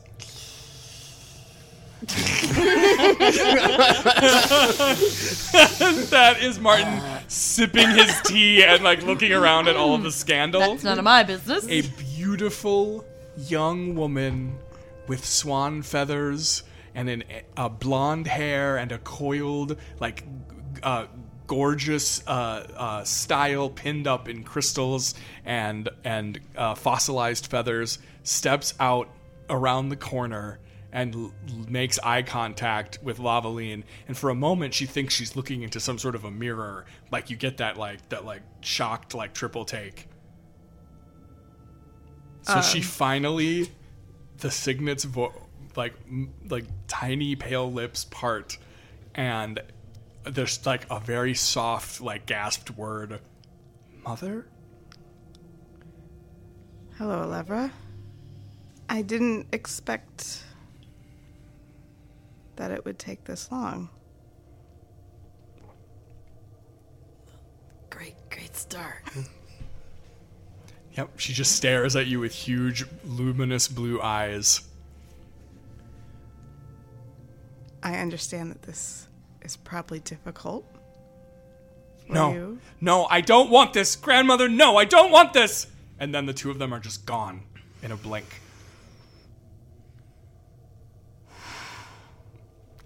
[SPEAKER 25] that is Martin
[SPEAKER 10] sipping his tea and like looking around at all of the scandal.
[SPEAKER 6] That's none of my business.
[SPEAKER 10] A beautiful
[SPEAKER 2] young woman with swan feathers and an, a blonde hair and a coiled, like, g- uh, gorgeous uh, uh, style pinned up in crystals and and uh, fossilized feathers steps out around the corner and l- makes eye contact with Lavaline and for a moment she thinks she's looking into some sort of a mirror like you get that like that like shocked like triple take so she
[SPEAKER 26] Um.
[SPEAKER 2] finally, the signet's vo- like m- like tiny pale lips part, and there's like a very soft like gasped word, mother.
[SPEAKER 8] Hello, Elevra. I didn't expect that it would take this long.
[SPEAKER 6] Great, great start.
[SPEAKER 2] Yep, she just stares at you with huge luminous blue eyes.
[SPEAKER 8] I understand that this is probably difficult. for
[SPEAKER 10] No.
[SPEAKER 8] you.
[SPEAKER 2] No, I don't want this, grandmother. No, I don't want this. And then the two of them are just gone in a blink.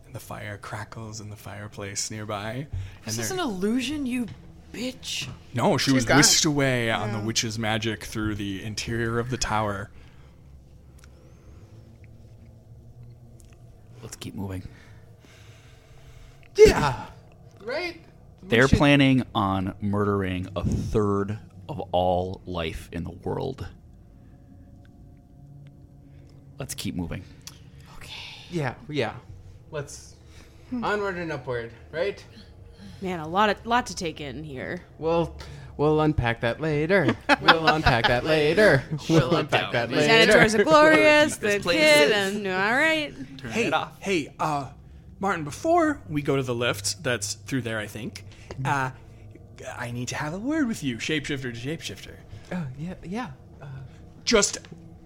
[SPEAKER 2] And the fire crackles in the fireplace nearby. And
[SPEAKER 6] Is this
[SPEAKER 2] they're-
[SPEAKER 6] an illusion, you bitch?
[SPEAKER 2] No, she
[SPEAKER 6] She's
[SPEAKER 2] was
[SPEAKER 6] gone.
[SPEAKER 2] whisked away on the
[SPEAKER 6] Yeah.
[SPEAKER 2] witch's magic through the interior of the tower.
[SPEAKER 1] Let's keep moving.
[SPEAKER 27] Yeah. Right?
[SPEAKER 1] They're planning on murdering a third of all life in the world. Let's keep moving.
[SPEAKER 5] Yeah, yeah. Let's
[SPEAKER 2] Hmm.
[SPEAKER 5] onward and upward, right?
[SPEAKER 9] Man, a lot of lot to take in here.
[SPEAKER 5] We'll we'll unpack that later. We'll unpack that later. We'll unpack that
[SPEAKER 9] The
[SPEAKER 5] later.
[SPEAKER 9] Senators of Glorious,
[SPEAKER 5] This
[SPEAKER 9] the
[SPEAKER 5] place
[SPEAKER 9] kid,
[SPEAKER 5] is-
[SPEAKER 9] and all right.
[SPEAKER 2] hey, hey, uh, Martin, before we go to the lift that's through there, I think,
[SPEAKER 6] Mm-hmm.
[SPEAKER 2] uh, I need to have a word with you, shapeshifter to shapeshifter.
[SPEAKER 5] Oh, yeah, yeah.
[SPEAKER 2] Just,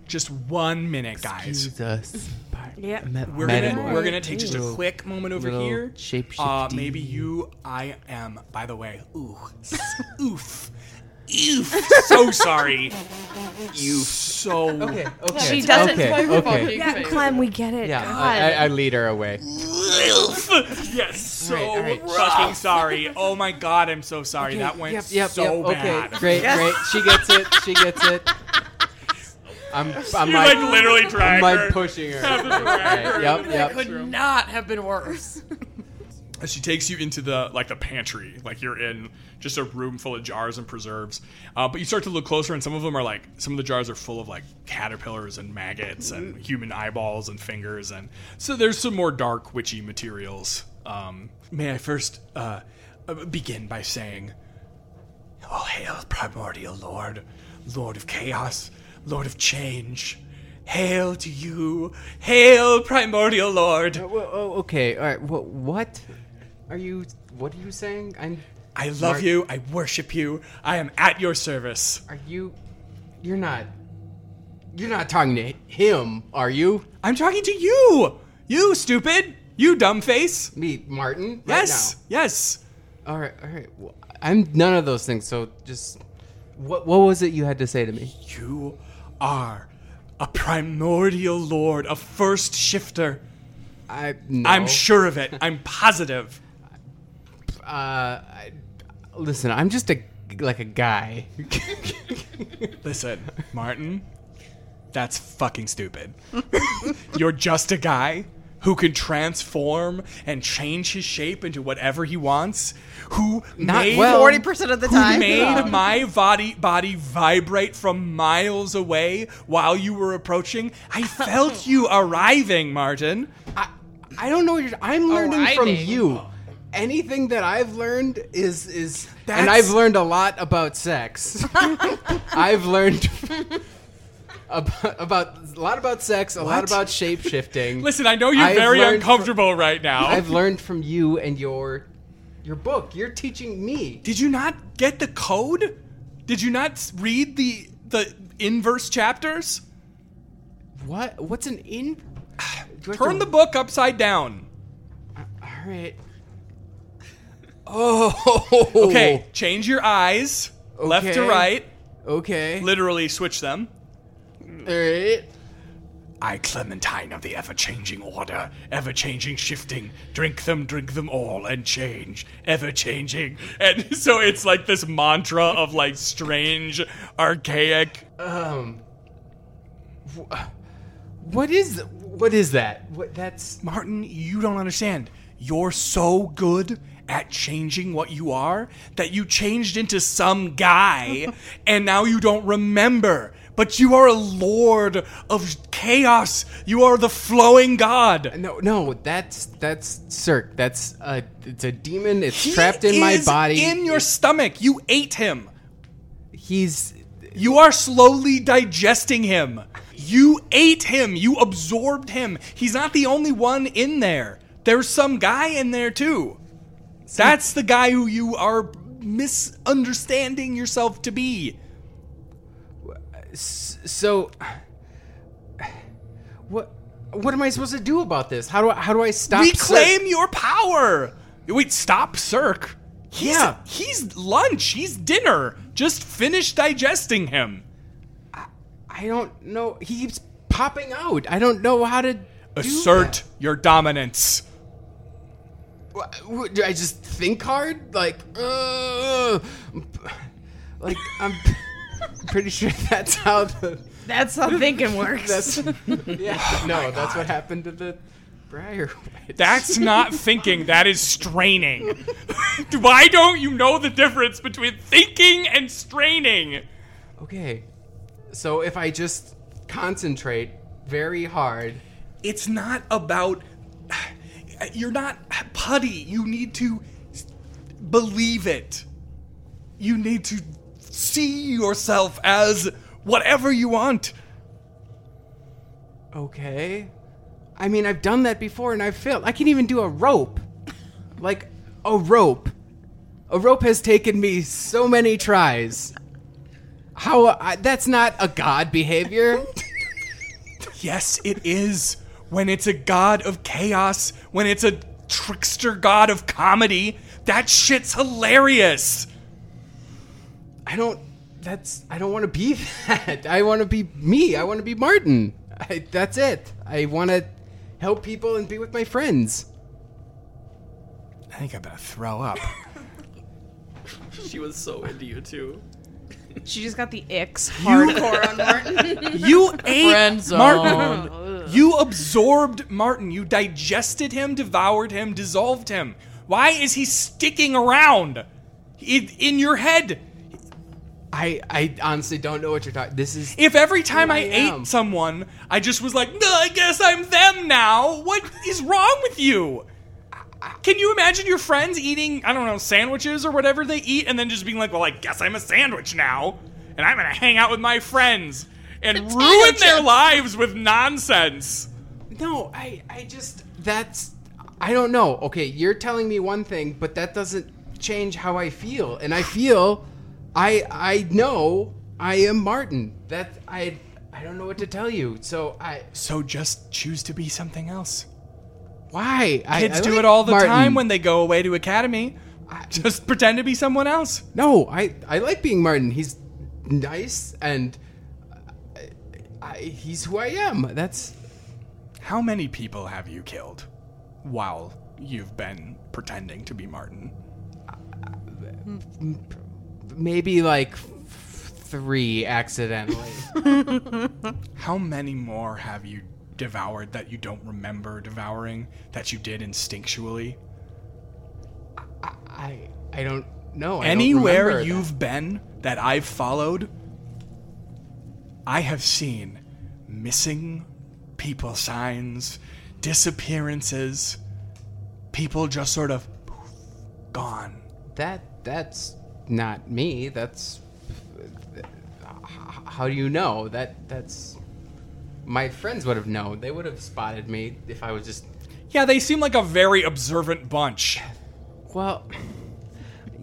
[SPEAKER 2] just one minute, guys.
[SPEAKER 5] Excuse us.
[SPEAKER 9] Yeah.
[SPEAKER 2] We're
[SPEAKER 5] Madam
[SPEAKER 2] gonna,
[SPEAKER 5] Boy.
[SPEAKER 2] we're gonna take just a
[SPEAKER 5] Little-
[SPEAKER 2] quick moment over
[SPEAKER 5] little
[SPEAKER 2] here. Uh,
[SPEAKER 5] shapeshifty.
[SPEAKER 2] maybe you, I am. By the way, ooh, s- oof, oof. So sorry. You so
[SPEAKER 5] Okay, okay.
[SPEAKER 9] She doesn't
[SPEAKER 5] Okay, okay.
[SPEAKER 9] Yeah, Clem, we get it.
[SPEAKER 5] Yeah,
[SPEAKER 9] God.
[SPEAKER 5] I, I, I lead her away.
[SPEAKER 2] yes, so
[SPEAKER 5] All right, all right.
[SPEAKER 2] fucking sorry. Oh my god, I'm so sorry.
[SPEAKER 5] Okay,
[SPEAKER 2] that went
[SPEAKER 5] yep, yep,
[SPEAKER 2] so
[SPEAKER 5] yep,
[SPEAKER 2] bad.
[SPEAKER 5] Okay, great, great. She gets it. She gets it. I'm, I'm
[SPEAKER 10] You,
[SPEAKER 5] like,
[SPEAKER 10] like, literally
[SPEAKER 5] I'm
[SPEAKER 10] drag
[SPEAKER 5] like
[SPEAKER 10] her.
[SPEAKER 5] pushing her.
[SPEAKER 10] Have to drag
[SPEAKER 5] Right,
[SPEAKER 10] her
[SPEAKER 5] Yep,
[SPEAKER 10] into the
[SPEAKER 5] yep.
[SPEAKER 10] next
[SPEAKER 6] Could not have been worse.
[SPEAKER 2] As she takes you into the like the pantry, like you're in just a room full of jars and preserves. Uh, but you start to look closer, and some of them are like some of the jars are full of like caterpillars and maggots and human eyeballs and fingers, and so there's some more dark witchy materials. Um, may I first uh, uh, begin by saying, "Oh hail, primordial lord, lord of chaos, lord of change." Hail to you! Hail, primordial lord!
[SPEAKER 5] Oh, okay. All right. What? What are you? What are you saying? I'm.
[SPEAKER 2] I love you. I worship you. I am at your service.
[SPEAKER 5] Are you? You're not. You're not talking to him, are you?
[SPEAKER 2] I'm talking to you. You stupid. You dumb face.
[SPEAKER 5] Me, Martin. right
[SPEAKER 2] Yes. Yes.
[SPEAKER 5] All right. All right. Well, I'm none of those things. So just. What? What was it you had to say to me?
[SPEAKER 2] You are a primordial lord, a first shifter.
[SPEAKER 5] I.
[SPEAKER 2] I'm sure of it. I'm positive.
[SPEAKER 5] Uh, I, listen. I'm just a like a guy.
[SPEAKER 2] Listen, Martin. That's fucking stupid. You're just a guy who can transform and change his shape into whatever he wants. Who
[SPEAKER 8] Not
[SPEAKER 2] made
[SPEAKER 8] well. 40% of the time.
[SPEAKER 2] Who made
[SPEAKER 8] Yeah.
[SPEAKER 2] my body body vibrate from miles away while you were approaching? I felt you arriving, Martin.
[SPEAKER 5] I don't know what you're. I'm learning from
[SPEAKER 2] Arriving.
[SPEAKER 5] you. oh. Anything that I've learned is is,
[SPEAKER 2] That's-
[SPEAKER 5] and I've learned a lot about sex. I've learned about, about a lot about sex, a lot
[SPEAKER 2] What?
[SPEAKER 5] about shape shifting.
[SPEAKER 2] Listen, I know you're very uncomfortable right now.
[SPEAKER 5] I've learned from you and your your book. You're teaching me.
[SPEAKER 2] Did you not get the code? Did you not s- read the the inverse chapters?
[SPEAKER 5] What? What's an in?
[SPEAKER 2] Turn the book upside down.
[SPEAKER 5] All right.
[SPEAKER 2] Oh. Okay, change your eyes left to
[SPEAKER 28] Okay.
[SPEAKER 2] right.
[SPEAKER 28] Okay.
[SPEAKER 2] Literally switch them.
[SPEAKER 28] Alright.
[SPEAKER 29] I, Clementine of the ever changing order, ever changing, shifting, drink them, drink them all, and change, ever changing.
[SPEAKER 2] And so it's like this mantra of like strange, archaic.
[SPEAKER 5] Um. What is what is that? What that's
[SPEAKER 29] Martin, you don't understand. You're so good at changing what you are that you changed into some guy and now you don't remember. But you are a lord of chaos. You are the flowing god.
[SPEAKER 5] No, no, that's that's Cirque. That's a it's a demon. It's trapped in my
[SPEAKER 2] is
[SPEAKER 5] body.
[SPEAKER 2] in your stomach. You ate him.
[SPEAKER 5] He's.
[SPEAKER 2] You are slowly digesting him. You ate him. You absorbed him. He's not the only one in there. There's some guy in there too. That's the guy who you are misunderstanding yourself to be.
[SPEAKER 5] So what what am I supposed to do about this? How do I, how do I stop?
[SPEAKER 2] Reclaim your power. Wait, stop, Cirque. He's,
[SPEAKER 5] Yeah.
[SPEAKER 2] He's lunch. He's dinner. Just finish digesting him.
[SPEAKER 5] I don't know. He keeps popping out. I don't know how to.
[SPEAKER 2] Assert your dominance.
[SPEAKER 5] Wha- wha- Do I just think hard? Like, uh, like I'm pretty sure that's how the
[SPEAKER 9] That's how thinking works.
[SPEAKER 5] That's yeah. no, that's what happened to the Briar.
[SPEAKER 2] That's not thinking, that is straining. Why don't you know the difference between thinking and straining?
[SPEAKER 5] Okay, so if I just concentrate very hard,
[SPEAKER 2] it's not about You're not putty. You need to s- believe it. You need to see yourself as whatever you want.
[SPEAKER 5] Okay. I mean, I've done that before and I've failed. I can even do a rope. Like, a rope. A rope has taken me so many tries. How. I, that's not a god behavior.
[SPEAKER 2] Yes, it is. When it's a god of chaos, when it's a trickster god of comedy, that shit's hilarious.
[SPEAKER 5] I don't. That's. I don't want to be that. I want to be me. I want to be Martin. I, that's it. I want to help people and be with my friends.
[SPEAKER 29] I think I better throw up.
[SPEAKER 30] She was so into you too.
[SPEAKER 9] She just got the icks hardcore on Martin.
[SPEAKER 2] You ate Martin. you absorbed Martin. You digested him, devoured him, dissolved him. Why is he sticking around in, in your head?
[SPEAKER 5] I, I honestly don't know what you're talking. This is
[SPEAKER 2] If every time
[SPEAKER 5] who
[SPEAKER 2] I,
[SPEAKER 5] am.
[SPEAKER 2] ate someone, I just was like, no, I guess I'm them now. What is wrong with you? Can you imagine your friends eating, I don't know, sandwiches or whatever they eat, and then just being like, well, I guess I'm a sandwich now, and I'm gonna hang out with my friends and ruin their lives with nonsense?
[SPEAKER 5] No, I I just that's I don't know. Okay, you're telling me one thing, but that doesn't change how I feel. And I feel I I know I am Martin. That I I don't know what to tell you. So I
[SPEAKER 2] So just choose to be something else.
[SPEAKER 5] Why? I-
[SPEAKER 2] Kids
[SPEAKER 5] I
[SPEAKER 2] do
[SPEAKER 5] like
[SPEAKER 2] it all the
[SPEAKER 5] Martin.
[SPEAKER 2] time when they go away to academy. just pretend to be someone else.
[SPEAKER 5] No, I I like being Martin. He's nice and I, I he's who I am. That's
[SPEAKER 2] How many people have you killed while you've been pretending to be Martin?
[SPEAKER 5] maybe like f- three accidentally.
[SPEAKER 2] How many more have you devoured that you don't remember devouring that you did instinctually?
[SPEAKER 5] I I don't know. I don't
[SPEAKER 2] Anywhere
[SPEAKER 5] remember that.
[SPEAKER 2] you've been that I've followed, I have seen missing people signs, disappearances, people just sort of poof, gone.
[SPEAKER 5] That that's not me. That's h- how do you know that that's my friends would have known. They would have spotted me if I was just
[SPEAKER 2] Yeah, they seem like a very observant bunch.
[SPEAKER 5] well.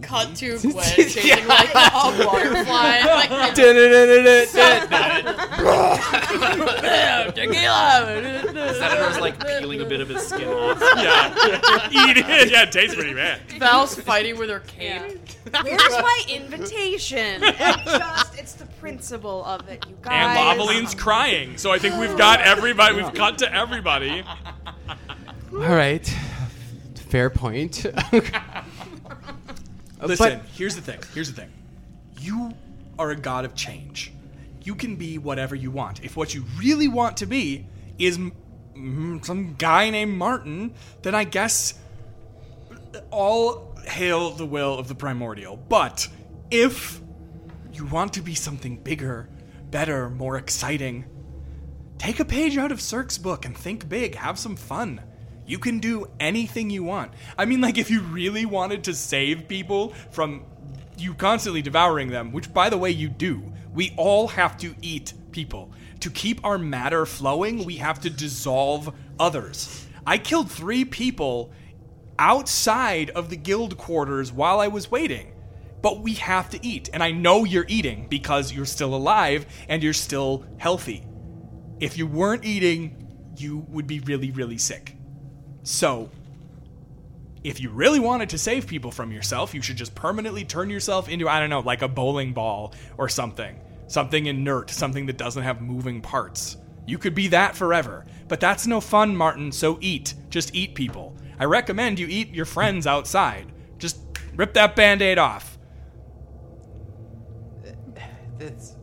[SPEAKER 31] Cut to Gwen chasing like a butterfly. Like,
[SPEAKER 1] Senator's like peeling a bit of his skin off.
[SPEAKER 10] Yeah. Eat it. Yeah, it tastes pretty bad.
[SPEAKER 6] Val's fighting with her cane.
[SPEAKER 9] There's my invitation. And just, it's the principle of it, you
[SPEAKER 10] And
[SPEAKER 9] guys.
[SPEAKER 10] Lavaline's crying. So I think we've got everybody. We've got to everybody.
[SPEAKER 5] All right. Fair point.
[SPEAKER 2] Listen, here's the thing. Here's the thing. You are a god of change. You can be whatever you want. If what you really want to be is m- m- some guy named Martin, then I guess all hail the will of the primordial. But if you want to be something bigger, better, more exciting, take a page out of Cirque's book and think big. Have some fun. You can do anything you want. I mean, like, if you really wanted to save people from you constantly devouring them, which, by the way, you do, we all have to eat people. To keep our matter flowing, we have to dissolve others. I killed three people outside of the guild quarters while I was waiting. But we have to eat, and I know you're eating because you're still alive and you're still healthy. If you weren't eating, you would be really, really sick. So, if you really wanted to save people from yourself, you should just permanently turn yourself into, I don't know, like a bowling ball or something. Something inert, something that doesn't have moving parts. You could be that forever. But that's no fun, Martin, so eat. Just eat people. I recommend you eat your friends outside. Just rip that band aid off.
[SPEAKER 5] That's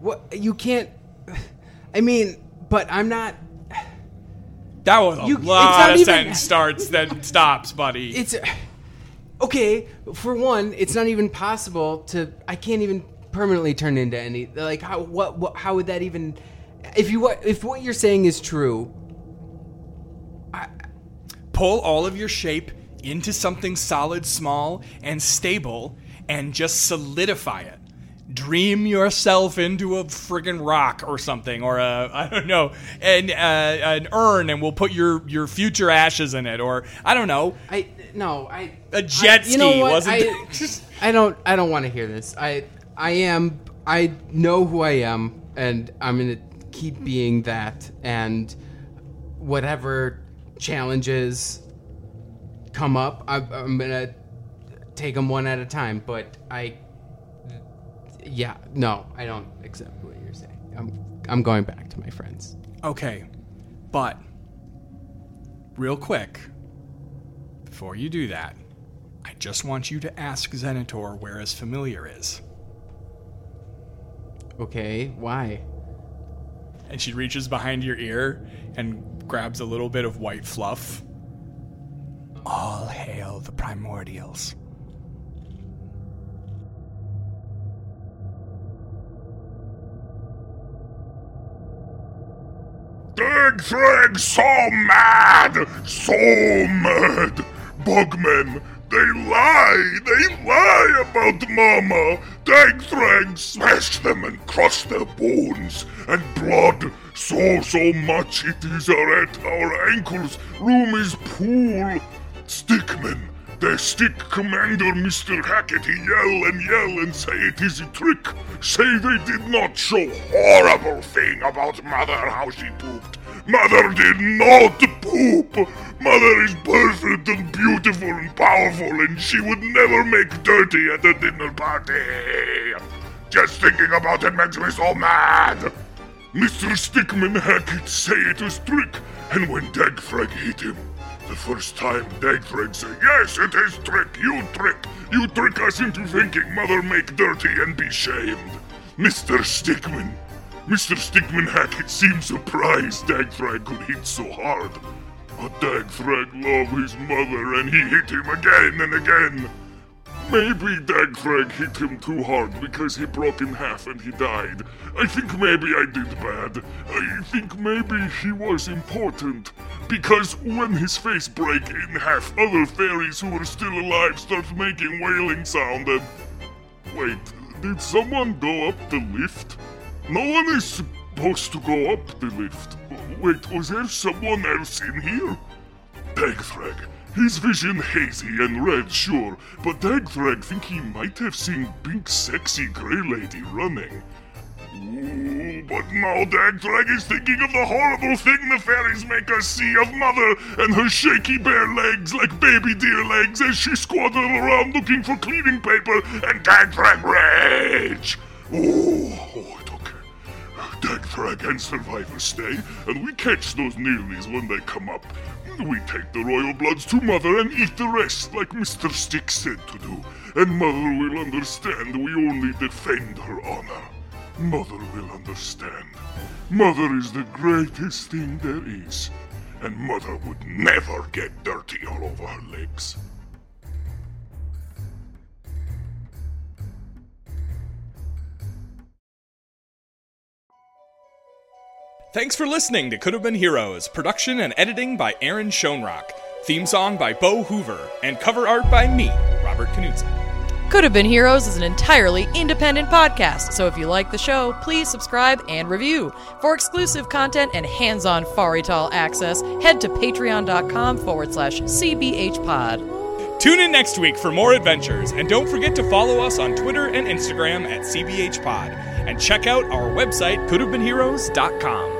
[SPEAKER 5] what you can't. I mean, but I'm not.
[SPEAKER 10] That was a
[SPEAKER 5] You- it's
[SPEAKER 10] lot
[SPEAKER 5] not
[SPEAKER 10] of
[SPEAKER 5] even-
[SPEAKER 10] sentence starts, then stops, buddy.
[SPEAKER 5] It's okay. For one, it's not even possible to. I can't even permanently turn into any. Like how? What? what how would that even? If you what? If what you're saying is true,
[SPEAKER 2] pull all of your shape into something solid, small, and stable, and just solidify it. Dream yourself into a friggin' rock or something, or a I don't know, an uh, an urn, and we'll put your your future ashes in it, or I don't know,
[SPEAKER 5] I no, I
[SPEAKER 2] a jet
[SPEAKER 5] I-
[SPEAKER 2] ski
[SPEAKER 5] you know what?
[SPEAKER 2] wasn't.
[SPEAKER 5] I, I don't. I don't want to hear this. I. I am. I know who I am, and I'm gonna keep being that. And whatever challenges come up, I, I'm gonna take them one at a time. But I. Yeah. No, I don't accept what you're saying. I'm. I'm going back to my friends.
[SPEAKER 2] Okay. But real quick, before you do that, I just want you to ask Xenator where his familiar is.
[SPEAKER 5] Okay. Why?
[SPEAKER 2] And she reaches behind your ear and grabs a little bit of white fluff. All hail the primordials.
[SPEAKER 3] Dag Thrag so mad, so mad. Bugmen, they lie, they lie about Mama. Dag Thrag smashed them and crushed their bones and blood. So, so much it is are at our ankles. Room is pool. Stickmen, the stick commander Mr. Hackett, he yell and yell and say it is a trick. Say they did not show horrible thing about mother how she pooped. Mother did not poop. Mother is perfect and beautiful and powerful and she would never make dirty at a dinner party. Just thinking about it makes me so mad. Mr. Stickman Hackett say it was trick, and when Dagfrag hit him, the first time Dagfrag say, Yes, it is trick, you trick, you trick us into thinking mother make dirty and be shamed. Mr. Stickman, Mr. Stickman Hackett seemed surprised Dagfrag could hit so hard. But Dagfrag loved his mother and he hit him again and again. Maybe Dagfrag hit him too hard because he broke in half and he died. I think maybe I did bad. I think maybe he was important. Because when his face break in half, other fairies who were still alive start making wailing sound and... Wait, did someone go up the lift? No one is supposed to go up the lift. Wait, was there someone else in here? Dagfrag, His vision hazy and red, sure, but Dagthrag think he might have seen pink sexy grey lady running. Ooh, but now Dagthrag is thinking of the horrible thing the fairies make us see of Mother and her shaky bare legs like baby deer legs as she squatted around looking for cleaning paper and Dagthrag rage! Ooh, oh, it's okay. Dagthrag and Survivor stay, and we catch those Neelys when they come up. We take the royal bloods to Mother and eat the rest, like Mr. Stick said to do. And Mother will understand we only defend her honor. Mother will understand. Mother is the greatest thing there is. And Mother would never get dirty all over her legs.
[SPEAKER 2] Thanks for listening to Could Have Been Heroes. Production and editing by Aaron Schoenrock. Theme song by Bo Hoover. And cover art by me, Robert Knudsen.
[SPEAKER 6] Could Have Been Heroes is an entirely independent podcast, so if you like the show, please subscribe and review. For exclusive content and hands on Farital access, head to patreon.com forward slash CBH pod.
[SPEAKER 2] Tune in next week for more adventures, and don't forget to follow us on Twitter and Instagram at CBH Pod. And check out our website, couldhavebeenheroes.com.